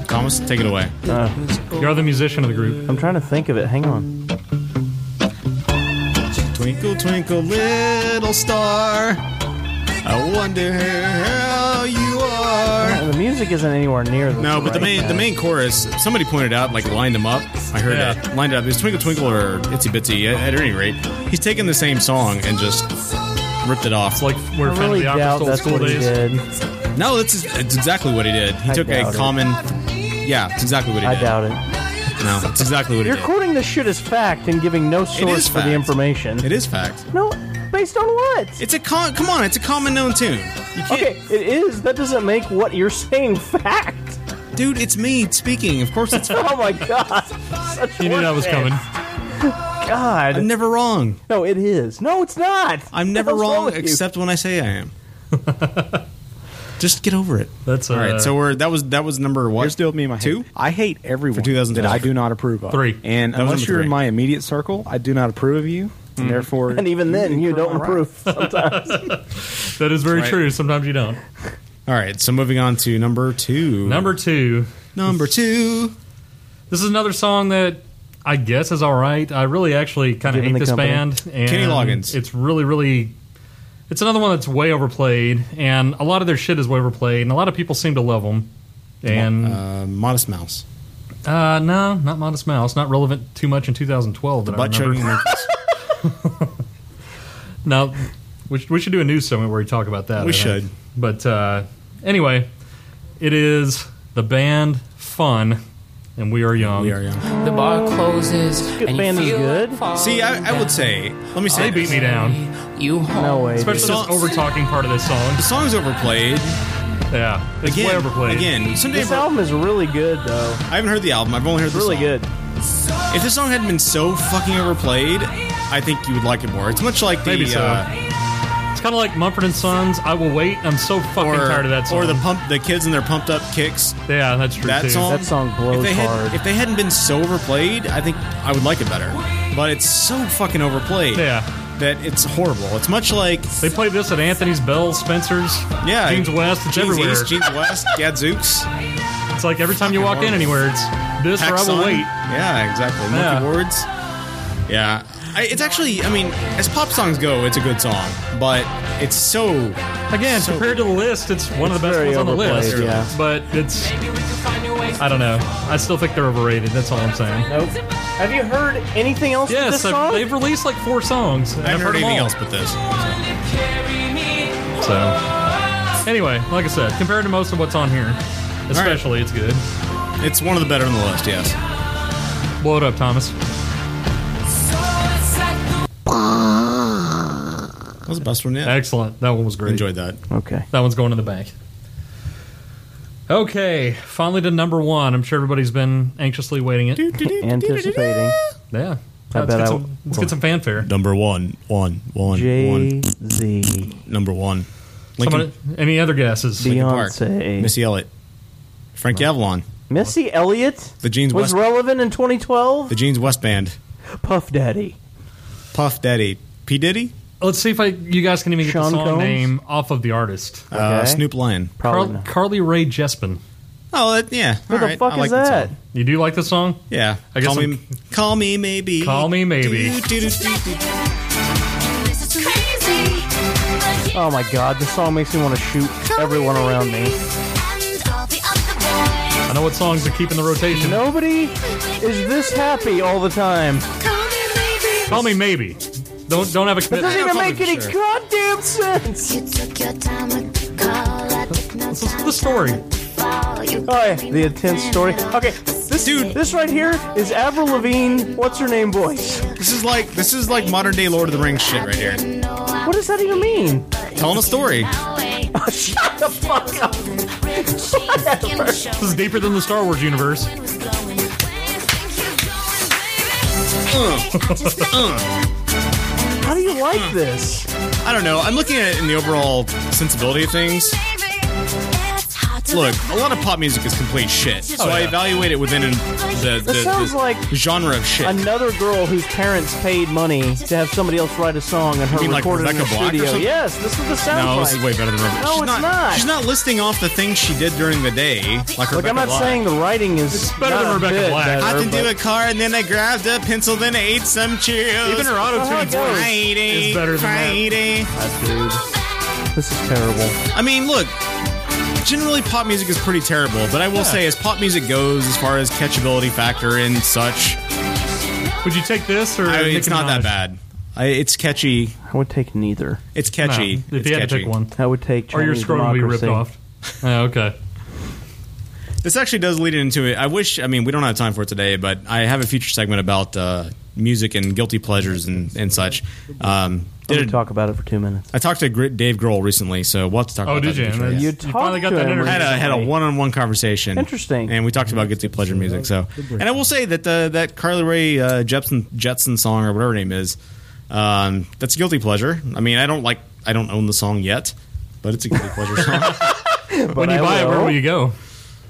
[SPEAKER 1] Thomas, take it away.
[SPEAKER 8] You're the musician of the group.
[SPEAKER 5] I'm trying to think of it. Hang on.
[SPEAKER 1] Twinkle Twinkle Little Star, I wonder how you are.
[SPEAKER 5] The music isn't anywhere near the
[SPEAKER 1] No, Oh, but the
[SPEAKER 5] right
[SPEAKER 1] main
[SPEAKER 5] now.
[SPEAKER 1] the main chorus. Somebody pointed out, like lined them up. I heard
[SPEAKER 5] Yeah.
[SPEAKER 1] that lined it up. It was Twinkle Twinkle or Itsy Bitsy. At, at any rate, he's taken the same song and just ripped it off.
[SPEAKER 8] like
[SPEAKER 5] we're I fan of really the opera doubt stole that's school what he days. did.
[SPEAKER 1] No, that's, that's exactly what he did. He
[SPEAKER 5] I
[SPEAKER 1] took a
[SPEAKER 5] doubt it.
[SPEAKER 1] common. Yeah, it's exactly what he
[SPEAKER 5] I
[SPEAKER 1] did.
[SPEAKER 5] doubt it.
[SPEAKER 1] No, it's exactly what
[SPEAKER 5] You're
[SPEAKER 1] he did.
[SPEAKER 5] quoting this shit as fact and giving no source for
[SPEAKER 1] fact.
[SPEAKER 5] the information.
[SPEAKER 1] It is fact.
[SPEAKER 5] No, based on what?
[SPEAKER 1] It's a con- come on. It's a common known tune.
[SPEAKER 5] Okay, it is. That doesn't make what you're saying fact.
[SPEAKER 1] Dude, it's me speaking. Of course, it's
[SPEAKER 5] oh my god. Such
[SPEAKER 1] You knew that was
[SPEAKER 5] horseshit.
[SPEAKER 1] coming.
[SPEAKER 5] God,
[SPEAKER 1] I'm never wrong.
[SPEAKER 5] No, it is. No, it's not.
[SPEAKER 1] I'm never
[SPEAKER 5] What's
[SPEAKER 1] wrong
[SPEAKER 5] with you?
[SPEAKER 1] except when I say I am. Just get over it.
[SPEAKER 8] That's uh,
[SPEAKER 1] all right. So we're that was that was number what?
[SPEAKER 15] Here's the deal with me and my
[SPEAKER 1] two.
[SPEAKER 15] hate. I hate everyone
[SPEAKER 1] For 2012.
[SPEAKER 15] that I do not approve of.
[SPEAKER 1] Three.
[SPEAKER 15] And
[SPEAKER 1] That
[SPEAKER 15] unless
[SPEAKER 1] was number
[SPEAKER 15] you're
[SPEAKER 1] three. Mm-hmm.
[SPEAKER 15] in my immediate circle, I do not approve of you. And therefore,
[SPEAKER 5] and even then, you don't approve sometimes.
[SPEAKER 8] That is very
[SPEAKER 1] Right.
[SPEAKER 8] true. Sometimes you don't.
[SPEAKER 1] All right. So moving on to number two.
[SPEAKER 8] Number two.
[SPEAKER 1] Number two.
[SPEAKER 8] This is another song that I guess is all right. I really actually kind of
[SPEAKER 1] Given
[SPEAKER 8] hate
[SPEAKER 1] the
[SPEAKER 8] this
[SPEAKER 1] company.
[SPEAKER 8] band. And
[SPEAKER 1] Kenny Loggins.
[SPEAKER 8] It's really, really. It's another one that's way overplayed, and a lot of their shit is way overplayed, and a lot of people seem to love them. And
[SPEAKER 1] uh, Modest Mouse.
[SPEAKER 8] Uh, no, not Modest Mouse. Not relevant too much in 2012.
[SPEAKER 1] The
[SPEAKER 8] that I
[SPEAKER 1] butt
[SPEAKER 8] remember.
[SPEAKER 1] chugging monkeys.
[SPEAKER 8] Now, we, should- we should do a news segment where we talk about that. I
[SPEAKER 1] We
[SPEAKER 8] think.
[SPEAKER 1] should.
[SPEAKER 8] But uh, anyway, it is the band Fun, and we are young. We are
[SPEAKER 1] young.
[SPEAKER 9] The bar closes.
[SPEAKER 5] Good
[SPEAKER 9] and
[SPEAKER 5] band
[SPEAKER 9] you
[SPEAKER 5] is
[SPEAKER 9] feel
[SPEAKER 5] good.
[SPEAKER 9] like
[SPEAKER 1] See, I, I
[SPEAKER 9] falling
[SPEAKER 1] would
[SPEAKER 9] down.
[SPEAKER 1] say. Let me say.
[SPEAKER 8] They beat me down,
[SPEAKER 9] You home.
[SPEAKER 5] No way.
[SPEAKER 8] especially
[SPEAKER 5] dude.
[SPEAKER 8] this over talking part of this song. The
[SPEAKER 1] song's overplayed.
[SPEAKER 8] Yeah, it's way overplayed.
[SPEAKER 1] Again, someday
[SPEAKER 5] this album is really good, though.
[SPEAKER 1] I haven't heard the album. I've only heard
[SPEAKER 5] It's
[SPEAKER 1] the
[SPEAKER 5] really
[SPEAKER 1] song.
[SPEAKER 5] good.
[SPEAKER 1] If this song hadn't been so fucking overplayed, I think you would like it more. It's much like the
[SPEAKER 8] Maybe so.
[SPEAKER 1] uh,
[SPEAKER 8] It's kind of like Mumford and Sons. I will wait. I'm so fucking
[SPEAKER 1] or,
[SPEAKER 8] tired of that song.
[SPEAKER 1] or the pump the kids and their pumped up kicks.
[SPEAKER 8] yeah, that's true.
[SPEAKER 1] That
[SPEAKER 8] too.
[SPEAKER 1] song, if they had- if they hadn't been so overplayed, I think I would like it better. But it's so fucking overplayed.
[SPEAKER 8] Yeah.
[SPEAKER 1] That it's horrible. It's much like
[SPEAKER 8] They played this at Anthony's, Bell, Spencer's,
[SPEAKER 1] yeah,
[SPEAKER 8] Jeans West. It's
[SPEAKER 1] Jeans
[SPEAKER 8] everywhere.
[SPEAKER 1] East, Jeans West, Gadzooks.
[SPEAKER 8] It's like every time you walk in anywhere, it's this or I will
[SPEAKER 1] Taxon?
[SPEAKER 8] wait.
[SPEAKER 1] Yeah, exactly.
[SPEAKER 8] Yeah.
[SPEAKER 1] Monkey words. Yeah, I, it's actually. I mean, as pop songs go, it's a good song, but it's so
[SPEAKER 8] again compared to the list, it's one of the best ones on the list. But it's I don't know. I still think they're overrated. That's all I'm saying.
[SPEAKER 5] Nope. Have you heard anything else?
[SPEAKER 8] Yes,
[SPEAKER 5] with this
[SPEAKER 8] I've-
[SPEAKER 5] song?
[SPEAKER 8] they've released like four songs. and
[SPEAKER 1] I haven't
[SPEAKER 8] I've them
[SPEAKER 1] heard anything
[SPEAKER 8] all.
[SPEAKER 1] else but this.
[SPEAKER 8] So, anyway, like I said, compared to most of what's on here, especially, it's good.
[SPEAKER 1] It's one of the better on the list, yes.
[SPEAKER 8] Blow it up, Thomas.
[SPEAKER 1] That was the best one yet.
[SPEAKER 8] Excellent. That one was great.
[SPEAKER 1] Enjoyed that.
[SPEAKER 5] Okay.
[SPEAKER 8] That one's going to the bank. Okay, finally to number one. I'm sure everybody's been anxiously waiting it.
[SPEAKER 5] Anticipating.
[SPEAKER 8] Yeah.
[SPEAKER 5] I
[SPEAKER 8] let's
[SPEAKER 5] bet
[SPEAKER 8] get
[SPEAKER 5] I-
[SPEAKER 8] some, let's get some fanfare.
[SPEAKER 1] Number one, one, one,
[SPEAKER 5] Jay
[SPEAKER 1] one.
[SPEAKER 5] Z.
[SPEAKER 1] Number one.
[SPEAKER 8] Somebody- any other guesses?
[SPEAKER 1] Linkin Park.
[SPEAKER 5] Beyonce.
[SPEAKER 1] Missy Elliott. Frankie Avalon.
[SPEAKER 5] Missy Elliott
[SPEAKER 1] The Jeans West.
[SPEAKER 5] was relevant in 2012.
[SPEAKER 1] the Jeans West Band.
[SPEAKER 5] Puff Daddy.
[SPEAKER 1] Puff Daddy. P Diddy.
[SPEAKER 8] Let's see if I you guys can even get
[SPEAKER 1] Sean
[SPEAKER 8] the song
[SPEAKER 1] Combs?
[SPEAKER 8] name off of the artist.
[SPEAKER 1] Uh, Snoop Lion.
[SPEAKER 8] Carl- Carly Ray Jespin.
[SPEAKER 1] Oh, that, yeah.
[SPEAKER 8] Who the
[SPEAKER 1] alright,
[SPEAKER 8] fuck
[SPEAKER 1] I
[SPEAKER 8] is
[SPEAKER 1] like
[SPEAKER 8] that?
[SPEAKER 1] song.
[SPEAKER 8] You do like the song?
[SPEAKER 1] Yeah.
[SPEAKER 8] I guess
[SPEAKER 1] call,
[SPEAKER 8] I'm-
[SPEAKER 1] me, call me maybe.
[SPEAKER 8] Call me maybe.
[SPEAKER 5] Oh my god, this song makes me want to shoot everyone around me.
[SPEAKER 8] I know what songs are keeping the rotation.
[SPEAKER 5] Nobody is this happy all the time.
[SPEAKER 8] Call me maybe. Don't don't have a
[SPEAKER 5] That
[SPEAKER 8] commitment.
[SPEAKER 5] doesn't even make any
[SPEAKER 8] Sure.
[SPEAKER 5] goddamn sense.
[SPEAKER 8] This is the story.
[SPEAKER 5] Oh yeah, the intense story. Okay, this dude, this right here is Avril Lavigne. What's her name voice?
[SPEAKER 1] This is like this is like modern day Lord of the Rings shit right here.
[SPEAKER 5] What does that even mean?
[SPEAKER 1] Telling a story.
[SPEAKER 5] Shut the fuck up.
[SPEAKER 8] This is deeper than the Star Wars universe.
[SPEAKER 5] How do you like this?
[SPEAKER 1] Hmm. I don't know. I'm looking at it in the overall sensibility of things. Look, a lot of pop music is complete shit. So
[SPEAKER 5] Oh,
[SPEAKER 1] I
[SPEAKER 5] yeah.
[SPEAKER 1] evaluate it within an- the, the,
[SPEAKER 5] This sounds
[SPEAKER 1] the
[SPEAKER 5] like
[SPEAKER 1] genre of shit.
[SPEAKER 5] Another girl whose parents paid money to have somebody else write a song and her
[SPEAKER 1] You mean like
[SPEAKER 5] recorded in
[SPEAKER 1] Rebecca
[SPEAKER 5] the
[SPEAKER 1] Black or
[SPEAKER 5] studio.
[SPEAKER 1] something?
[SPEAKER 5] Yes, this is what this sounds
[SPEAKER 1] no,
[SPEAKER 5] like.
[SPEAKER 1] this is way better than Rebecca.
[SPEAKER 5] No,
[SPEAKER 1] she's
[SPEAKER 5] it's
[SPEAKER 1] not,
[SPEAKER 5] not.
[SPEAKER 1] She's not listing off the things she did during the day. Like
[SPEAKER 5] Look,
[SPEAKER 1] Rebecca
[SPEAKER 5] I'm not
[SPEAKER 1] Black.
[SPEAKER 5] saying the writing is it's
[SPEAKER 1] better than Rebecca Black.
[SPEAKER 5] Better,
[SPEAKER 1] Hopped into a
[SPEAKER 5] but-
[SPEAKER 1] car and then I grabbed a pencil, then I ate some Cheerios.
[SPEAKER 5] Even her auto-tune voice
[SPEAKER 1] Friday,
[SPEAKER 5] is better than that.
[SPEAKER 1] Friday.
[SPEAKER 5] This is terrible.
[SPEAKER 1] I mean, look. Generally, pop music is pretty terrible, but I will say, as pop music goes, as far as catchability factor and such,
[SPEAKER 8] would you take this or
[SPEAKER 1] I mean,
[SPEAKER 8] Nicki
[SPEAKER 1] it's not that
[SPEAKER 8] Minaj?
[SPEAKER 1] bad. I, it's catchy.
[SPEAKER 5] I would take neither.
[SPEAKER 1] It's catchy.
[SPEAKER 8] No, if
[SPEAKER 1] it's
[SPEAKER 8] you had to
[SPEAKER 1] catchy.
[SPEAKER 8] pick one.
[SPEAKER 5] I would take
[SPEAKER 8] or
[SPEAKER 5] Chinese
[SPEAKER 8] your scrotum will be ripped
[SPEAKER 5] democracy.
[SPEAKER 8] off. Oh, okay.
[SPEAKER 1] This actually does lead into it. I wish. I mean, we don't have time for it today, but I have a future segment about uh, music and guilty pleasures and and such. Um,
[SPEAKER 5] Let me
[SPEAKER 1] did-
[SPEAKER 5] talk about it for two minutes.
[SPEAKER 1] I talked to Gr- Dave Grohl recently, so we'll have to talk
[SPEAKER 8] Oh,
[SPEAKER 1] about
[SPEAKER 8] did
[SPEAKER 1] that.
[SPEAKER 8] you?
[SPEAKER 1] in the future,
[SPEAKER 8] You
[SPEAKER 1] yes.
[SPEAKER 8] talked finally got to that him interview.
[SPEAKER 1] Had a, had a
[SPEAKER 8] recently.
[SPEAKER 1] one-on-one conversation.
[SPEAKER 5] Interesting.
[SPEAKER 1] And we talked about guilty pleasure music. So, and I will say that the, that Carly Rae uh, Jepsen Jetson song or whatever her name is, um, that's a guilty pleasure. I mean, I don't like, I don't own the song yet, but it's a guilty pleasure song.
[SPEAKER 8] when you
[SPEAKER 1] I
[SPEAKER 8] buy it, where
[SPEAKER 1] will.
[SPEAKER 8] will you go?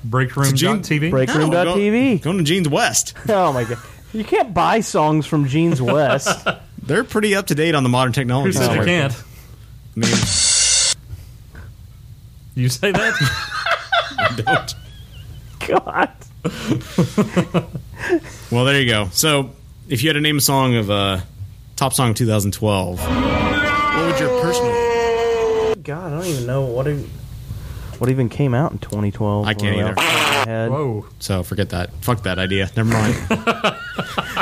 [SPEAKER 8] Breakroom.tv?
[SPEAKER 5] Breakroom.tv.
[SPEAKER 1] Going to Jeans West.
[SPEAKER 5] Oh my god. You can't buy songs from Jeans West.
[SPEAKER 1] They're pretty up to date on the modern technology.
[SPEAKER 8] Who said you
[SPEAKER 1] so-
[SPEAKER 8] can't?
[SPEAKER 1] I mean,
[SPEAKER 8] You say that?
[SPEAKER 1] don't.
[SPEAKER 5] God.
[SPEAKER 1] Well, there you go. So, if you had to name a song of uh, top song 2012, what would your personal?
[SPEAKER 5] God, I don't even know what even, what even came out in 2012.
[SPEAKER 1] I can't either.
[SPEAKER 8] Whoa.
[SPEAKER 1] So forget that. Fuck that idea. Never mind.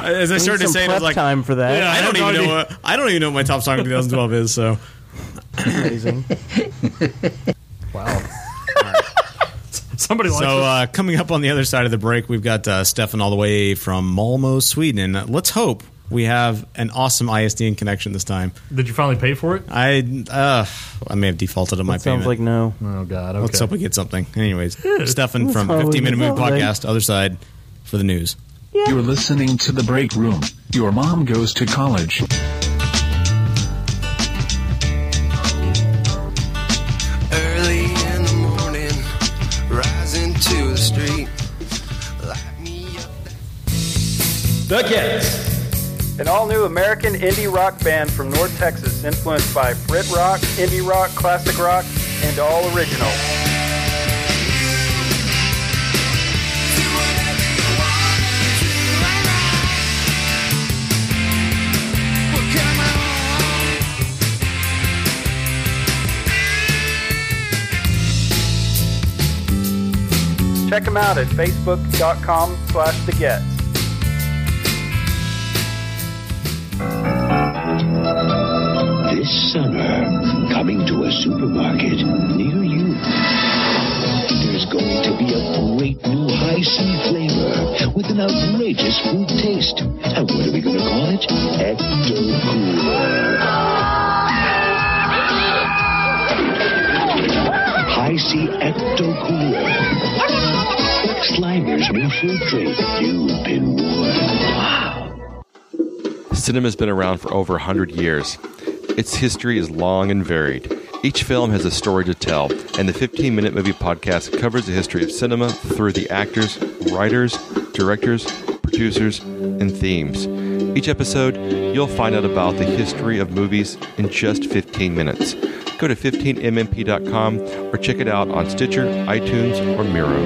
[SPEAKER 1] As I
[SPEAKER 5] We
[SPEAKER 1] started
[SPEAKER 5] need
[SPEAKER 1] to
[SPEAKER 5] some
[SPEAKER 1] say, it, I
[SPEAKER 5] prep
[SPEAKER 1] was like,
[SPEAKER 5] time for that.
[SPEAKER 1] Yeah, I,
[SPEAKER 5] I
[SPEAKER 1] don't
[SPEAKER 5] have no
[SPEAKER 1] even know.
[SPEAKER 5] idea.
[SPEAKER 1] What, I don't even know what my top song of 2012 is. So,
[SPEAKER 5] Amazing.
[SPEAKER 8] wow. Somebody likes
[SPEAKER 1] so
[SPEAKER 8] it.
[SPEAKER 1] uh, coming up on the other side of the break, we've got uh, Stefan all the way from Malmo, Sweden. And Let's hope we have an awesome ISDN connection this time.
[SPEAKER 8] Did you finally pay for it?
[SPEAKER 1] I uh, I may have defaulted on my
[SPEAKER 5] Sounds
[SPEAKER 1] payment.
[SPEAKER 5] like no.
[SPEAKER 8] Oh God. Okay.
[SPEAKER 1] Let's hope we get something. Anyways, Stefan from
[SPEAKER 17] That's
[SPEAKER 1] 15 Minute Movie
[SPEAKER 17] always lovely.
[SPEAKER 1] Podcast, other side for the news.
[SPEAKER 17] You're listening to the break room. Your mom goes to college.
[SPEAKER 9] Early in the morning, rising to the street.
[SPEAKER 11] The Gets. An all new American indie rock band from North Texas influenced by Brit rock, indie rock, classic rock, and all original. Check them out at facebook.com slash the Gets.
[SPEAKER 10] This summer, coming to a supermarket near you, there's going to be a great new high sea flavor with an outrageous fruit taste. And what are we going to call it? Ecto High Sea Ecto Cooler. Slimer's new fruit drink. You've been warned.
[SPEAKER 12] Cinema's been around for over 100 years. Its history is long and varied. Each film has a story to tell, and the 15 Minute Movie Podcast covers the history of cinema through the actors, writers, directors, producers, and themes. Each episode, you'll find out about the history of movies in just 15 minutes. Go to 15mmp.com or check it out on Stitcher, iTunes, or Miro.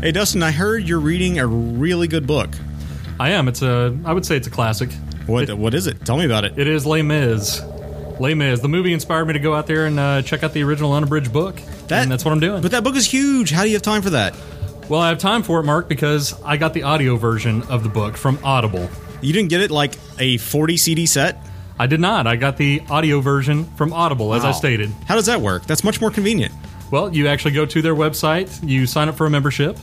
[SPEAKER 1] Hey, Dustin, I heard you're reading a really good book.
[SPEAKER 8] I am. It's a. I would say it's a classic.
[SPEAKER 1] What What is it? Tell me about it.
[SPEAKER 8] It is Les Mis. Les Mis. The movie inspired me to go out there and uh, check out the original unabridged book. and that's what I'm doing. But
[SPEAKER 1] that book is huge. How do you have time for that?
[SPEAKER 8] Well, I have time for it, Mark, because I got the audio version of the book from Audible.
[SPEAKER 1] You didn't get it like a 40 CD set.
[SPEAKER 8] I did not. I got the audio version from Audible, as I
[SPEAKER 1] Wow.
[SPEAKER 8] stated.
[SPEAKER 1] How does that work? That's much more convenient.
[SPEAKER 8] Well, you actually go to their website, you sign up for a membership,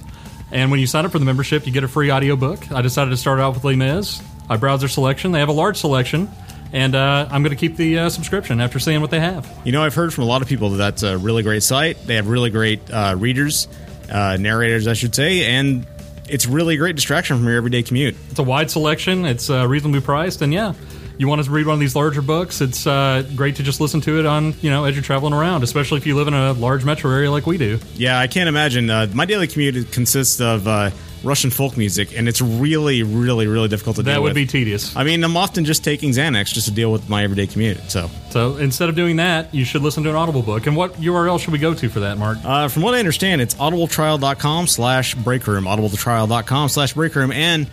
[SPEAKER 8] and when you sign up for the membership, you get a free audiobook. I decided to start out with Les Mis. I browse their selection. They have a large selection, and uh, I'm going to keep the uh, subscription after seeing what they have.
[SPEAKER 1] You know, I've heard from a lot of people that that's a really great site. They have really great uh, readers, uh, narrators, I should say, and it's really a great distraction from your everyday commute.
[SPEAKER 8] It's a wide selection, it's uh, reasonably priced, and yeah. You want to read one of these larger books? It's uh, great to just listen to it on, you know, as you're traveling around, especially if you live in a large metro area like we do.
[SPEAKER 1] Yeah, I can't imagine. Uh, my daily commute consists of uh, Russian folk music, and it's really, really, really difficult to
[SPEAKER 8] That
[SPEAKER 1] deal
[SPEAKER 8] would
[SPEAKER 1] with.
[SPEAKER 8] be tedious.
[SPEAKER 1] I mean, I'm often just taking Xanax just to deal with my everyday commute. So,
[SPEAKER 8] So instead of doing that, you should listen to an Audible book. And what URL should we go to for that, Mark?
[SPEAKER 1] uh, from what I understand, it's audibletrial.com slash breakroom, audibletrial.com slash breakroom, and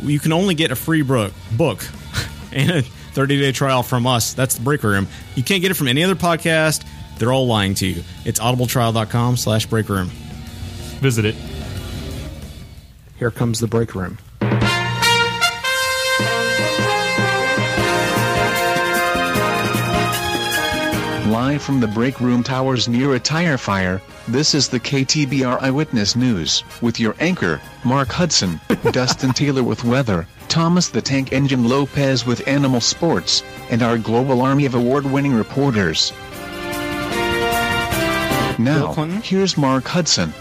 [SPEAKER 1] you can only get a free bro- book and a 30 day trial from us. That's the break room. You can't get it from any other podcast. They're all lying to you. It's audibletrial.com slash breakroom.
[SPEAKER 8] Visit it.
[SPEAKER 15] Here comes the break room.
[SPEAKER 17] Live from the break room towers near a tire fire, this is the KTBR Eyewitness News, with your anchor, Mark Hudson, Dustin Taylor with weather, Thomas the Tank Engine Lopez with animal sports, and our global army of award winning reporters. Now, here's Mark Hudson.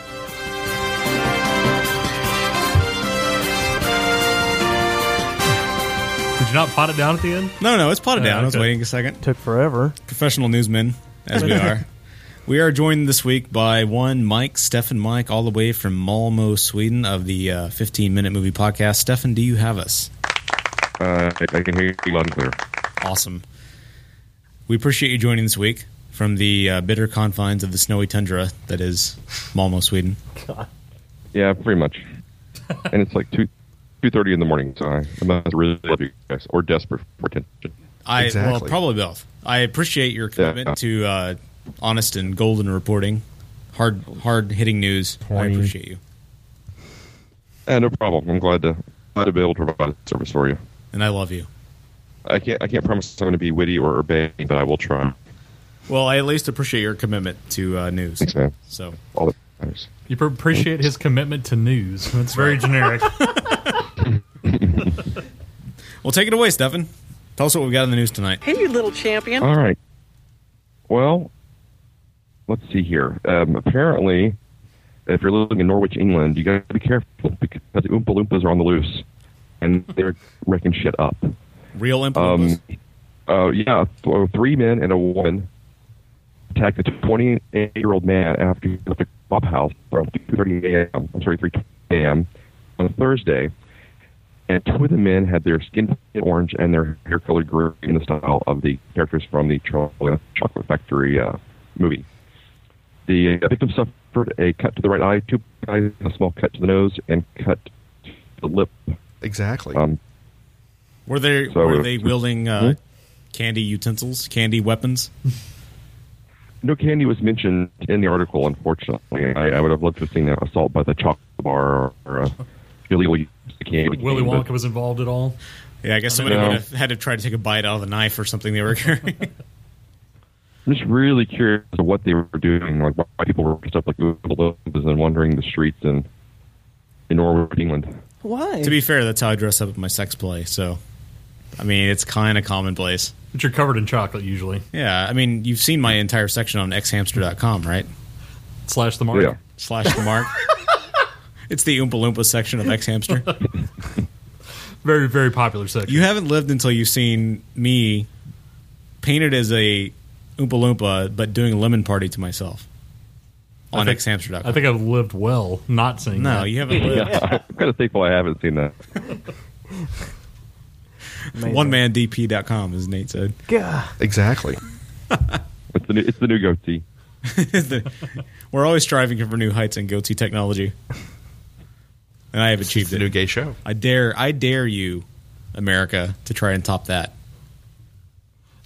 [SPEAKER 8] Did you not pot it down at the end?
[SPEAKER 1] No, no, it's potted
[SPEAKER 8] Uh,
[SPEAKER 1] down. I was
[SPEAKER 8] okay.
[SPEAKER 1] waiting a second. Took forever. Professional newsmen, as we are. We are joined this week by one Mike, Stefan Mike, all the way from Malmo, Sweden, of the uh, 15 Minute Movie Podcast. Stefan, do you have us?
[SPEAKER 14] Uh, I, I can hear you loud and clear.
[SPEAKER 1] Awesome. We appreciate you joining this week from the uh, bitter confines of the snowy tundra that is Malmo, Sweden.
[SPEAKER 14] Yeah, pretty much. and it's like two two thirty in the morning, so I, I must really love you guys or desperate for attention.
[SPEAKER 1] I well, probably both. I appreciate your commitment to uh, honest and golden reporting, hard hard hitting news. I appreciate you,
[SPEAKER 14] Yeah, Uh, no problem. I'm glad to glad to be able to provide a service for you.
[SPEAKER 1] and I love you.
[SPEAKER 14] I can't I can't promise I'm going to be witty or urbane, but I will try.
[SPEAKER 1] Well, I at least appreciate your commitment to uh, news.
[SPEAKER 14] Thanks, man.
[SPEAKER 1] So
[SPEAKER 14] All that matters.
[SPEAKER 8] You pr- appreciate his commitment to news. That's very generic.
[SPEAKER 1] well, take it away, Stefan. Tell us what we got in the news tonight.
[SPEAKER 14] Hey, you little champion. All right. Well, let's see here. Um, apparently, if you're living in Norwich, England, you got to be careful because the Oompa Loompas are on the loose and they're wrecking shit up.
[SPEAKER 1] Real Oompa
[SPEAKER 14] Um, uh, yeah, th- three men and a woman attacked a 28-year-old man after he left a club house around 2:30 a.m. I'm sorry, 3:20 a.m. on a Thursday, and two of the men had their skin painted orange and their hair colored green in the style of the characters from the Charlie Chocolate Factory uh, movie. The uh, victim suffered a cut to the right eye, two eyes, a small cut to the nose, and cut to the lip.
[SPEAKER 15] Exactly.
[SPEAKER 14] Um,
[SPEAKER 1] Were they
[SPEAKER 14] So,
[SPEAKER 1] were
[SPEAKER 14] uh,
[SPEAKER 1] they wielding uh, candy utensils, candy weapons?
[SPEAKER 14] No candy was mentioned in the article, unfortunately. I, I would have loved to have seen an assault by the chocolate bar or uh, illegal use of candy.
[SPEAKER 8] Willy
[SPEAKER 14] but-
[SPEAKER 8] Wonka was involved at all.
[SPEAKER 1] Yeah, I guess somebody
[SPEAKER 14] No.
[SPEAKER 1] would have had to try to take a bite out of the knife or something they were carrying.
[SPEAKER 14] I'm just really curious as to what they were doing, like why people were dressed up like Oompa Loompas and wandering the streets in in Norwood, England.
[SPEAKER 5] Why?
[SPEAKER 1] To be fair, that's how I dress up at my sex play. So, I mean, it's kind of commonplace.
[SPEAKER 8] But you're covered in chocolate usually.
[SPEAKER 1] Yeah, I mean, you've seen my entire section on xhamster.com, right?
[SPEAKER 8] Slash the mark. Yeah.
[SPEAKER 1] Slash the mark. it's the Oompa Loompa section of xhamster.
[SPEAKER 8] Very, very popular section.
[SPEAKER 1] You haven't lived until you've seen me painted as a Oompa Loompa, but doing a lemon party to myself
[SPEAKER 8] I
[SPEAKER 1] on
[SPEAKER 8] think-
[SPEAKER 1] xhamster.com.
[SPEAKER 8] I think I've lived well not seeing
[SPEAKER 1] No,
[SPEAKER 8] that.
[SPEAKER 1] you haven't lived.
[SPEAKER 14] Yeah, I'm kind of thankful I haven't seen that.
[SPEAKER 5] Amazing.
[SPEAKER 1] One man DP.com, as Nate said.
[SPEAKER 5] God.
[SPEAKER 12] Exactly.
[SPEAKER 14] it's the new, it's the new goatee.
[SPEAKER 1] We're always striving for new heights in goatee technology, and I have achieved it.
[SPEAKER 12] new gay show.
[SPEAKER 1] I dare, I dare you, America, to try and top that.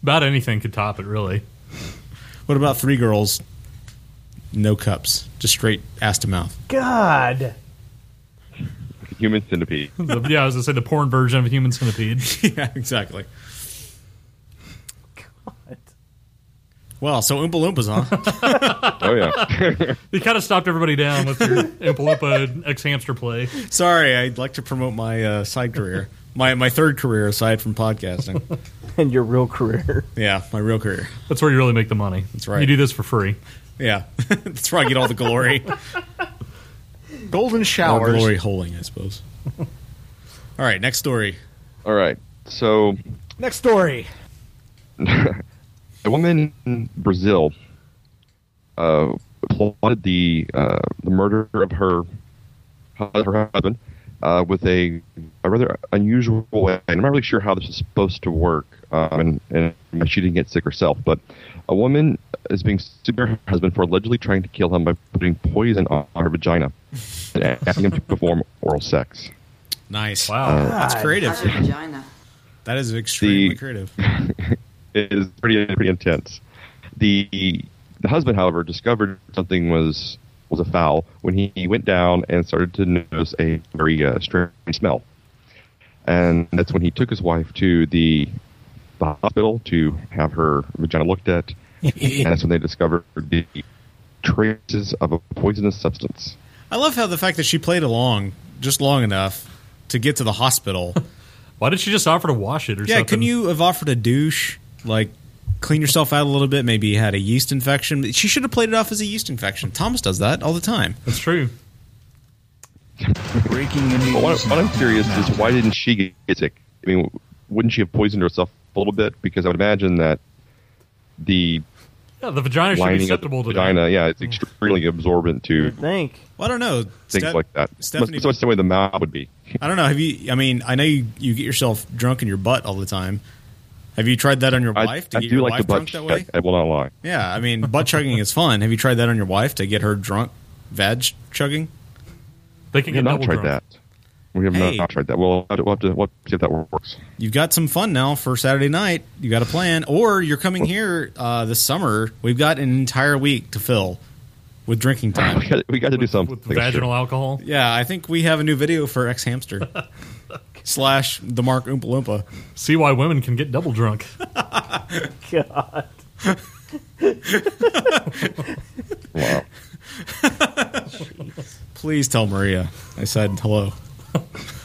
[SPEAKER 8] About anything could top it, really.
[SPEAKER 1] What about three girls, no cups, just straight ass to mouth?
[SPEAKER 5] God.
[SPEAKER 14] Human centipede.
[SPEAKER 8] The- yeah, I was gonna say the porn version of a human centipede.
[SPEAKER 1] yeah, exactly. Well, so Oompa Loompas, huh?
[SPEAKER 14] oh yeah.
[SPEAKER 8] you kind of stopped everybody down with your Oompa Loompa ex hamster play.
[SPEAKER 1] Sorry, I'd like to promote my uh, side career, my my third career aside from podcasting.
[SPEAKER 5] and your real career.
[SPEAKER 1] Yeah, my real career.
[SPEAKER 8] That's where you really make the money. That's
[SPEAKER 1] right.
[SPEAKER 8] You do this for free.
[SPEAKER 1] Yeah, that's where I get all the glory.
[SPEAKER 15] Golden showers.
[SPEAKER 1] Or glory holing, I suppose. all right, next story.
[SPEAKER 14] All right, so
[SPEAKER 15] Next story.
[SPEAKER 14] a woman in Brazil uh, plotted the uh, the murder of her her husband uh, with a, a rather unusual way. And I'm not really sure how this is supposed to work, um, and, and she didn't get sick herself. But a woman is being sued by her husband for allegedly trying to kill him by putting poison on her vagina and asking him to perform oral sex.
[SPEAKER 1] Nice.
[SPEAKER 8] Wow,
[SPEAKER 14] Uh,
[SPEAKER 1] that's creative. That is extremely creative.
[SPEAKER 14] it is pretty pretty intense. The the husband, however, discovered something was was a foul when he, he went down and started to notice a very uh, strange smell, and that's when he took his wife to the the hospital to have her vagina looked at, and that's when they discovered the traces of a poisonous substance.
[SPEAKER 1] I love how the fact that she played along just long enough to get to the hospital.
[SPEAKER 8] Why did she just offer to wash it or
[SPEAKER 1] yeah,
[SPEAKER 8] something?
[SPEAKER 1] couldn't you have offered a douche? Like, clean yourself out a little bit. Maybe you had a yeast infection. She should have played it off as a yeast infection. Thomas does that all the time.
[SPEAKER 8] That's true.
[SPEAKER 17] Breaking the news.
[SPEAKER 14] But what, what I'm curious is why didn't she get sick? I mean, wouldn't she have poisoned herself a little bit? Because I would imagine that the
[SPEAKER 8] Yeah, the vagina should be
[SPEAKER 14] lining of
[SPEAKER 8] susceptible to
[SPEAKER 14] the vagina, yeah, it's extremely absorbent to
[SPEAKER 5] Think.
[SPEAKER 1] Well, Mm. I don't know.
[SPEAKER 14] things
[SPEAKER 1] Steph-
[SPEAKER 14] like that.
[SPEAKER 1] Stephanie-
[SPEAKER 14] so it's the way the mouth would be.
[SPEAKER 1] I don't know. Have you? I mean, I know you, you get yourself drunk in your butt all the time. Have you tried that on your
[SPEAKER 14] I,
[SPEAKER 1] wife to
[SPEAKER 14] I
[SPEAKER 1] get
[SPEAKER 14] do
[SPEAKER 1] your
[SPEAKER 14] like
[SPEAKER 1] wife
[SPEAKER 14] the butt
[SPEAKER 1] drunk that way?
[SPEAKER 14] check. I will not lie.
[SPEAKER 1] Yeah, I mean, butt chugging is fun. Have you tried that on your wife to get her drunk? Vag chugging.
[SPEAKER 8] They
[SPEAKER 14] We have not tried that. We have
[SPEAKER 1] Hey.
[SPEAKER 14] not, not tried that. We'll have to, we'll have to, we'll have to see if that works.
[SPEAKER 1] You've got some fun now for Saturday night. You got a plan, or you're coming here uh, this summer. We've got an entire week to fill with drinking time.
[SPEAKER 14] we, got, we got to do something.
[SPEAKER 8] vaginal alcohol.
[SPEAKER 1] Yeah, I think we have a new video for X Hamster slash the Mark Oompa Loompa.
[SPEAKER 8] See why women can get double drunk.
[SPEAKER 5] God.
[SPEAKER 14] Wow.
[SPEAKER 1] Please tell Maria I said hello.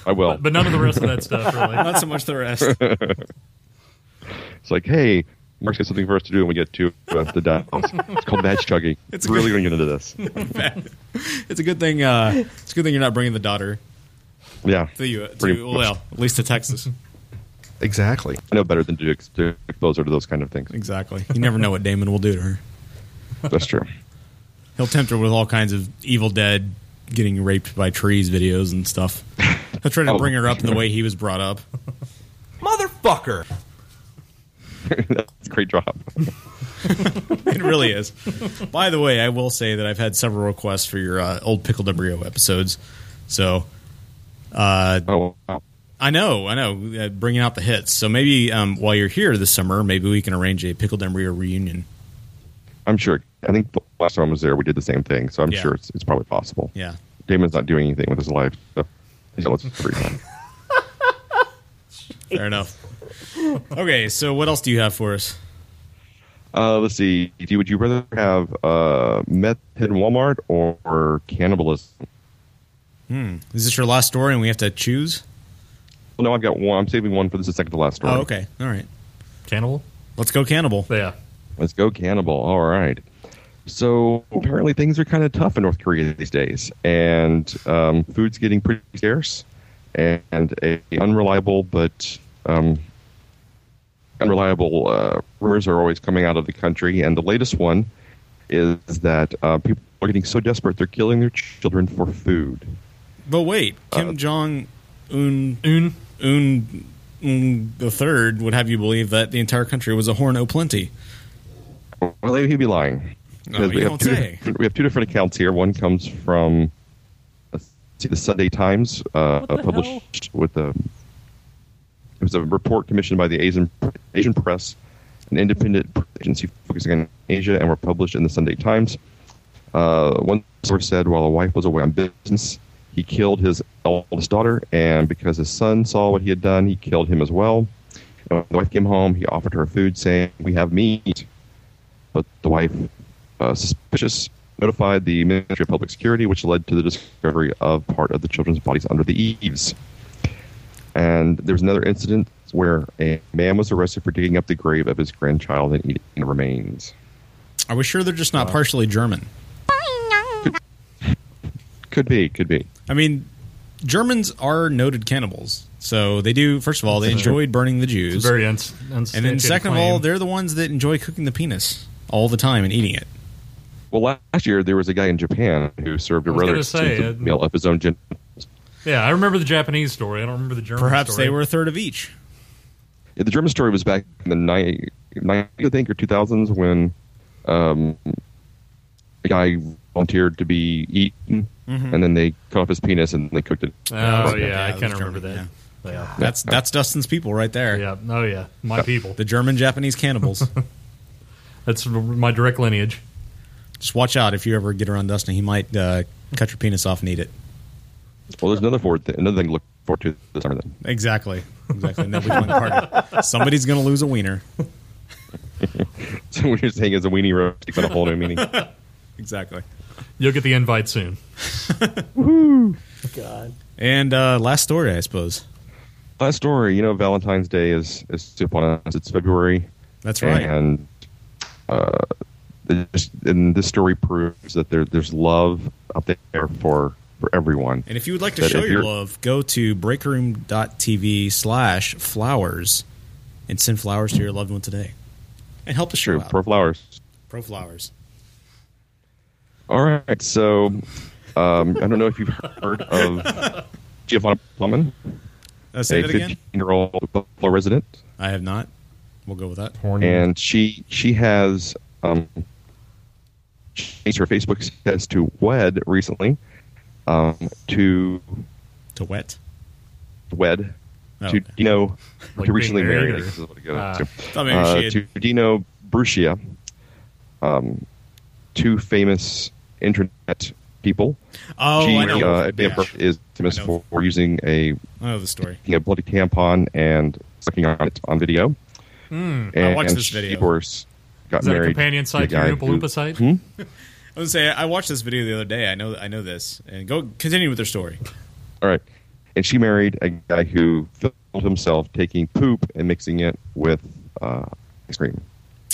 [SPEAKER 14] I will.
[SPEAKER 8] But none of the rest of that stuff, really.
[SPEAKER 1] Not so much the rest.
[SPEAKER 14] It's like, hey, Mark's got something for us to do when we get to uh, the dance. It's called badge chugging.
[SPEAKER 1] It's
[SPEAKER 14] It's
[SPEAKER 1] a
[SPEAKER 14] really
[SPEAKER 1] good-
[SPEAKER 14] going to get into this.
[SPEAKER 1] it's a good thing. Uh, it's a good thing you're not bringing the daughter
[SPEAKER 14] Yeah.
[SPEAKER 1] to you. To,
[SPEAKER 14] Pretty
[SPEAKER 1] well, at least to Texas.
[SPEAKER 12] Exactly.
[SPEAKER 14] I know better than to, ex- to expose her to those kind of things.
[SPEAKER 1] Exactly. You never know what Damon will do to her.
[SPEAKER 14] That's true.
[SPEAKER 1] He'll tempt her with all kinds of Evil Dead getting raped by trees videos and stuff. He'll try to
[SPEAKER 14] Oh.
[SPEAKER 1] bring her up in the way he was brought up. Motherfucker!
[SPEAKER 14] That's a great job.
[SPEAKER 1] It really is. By the way, I will say that I've had several requests for your uh, old Pickle Embryo episodes. So, uh,
[SPEAKER 14] oh,
[SPEAKER 1] I know, I know, uh, bringing out the hits. So maybe um, while you're here this summer, maybe we can arrange a Pickled Embryo reunion.
[SPEAKER 14] I'm sure. I think the last time I was there, we did the same thing, so I'm
[SPEAKER 1] Yeah.
[SPEAKER 14] sure it's, it's probably possible.
[SPEAKER 1] Yeah.
[SPEAKER 14] Damon's not doing anything with his life, so so let's free time.
[SPEAKER 1] Fair enough. Okay, so what else do you have for us?
[SPEAKER 14] Uh, let's see. Do you- Would you rather have uh, meth hit in Walmart or, or cannibalism?
[SPEAKER 1] Hmm. Is this your last story and we have to choose?
[SPEAKER 14] Well, no, I've got one. I'm saving one for this is second to last story.
[SPEAKER 1] Oh, okay. All right.
[SPEAKER 8] Cannibal?
[SPEAKER 1] Let's go cannibal.
[SPEAKER 8] Yeah.
[SPEAKER 14] Let's go cannibal. All right. So apparently things are kind of tough in North Korea these days, and um, food's getting pretty scarce, and a unreliable but um, unreliable uh, rumors are always coming out of the country. And the latest one is that uh, people are getting so desperate they're killing their children for food.
[SPEAKER 1] But wait, Kim
[SPEAKER 8] Uh,
[SPEAKER 1] Jong Un Un Un Un the third would have you believe that the entire country was a horn o' plenty.
[SPEAKER 14] Well, he'd be lying.
[SPEAKER 1] No,
[SPEAKER 14] Because
[SPEAKER 1] you
[SPEAKER 14] we, have
[SPEAKER 1] don't
[SPEAKER 14] two,
[SPEAKER 1] say.
[SPEAKER 14] different- we have two different accounts here. One comes from let's see, the Sunday Times, uh, published with a it was a report commissioned by the Asian Asian Press, an independent press agency focusing on Asia, and were published in the Sunday Times. Uh, one source said, while a wife was away on business, he killed his eldest daughter, and because his son saw what he had done, he killed him as well. And when the wife came home, he offered her food, saying, "We have meat." but the wife, uh, suspicious, notified the Ministry of Public Security, which led to the discovery of part of the children's bodies under the eaves. And there was another incident where a man was arrested for digging up the grave of his grandchild and eating the remains.
[SPEAKER 1] Are we sure they're just not partially German?
[SPEAKER 14] Could be, could be.
[SPEAKER 1] I mean, Germans are noted cannibals. So they do. First of all, they
[SPEAKER 8] That's true.
[SPEAKER 1] enjoyed burning the Jews.
[SPEAKER 8] It's very uns-
[SPEAKER 1] and then
[SPEAKER 8] unsubstantiated
[SPEAKER 1] second of all,
[SPEAKER 8] claim.
[SPEAKER 1] they're the ones that enjoy cooking the penis all the time and eating it.
[SPEAKER 14] Well, last year there was a guy in Japan who served a
[SPEAKER 8] was
[SPEAKER 14] rather
[SPEAKER 8] gonna say,
[SPEAKER 14] extensive
[SPEAKER 8] uh,
[SPEAKER 14] meal of his own gen-
[SPEAKER 8] Yeah, I remember the Japanese story. I don't remember the German
[SPEAKER 1] Perhaps
[SPEAKER 8] story.
[SPEAKER 1] they were a third of each.
[SPEAKER 14] Yeah, the German story was back in the ni- 90s, I think, or 2000s when um, a guy volunteered to be eaten,
[SPEAKER 1] Mhm.
[SPEAKER 14] and then they cut off his penis and they cooked it.
[SPEAKER 8] Oh,
[SPEAKER 14] Right.
[SPEAKER 8] yeah, I
[SPEAKER 1] it
[SPEAKER 8] kinda
[SPEAKER 1] was
[SPEAKER 8] remember that.
[SPEAKER 1] German, yeah.
[SPEAKER 8] Yeah.
[SPEAKER 1] That's that's Dustin's people right there.
[SPEAKER 8] Yeah. Oh yeah, my people.
[SPEAKER 1] The German Japanese cannibals.
[SPEAKER 8] That's my direct lineage.
[SPEAKER 1] Just watch out if you ever get around Dustin. He might uh, cut your penis off and eat it.
[SPEAKER 14] Well, there's another, forward th- another thing to look forward to this summer then.
[SPEAKER 1] Exactly. Exactly. And then we went party. Somebody's going to lose a wiener.
[SPEAKER 14] so what you're saying is a weenie roast takes on a whole new meaning.
[SPEAKER 1] Exactly.
[SPEAKER 8] You'll get the invite soon.
[SPEAKER 5] Woo! God.
[SPEAKER 1] And uh, last story, I suppose.
[SPEAKER 14] Last story, you know, Valentine's Day is is upon us. It's February.
[SPEAKER 1] That's right.
[SPEAKER 14] And uh, it just- and this story proves that there there's love out there for for everyone.
[SPEAKER 1] And if you would like to
[SPEAKER 14] That
[SPEAKER 1] show
[SPEAKER 14] if
[SPEAKER 1] your
[SPEAKER 14] you're-
[SPEAKER 1] love, go to breakroom.tv slash flowers and send flowers to your loved one today. And help the show
[SPEAKER 14] True,
[SPEAKER 1] out.
[SPEAKER 14] pro flowers.
[SPEAKER 1] Pro flowers.
[SPEAKER 14] All right, so um, I don't know if you've heard of Giovanna Plumman,
[SPEAKER 1] Uh, say
[SPEAKER 14] a
[SPEAKER 1] that again?
[SPEAKER 14] fifteen-year-old Buffalo resident,
[SPEAKER 1] I have not. We'll go with that.
[SPEAKER 14] and she she has um, changed her Facebook status to wed recently um, to
[SPEAKER 1] to wet
[SPEAKER 14] wed
[SPEAKER 1] Oh,
[SPEAKER 14] to
[SPEAKER 1] okay.
[SPEAKER 14] Dino
[SPEAKER 1] Like
[SPEAKER 14] to recently
[SPEAKER 1] being married
[SPEAKER 14] married. I
[SPEAKER 1] or-
[SPEAKER 14] guess is what it goes
[SPEAKER 1] Ah.
[SPEAKER 14] to.
[SPEAKER 1] Thought maybe she
[SPEAKER 14] Uh,
[SPEAKER 1] had-
[SPEAKER 14] to Dino Brucia, um, two famous internet people.
[SPEAKER 1] Oh,
[SPEAKER 14] she,
[SPEAKER 1] I know.
[SPEAKER 14] Uh, at
[SPEAKER 1] Yeah.
[SPEAKER 14] Bamford is famous for using a
[SPEAKER 1] I know the story.
[SPEAKER 14] taking a bloody tampon and sucking on it on video.
[SPEAKER 1] Hmm.
[SPEAKER 14] and
[SPEAKER 1] I watched this
[SPEAKER 14] she,
[SPEAKER 1] video.
[SPEAKER 14] Of course, got
[SPEAKER 8] Is that a
[SPEAKER 14] married
[SPEAKER 8] companion
[SPEAKER 14] to
[SPEAKER 8] site to your
[SPEAKER 14] guy
[SPEAKER 8] Oompa
[SPEAKER 14] who-
[SPEAKER 8] Loompa site?
[SPEAKER 14] Hmm?
[SPEAKER 1] I was gonna say I watched this video the other day. I know I know this. And go continue with their story.
[SPEAKER 14] All right. And she married a guy who filmed himself taking poop and mixing it with uh, ice cream.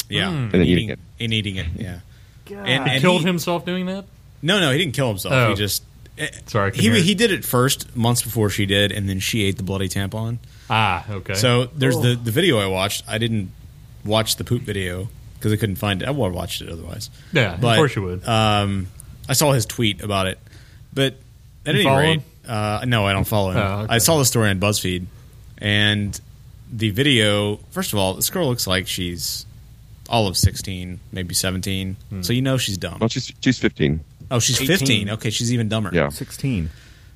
[SPEAKER 1] Yeah,
[SPEAKER 8] Hmm.
[SPEAKER 14] And then eating it.
[SPEAKER 1] And Hmm. eating it. Yeah.
[SPEAKER 8] He killed
[SPEAKER 1] he-
[SPEAKER 8] himself doing that.
[SPEAKER 1] No, no, he didn't kill himself.
[SPEAKER 8] Oh.
[SPEAKER 1] He just eh,
[SPEAKER 8] Sorry, I couldn't
[SPEAKER 1] he
[SPEAKER 8] hear.
[SPEAKER 1] he did it first months before she did, and then she ate the bloody tampon.
[SPEAKER 8] Ah, okay.
[SPEAKER 1] So there's the
[SPEAKER 8] Oh.
[SPEAKER 1] the video I watched. I didn't watch the poop video because I couldn't find it. I would have watched it otherwise.
[SPEAKER 8] Yeah, of
[SPEAKER 1] but,
[SPEAKER 8] course you would.
[SPEAKER 1] Um, I saw his tweet about it, but at
[SPEAKER 8] You
[SPEAKER 1] any
[SPEAKER 8] follow
[SPEAKER 1] rate,
[SPEAKER 8] him?
[SPEAKER 1] uh, no, I don't follow him.
[SPEAKER 8] Oh, okay.
[SPEAKER 1] I saw the story on BuzzFeed, and the video. First of all, this girl looks like she's all of sixteen, maybe seventeen.
[SPEAKER 8] Hmm.
[SPEAKER 1] So you know she's dumb.
[SPEAKER 14] Well, she's she's fifteen.
[SPEAKER 1] Oh, she's
[SPEAKER 15] 18.
[SPEAKER 1] 15. Okay, she's even dumber.
[SPEAKER 15] Yeah. 16.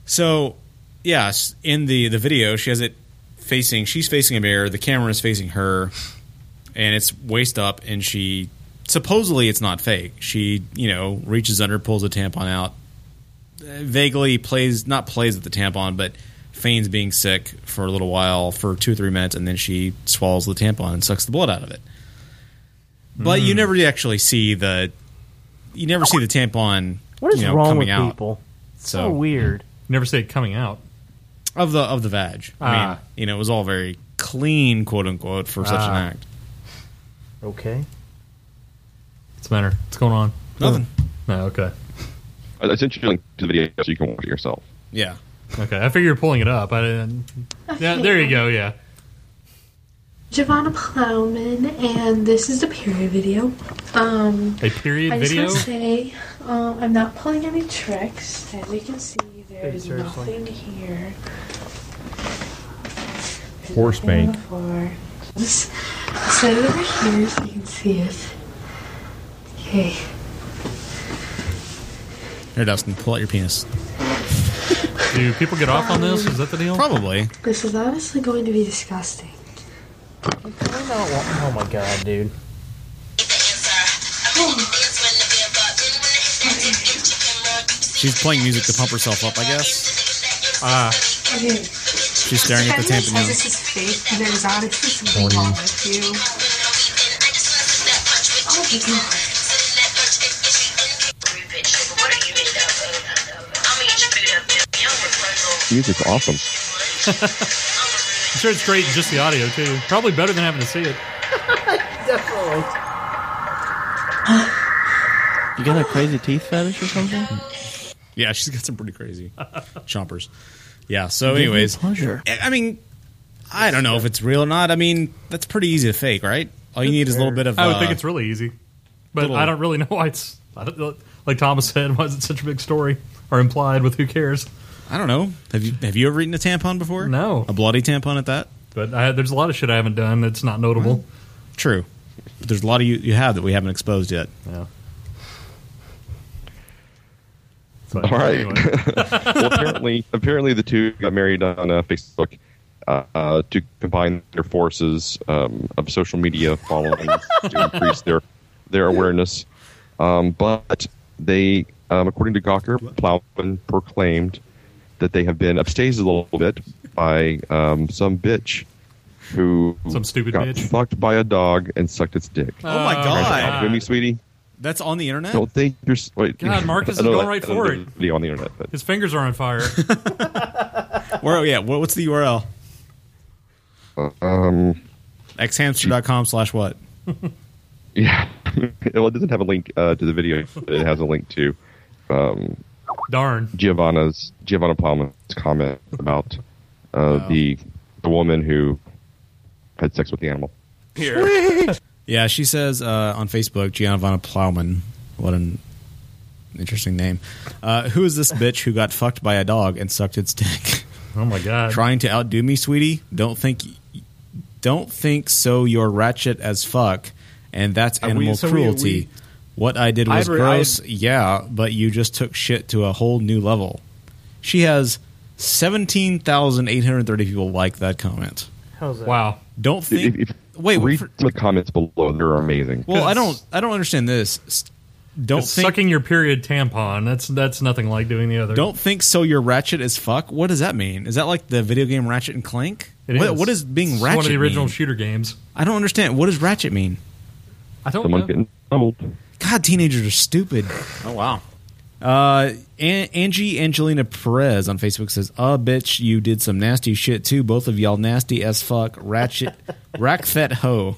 [SPEAKER 1] So, yes, in the the video, she has it facing. She's facing a mirror. The camera is facing her, and it's waist up, and she supposedly it's not fake. She, you know, reaches under, pulls a tampon out, uh, vaguely plays, not plays with the tampon, but feigns being sick for a little while, for two or three minutes, and then she swallows the tampon and sucks the blood out of it. But you
[SPEAKER 5] Mm.
[SPEAKER 1] never actually see the, you never see the tampon.
[SPEAKER 5] What is
[SPEAKER 1] you know,
[SPEAKER 5] wrong
[SPEAKER 1] coming
[SPEAKER 5] with
[SPEAKER 1] out.
[SPEAKER 5] people? So weird.
[SPEAKER 1] Never see it coming out of the of the vag. I mean,
[SPEAKER 5] Ah.
[SPEAKER 1] you know, it was all very clean, quote unquote, for such an
[SPEAKER 5] Ah.
[SPEAKER 1] act.
[SPEAKER 5] Okay.
[SPEAKER 8] What's the matter? What's going on?
[SPEAKER 1] Nothing.
[SPEAKER 8] No, Oh, okay.
[SPEAKER 14] I sent you a link Uh, to the video so you can watch it yourself.
[SPEAKER 1] Yeah.
[SPEAKER 8] Okay. I figured pulling it up. I didn't. Yeah. There you go. Yeah.
[SPEAKER 4] Giovanna Plowman, and this is the period video. Um,
[SPEAKER 8] A period
[SPEAKER 4] I just
[SPEAKER 8] video.
[SPEAKER 4] want to say, um, I'm not pulling any tricks. As you can see, there's nothing here.
[SPEAKER 18] Horse
[SPEAKER 4] Nothing on
[SPEAKER 18] bank.
[SPEAKER 4] the floor. Just set it over here so you can see it. Okay.
[SPEAKER 1] Here, Dustin, pull out your penis.
[SPEAKER 8] Do people get off on this? Is that the deal?
[SPEAKER 1] Probably.
[SPEAKER 4] This is honestly going to be disgusting.
[SPEAKER 5] Oh my god, dude.
[SPEAKER 1] She's playing music to pump herself up, I guess. Ah,
[SPEAKER 4] Okay.
[SPEAKER 1] she's staring at the
[SPEAKER 4] Everyone says
[SPEAKER 1] tampon.
[SPEAKER 4] this is fake. There's honestly
[SPEAKER 1] Horny.
[SPEAKER 4] something wrong with you. Oh, God.
[SPEAKER 14] Music's awesome.
[SPEAKER 8] I'm sure it's great. Just the audio too. Probably better than having to see it.
[SPEAKER 4] Definitely.
[SPEAKER 5] You got a crazy teeth fetish or something?
[SPEAKER 1] Yeah, she's got some pretty crazy chompers. Yeah. So,
[SPEAKER 5] Give me
[SPEAKER 1] anyways,
[SPEAKER 5] pleasure.
[SPEAKER 1] I I mean, I don't know if it's real or not. I mean, that's pretty easy to fake, right? All you need is a little bit of.
[SPEAKER 8] I would
[SPEAKER 1] uh,
[SPEAKER 8] think it's really easy, but
[SPEAKER 1] little-
[SPEAKER 8] I don't really know why it's. I don't, uh, like Thomas said, why is it such a big story or implied with who cares?
[SPEAKER 1] I don't know. Have you have you ever eaten a tampon before?
[SPEAKER 8] No,
[SPEAKER 1] a bloody tampon at that.
[SPEAKER 8] But I, there's a lot of shit I haven't done that's not notable.
[SPEAKER 1] True. But there's a lot of you you have that we haven't exposed yet.
[SPEAKER 8] Yeah.
[SPEAKER 14] All right. well, apparently, apparently the two got married on uh, Facebook uh, uh, to combine their forces um, of social media following to increase their their awareness. Um, but they, um, according to Gawker, Plowman proclaimed that they have been upstaged a little bit by um, some bitch who
[SPEAKER 8] Some stupid
[SPEAKER 14] got
[SPEAKER 8] bitch.
[SPEAKER 14] fucked by a dog and sucked its dick.
[SPEAKER 1] Oh my
[SPEAKER 14] Trying to
[SPEAKER 1] God.
[SPEAKER 14] fuck with me, sweetie.
[SPEAKER 1] That's on the internet.
[SPEAKER 14] Don't think you're. s- Wait,
[SPEAKER 8] God, Marcus
[SPEAKER 14] I
[SPEAKER 8] is
[SPEAKER 14] know
[SPEAKER 8] going
[SPEAKER 14] that-
[SPEAKER 8] right
[SPEAKER 14] I know
[SPEAKER 8] for
[SPEAKER 14] there's
[SPEAKER 8] it.
[SPEAKER 14] a video on the internet, but
[SPEAKER 8] His fingers are on fire.
[SPEAKER 1] Where? oh, Yeah. What, what's the URL?
[SPEAKER 14] Um,
[SPEAKER 1] xhamster.com slash what?
[SPEAKER 14] yeah. well, it doesn't have a link uh, to the video. but It has a link to um,
[SPEAKER 8] Darn.
[SPEAKER 14] Giovanna's Giovanna Palma's comment about uh, the the woman who had sex with the animal.
[SPEAKER 1] Here. yeah, she says uh, on Facebook, Giovanna Plowman. What an interesting name. Uh, who is this bitch who got fucked by a dog and sucked its dick?
[SPEAKER 8] Oh my god!
[SPEAKER 1] Trying to outdo me, sweetie? Don't think, don't think so. You're ratchet as fuck, and that's
[SPEAKER 18] Are we-
[SPEAKER 1] animal
[SPEAKER 18] so we-
[SPEAKER 1] cruelty.
[SPEAKER 18] we-
[SPEAKER 1] what I did
[SPEAKER 18] I'd
[SPEAKER 1] was
[SPEAKER 18] re-
[SPEAKER 1] gross,
[SPEAKER 18] I'd-
[SPEAKER 1] yeah, but you just took shit to a whole new level. She has seventeen thousand eight hundred thirty people like that comment.
[SPEAKER 5] How's that?
[SPEAKER 8] Wow.
[SPEAKER 1] Don't think.
[SPEAKER 14] If- if-
[SPEAKER 1] wait,
[SPEAKER 14] read some of the comments below. They're amazing.
[SPEAKER 1] Well, I don't. I don't understand this. S- Don't
[SPEAKER 8] 'Cause
[SPEAKER 1] think.
[SPEAKER 8] sucking your period tampon. That's that's nothing like doing the other.
[SPEAKER 1] Don't think so. You're ratchet as fuck. What does that mean? Is that like the video game Ratchet and Clank?
[SPEAKER 8] It
[SPEAKER 1] What-
[SPEAKER 8] is.
[SPEAKER 1] what is being
[SPEAKER 8] It's
[SPEAKER 1] ratchet?
[SPEAKER 8] One of the original
[SPEAKER 1] mean?
[SPEAKER 8] shooter games.
[SPEAKER 1] I don't understand. What does ratchet mean?
[SPEAKER 8] I don't
[SPEAKER 14] Someone
[SPEAKER 8] know.
[SPEAKER 14] getting doubled.
[SPEAKER 1] God, teenagers are stupid. Oh wow. Uh, An- Angie Angelina Perez on Facebook says, "Uh, bitch, you did some nasty shit too. Both of y'all nasty as fuck. Ratchet, rack that hoe."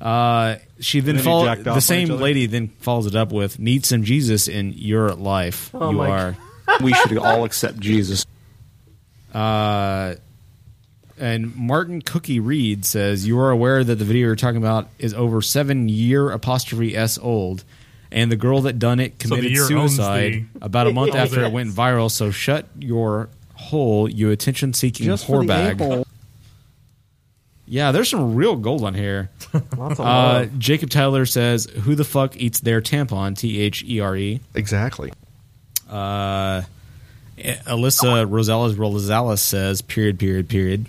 [SPEAKER 1] Uh, she then,
[SPEAKER 18] And then you
[SPEAKER 1] follow
[SPEAKER 18] jacked off
[SPEAKER 1] the
[SPEAKER 18] on
[SPEAKER 1] same
[SPEAKER 18] each other?
[SPEAKER 1] lady then follows it up with, "Need some Jesus in your life.
[SPEAKER 18] Oh
[SPEAKER 1] you
[SPEAKER 18] my
[SPEAKER 1] are.
[SPEAKER 18] we should all accept Jesus.
[SPEAKER 1] Uh, and Martin Cookie Reed says, You are aware that the video you're talking about is over seven year apostrophe S old, and the girl that done it
[SPEAKER 18] So the
[SPEAKER 1] committed
[SPEAKER 18] year owns
[SPEAKER 1] suicide
[SPEAKER 18] the-
[SPEAKER 1] about a month
[SPEAKER 18] owns
[SPEAKER 1] after it
[SPEAKER 18] it.
[SPEAKER 1] went viral. So shut your hole, you attention seeking
[SPEAKER 18] Just for
[SPEAKER 1] whore
[SPEAKER 18] the
[SPEAKER 1] bag.
[SPEAKER 18] a-hole.
[SPEAKER 1] Yeah, there's some real gold on here.
[SPEAKER 18] Lots of
[SPEAKER 1] uh,
[SPEAKER 18] love.
[SPEAKER 1] Jacob Tyler says, Who the fuck eats their tampon? T H E R E.
[SPEAKER 18] Exactly.
[SPEAKER 1] Uh, Alyssa Rosales Rosales says, period, period, period.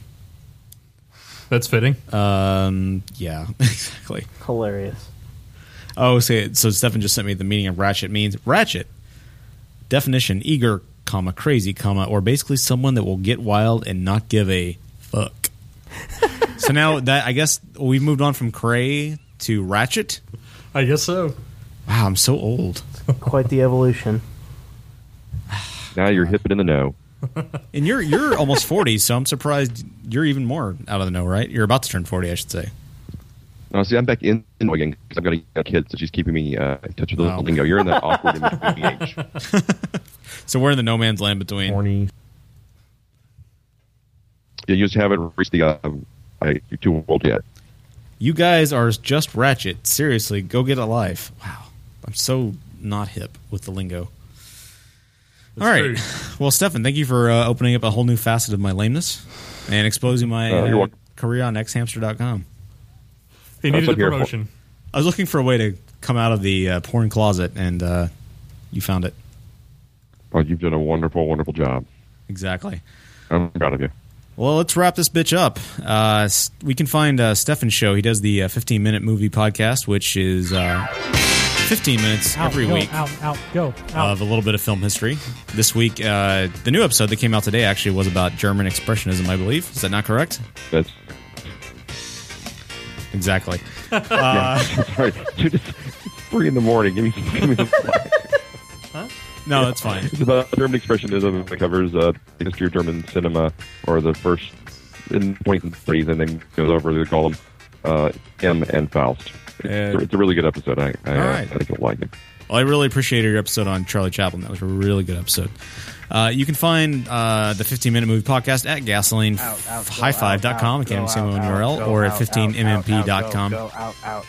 [SPEAKER 8] That's fitting.
[SPEAKER 1] Um, yeah, exactly.
[SPEAKER 5] Hilarious.
[SPEAKER 1] Oh, so, so Stefan just sent me the meaning of ratchet means ratchet. Definition: eager, comma crazy, comma or basically someone that will get wild and not give a fuck. so now that I guess we've moved on from cray to ratchet.
[SPEAKER 8] I guess so.
[SPEAKER 1] Wow, I'm so old.
[SPEAKER 5] Quite the evolution.
[SPEAKER 14] Now you're hip and in the know.
[SPEAKER 1] And you're you're almost forty, so I'm surprised you're even more out of the know, right? You're about to turn forty, I should say.
[SPEAKER 14] No, see, I'm back in, in again 'cause I've got a young kid, so she's keeping me uh, in touch with the
[SPEAKER 1] Oh.
[SPEAKER 14] lingo. You're in that awkward in between age.
[SPEAKER 1] So we're in the no man's land between.
[SPEAKER 14] Yeah, you just haven't reached the uh, I, you're too old yet.
[SPEAKER 1] You guys are just ratchet. Seriously, go get a life. Wow. I'm so not hip with the lingo. All right. Well, Stefan, thank you for uh, opening up a whole new facet of my lameness and exposing my
[SPEAKER 14] Uh, you're
[SPEAKER 1] uh,
[SPEAKER 14] welcome.
[SPEAKER 1] career on xhamster.com.
[SPEAKER 8] He That's needed what a I'm here for. promotion.
[SPEAKER 1] I was looking for a way to come out of the uh, porn closet, and uh, you found it.
[SPEAKER 14] Oh, you've done a wonderful, wonderful job.
[SPEAKER 1] Exactly.
[SPEAKER 14] I'm proud of you.
[SPEAKER 1] Well, let's wrap this bitch up. Uh, s- we can find uh, Stefan's show. He does the uh, 15 minute movie podcast, which is uh, 15 minutes
[SPEAKER 7] Out,
[SPEAKER 1] every
[SPEAKER 7] go,
[SPEAKER 1] week.
[SPEAKER 7] Out, out, go.
[SPEAKER 8] Uh,
[SPEAKER 7] Out.
[SPEAKER 1] of a little bit of film history. This week, uh, the new episode that came out today actually was about German Expressionism, I believe. Is that not correct?
[SPEAKER 14] That's
[SPEAKER 1] exactly.
[SPEAKER 14] yeah,
[SPEAKER 1] Uh,
[SPEAKER 14] sorry, dude. It's three in the morning. Give me, give me some slack.
[SPEAKER 1] No, that's fine.
[SPEAKER 14] It's about German expressionism. It covers uh, the history of German cinema, or the first in point and threes, and then goes over the column uh, M and Faust. It's,
[SPEAKER 1] Uh,
[SPEAKER 14] it's a really good episode. I, I,
[SPEAKER 1] all
[SPEAKER 14] uh,
[SPEAKER 1] right.
[SPEAKER 14] I think you'll like it.
[SPEAKER 1] Well, I really appreciated your episode on Charlie Chaplin. That was a really good episode. Uh, you can find uh, the 15 Minute Movie Podcast at gasolinehighfive.com. I can't even say my own URL. Or at 15mmp.com.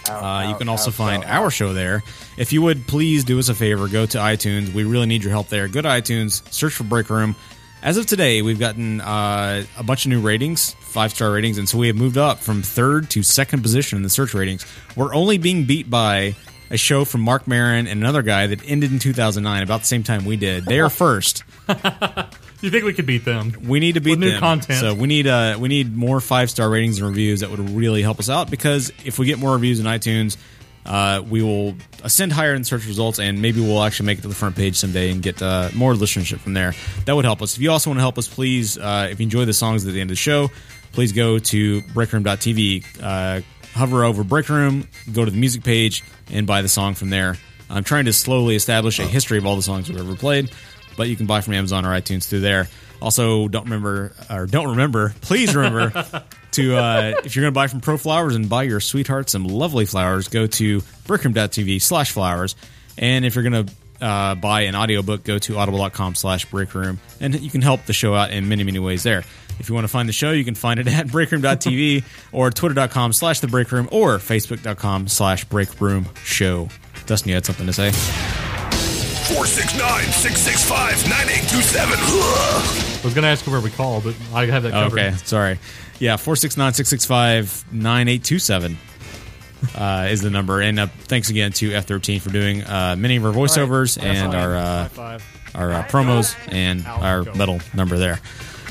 [SPEAKER 1] Uh, you can also find our show there. If you would please do us a favor, go to iTunes. We really need your help there. Go to iTunes, search for Break Room. As of today, we've gotten uh, a bunch of new ratings, five star ratings, and so we have moved up from third to second position in the search ratings. We're only being beat by a show from Mark Marin and another guy that ended in 2009, about the same time we did. They are first.
[SPEAKER 8] You think we could beat them?
[SPEAKER 1] We need to beat
[SPEAKER 8] With new
[SPEAKER 1] them.
[SPEAKER 8] content.
[SPEAKER 1] So we need uh, we need more five star ratings and reviews that would really help us out because if we get more reviews in iTunes, uh, we will ascend higher in search results and maybe we'll actually make it to the front page someday and get uh, more listenership from there. That would help us. If you also want to help us, please uh, if you enjoy the songs at the end of the show, please go to breakroom.tv. Uh, hover over break room go to the music page and buy the song from there i'm trying to slowly establish
[SPEAKER 8] Oh.
[SPEAKER 1] a history of all the songs we've ever played but you can buy from amazon or itunes through there also don't remember or don't remember please remember to uh, if you're going to buy from pro flowers and buy your sweetheart some lovely flowers go to breakroom.tv slash flowers and if you're going to uh, buy an audiobook, go to audible.com slash breakroom, and you can help the show out in many, many ways there. If you want to find the show, you can find it at breakroom.tv or twitter.com slash the breakroom or facebook.com slash breakroom show. Dustin, you had something to say?
[SPEAKER 16] 469 665 9827.
[SPEAKER 8] I was going to ask you where we call, but I have that covered.
[SPEAKER 1] Okay, sorry. Yeah, 469 665 9827 is the number. And uh, thanks again to F13 for doing uh, many of our voiceovers
[SPEAKER 8] All right.
[SPEAKER 1] and our
[SPEAKER 8] High
[SPEAKER 1] uh,
[SPEAKER 8] five.
[SPEAKER 1] our uh, promos and our metal number there.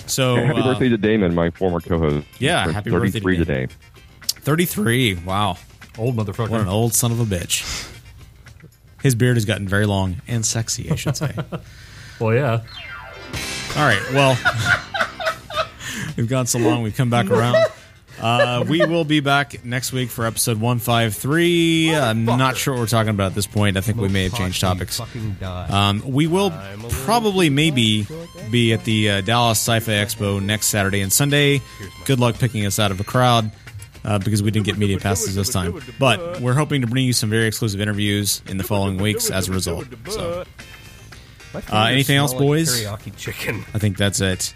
[SPEAKER 1] So
[SPEAKER 14] Hey, happy
[SPEAKER 1] uh,
[SPEAKER 14] birthday to Damon, my former co-host.
[SPEAKER 1] Yeah,
[SPEAKER 14] He's
[SPEAKER 1] happy birthday to
[SPEAKER 14] 33
[SPEAKER 1] Damon.
[SPEAKER 14] today.
[SPEAKER 1] 33. Wow.
[SPEAKER 8] Old motherfucker.
[SPEAKER 1] What an old son of a bitch. His beard has gotten very long and sexy, I should say.
[SPEAKER 8] well, yeah.
[SPEAKER 1] All right. Well, we've gone so long, we've come back around. Uh, we will be back next week for episode 153. I'm not sure what we're talking about at this point. I think we may have changed topics. Um, we will probably, maybe, be at the uh, Dallas Sci Fi Expo next Saturday and Sunday. Good luck picking us out of a crowd uh, because we didn't get media passes this time. But we're hoping to bring you some very exclusive interviews in the following weeks as a result. So. Uh, anything else, boys?
[SPEAKER 13] Teriyaki chicken.
[SPEAKER 1] I think that's it.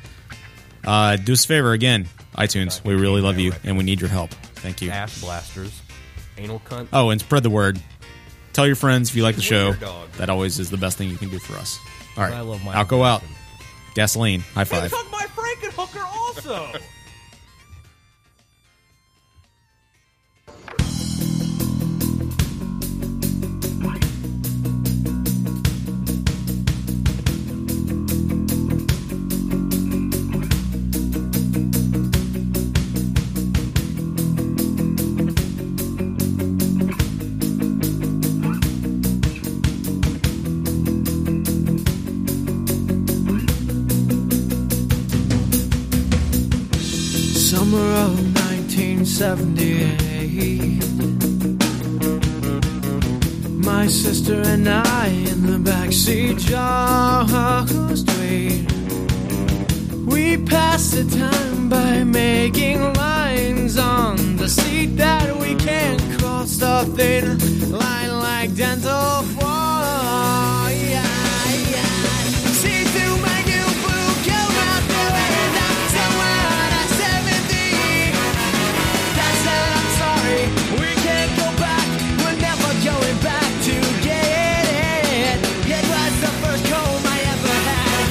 [SPEAKER 1] Uh, do us a favor again, iTunes. We really love you, and we need your help. Thank you.
[SPEAKER 13] Ass blasters. Anal cunt.
[SPEAKER 1] Oh, and spread the word. Tell your friends if you like the show.
[SPEAKER 13] Wiener dog.
[SPEAKER 1] That always is the best thing you can do for us. All right,
[SPEAKER 13] I love my
[SPEAKER 1] I'll go out. Gasoline, high five.
[SPEAKER 13] my Frankenhooker also.
[SPEAKER 19] 1978. My sister and I in the backseat, just wait. We passed the time by making lines on the seat that we can't cross a thin line like dental floss. Yeah, yeah. See through my new blue coat, I feel it up somewhere at 70. That's it, I'm sorry. We can't go back. We're never going back to get it. It was the first comb I ever had.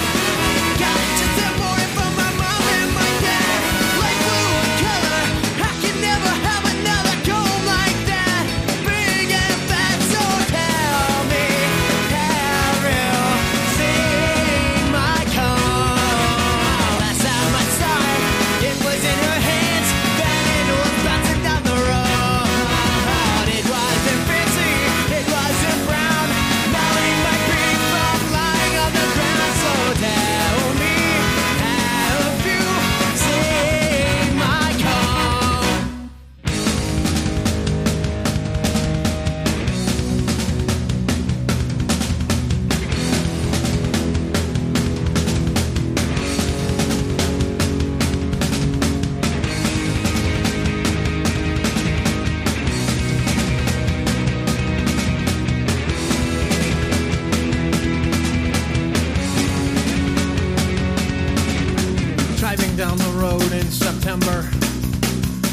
[SPEAKER 19] Got it just a morning from my mom and my dad. Like blue in color. I can never have another comb like that. Big and fat, so tell me. Ariel, see my comb. Last time I saw it, it was in her hands. Then it was bouncing down the road. It wasn't fancy, it wasn't brown. Now in my creek from lying on the ground. So tell me, have you seen my comb? driving down the road in September.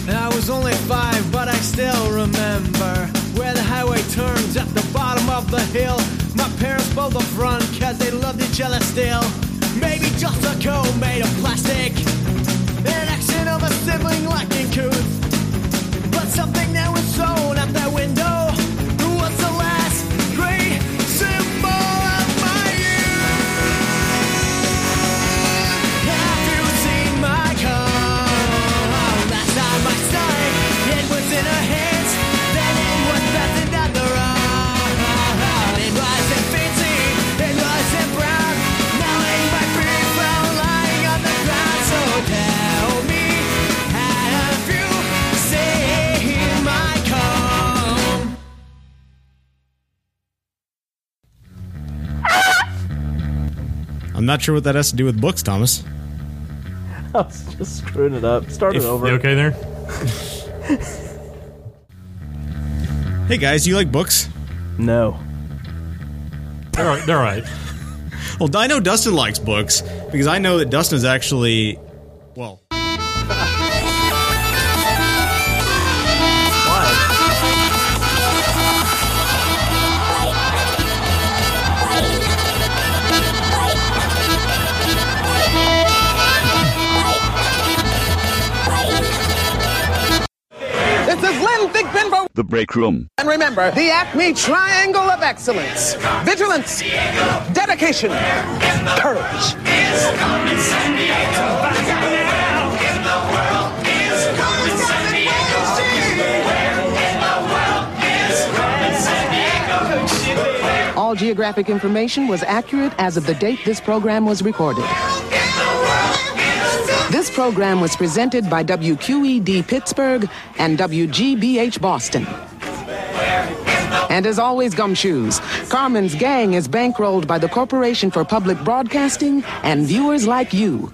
[SPEAKER 19] And I was only five, but I still remember where the highway turns at the bottom of the hill. My parents both up front, cause they loved each other still. Maybe just a comb made of plastic. An action of a sibling lacking couth. But something that was thrown out that window was the last great symbol of my Have you seen my car? Last time I saw it, it was in her hands. Then it was passing down the road. It wasn't fancy, it wasn't brown. Now in my free fell lying on the ground. So tell me, have you seen my car?
[SPEAKER 1] I'm not sure what that has to do with books, Thomas.
[SPEAKER 5] I was just screwing it up. Start it
[SPEAKER 1] If-
[SPEAKER 5] over.
[SPEAKER 1] you okay there? Hey guys, you like books?
[SPEAKER 5] No.
[SPEAKER 1] They're all right. They're all right. well, I know Dustin likes books because I know that Dustin is actually well.
[SPEAKER 20] This is Lynn Thigpen
[SPEAKER 6] The break room.
[SPEAKER 20] and remember the Acme Triangle of Excellence. Vigilance, dedication, courage. All geographic information was accurate as of the date this program was recorded. This program was presented by WQED Pittsburgh and WGBH Boston. And as always, gumshoes, Carmen's gang is bankrolled by the Corporation for Public Broadcasting and viewers like you.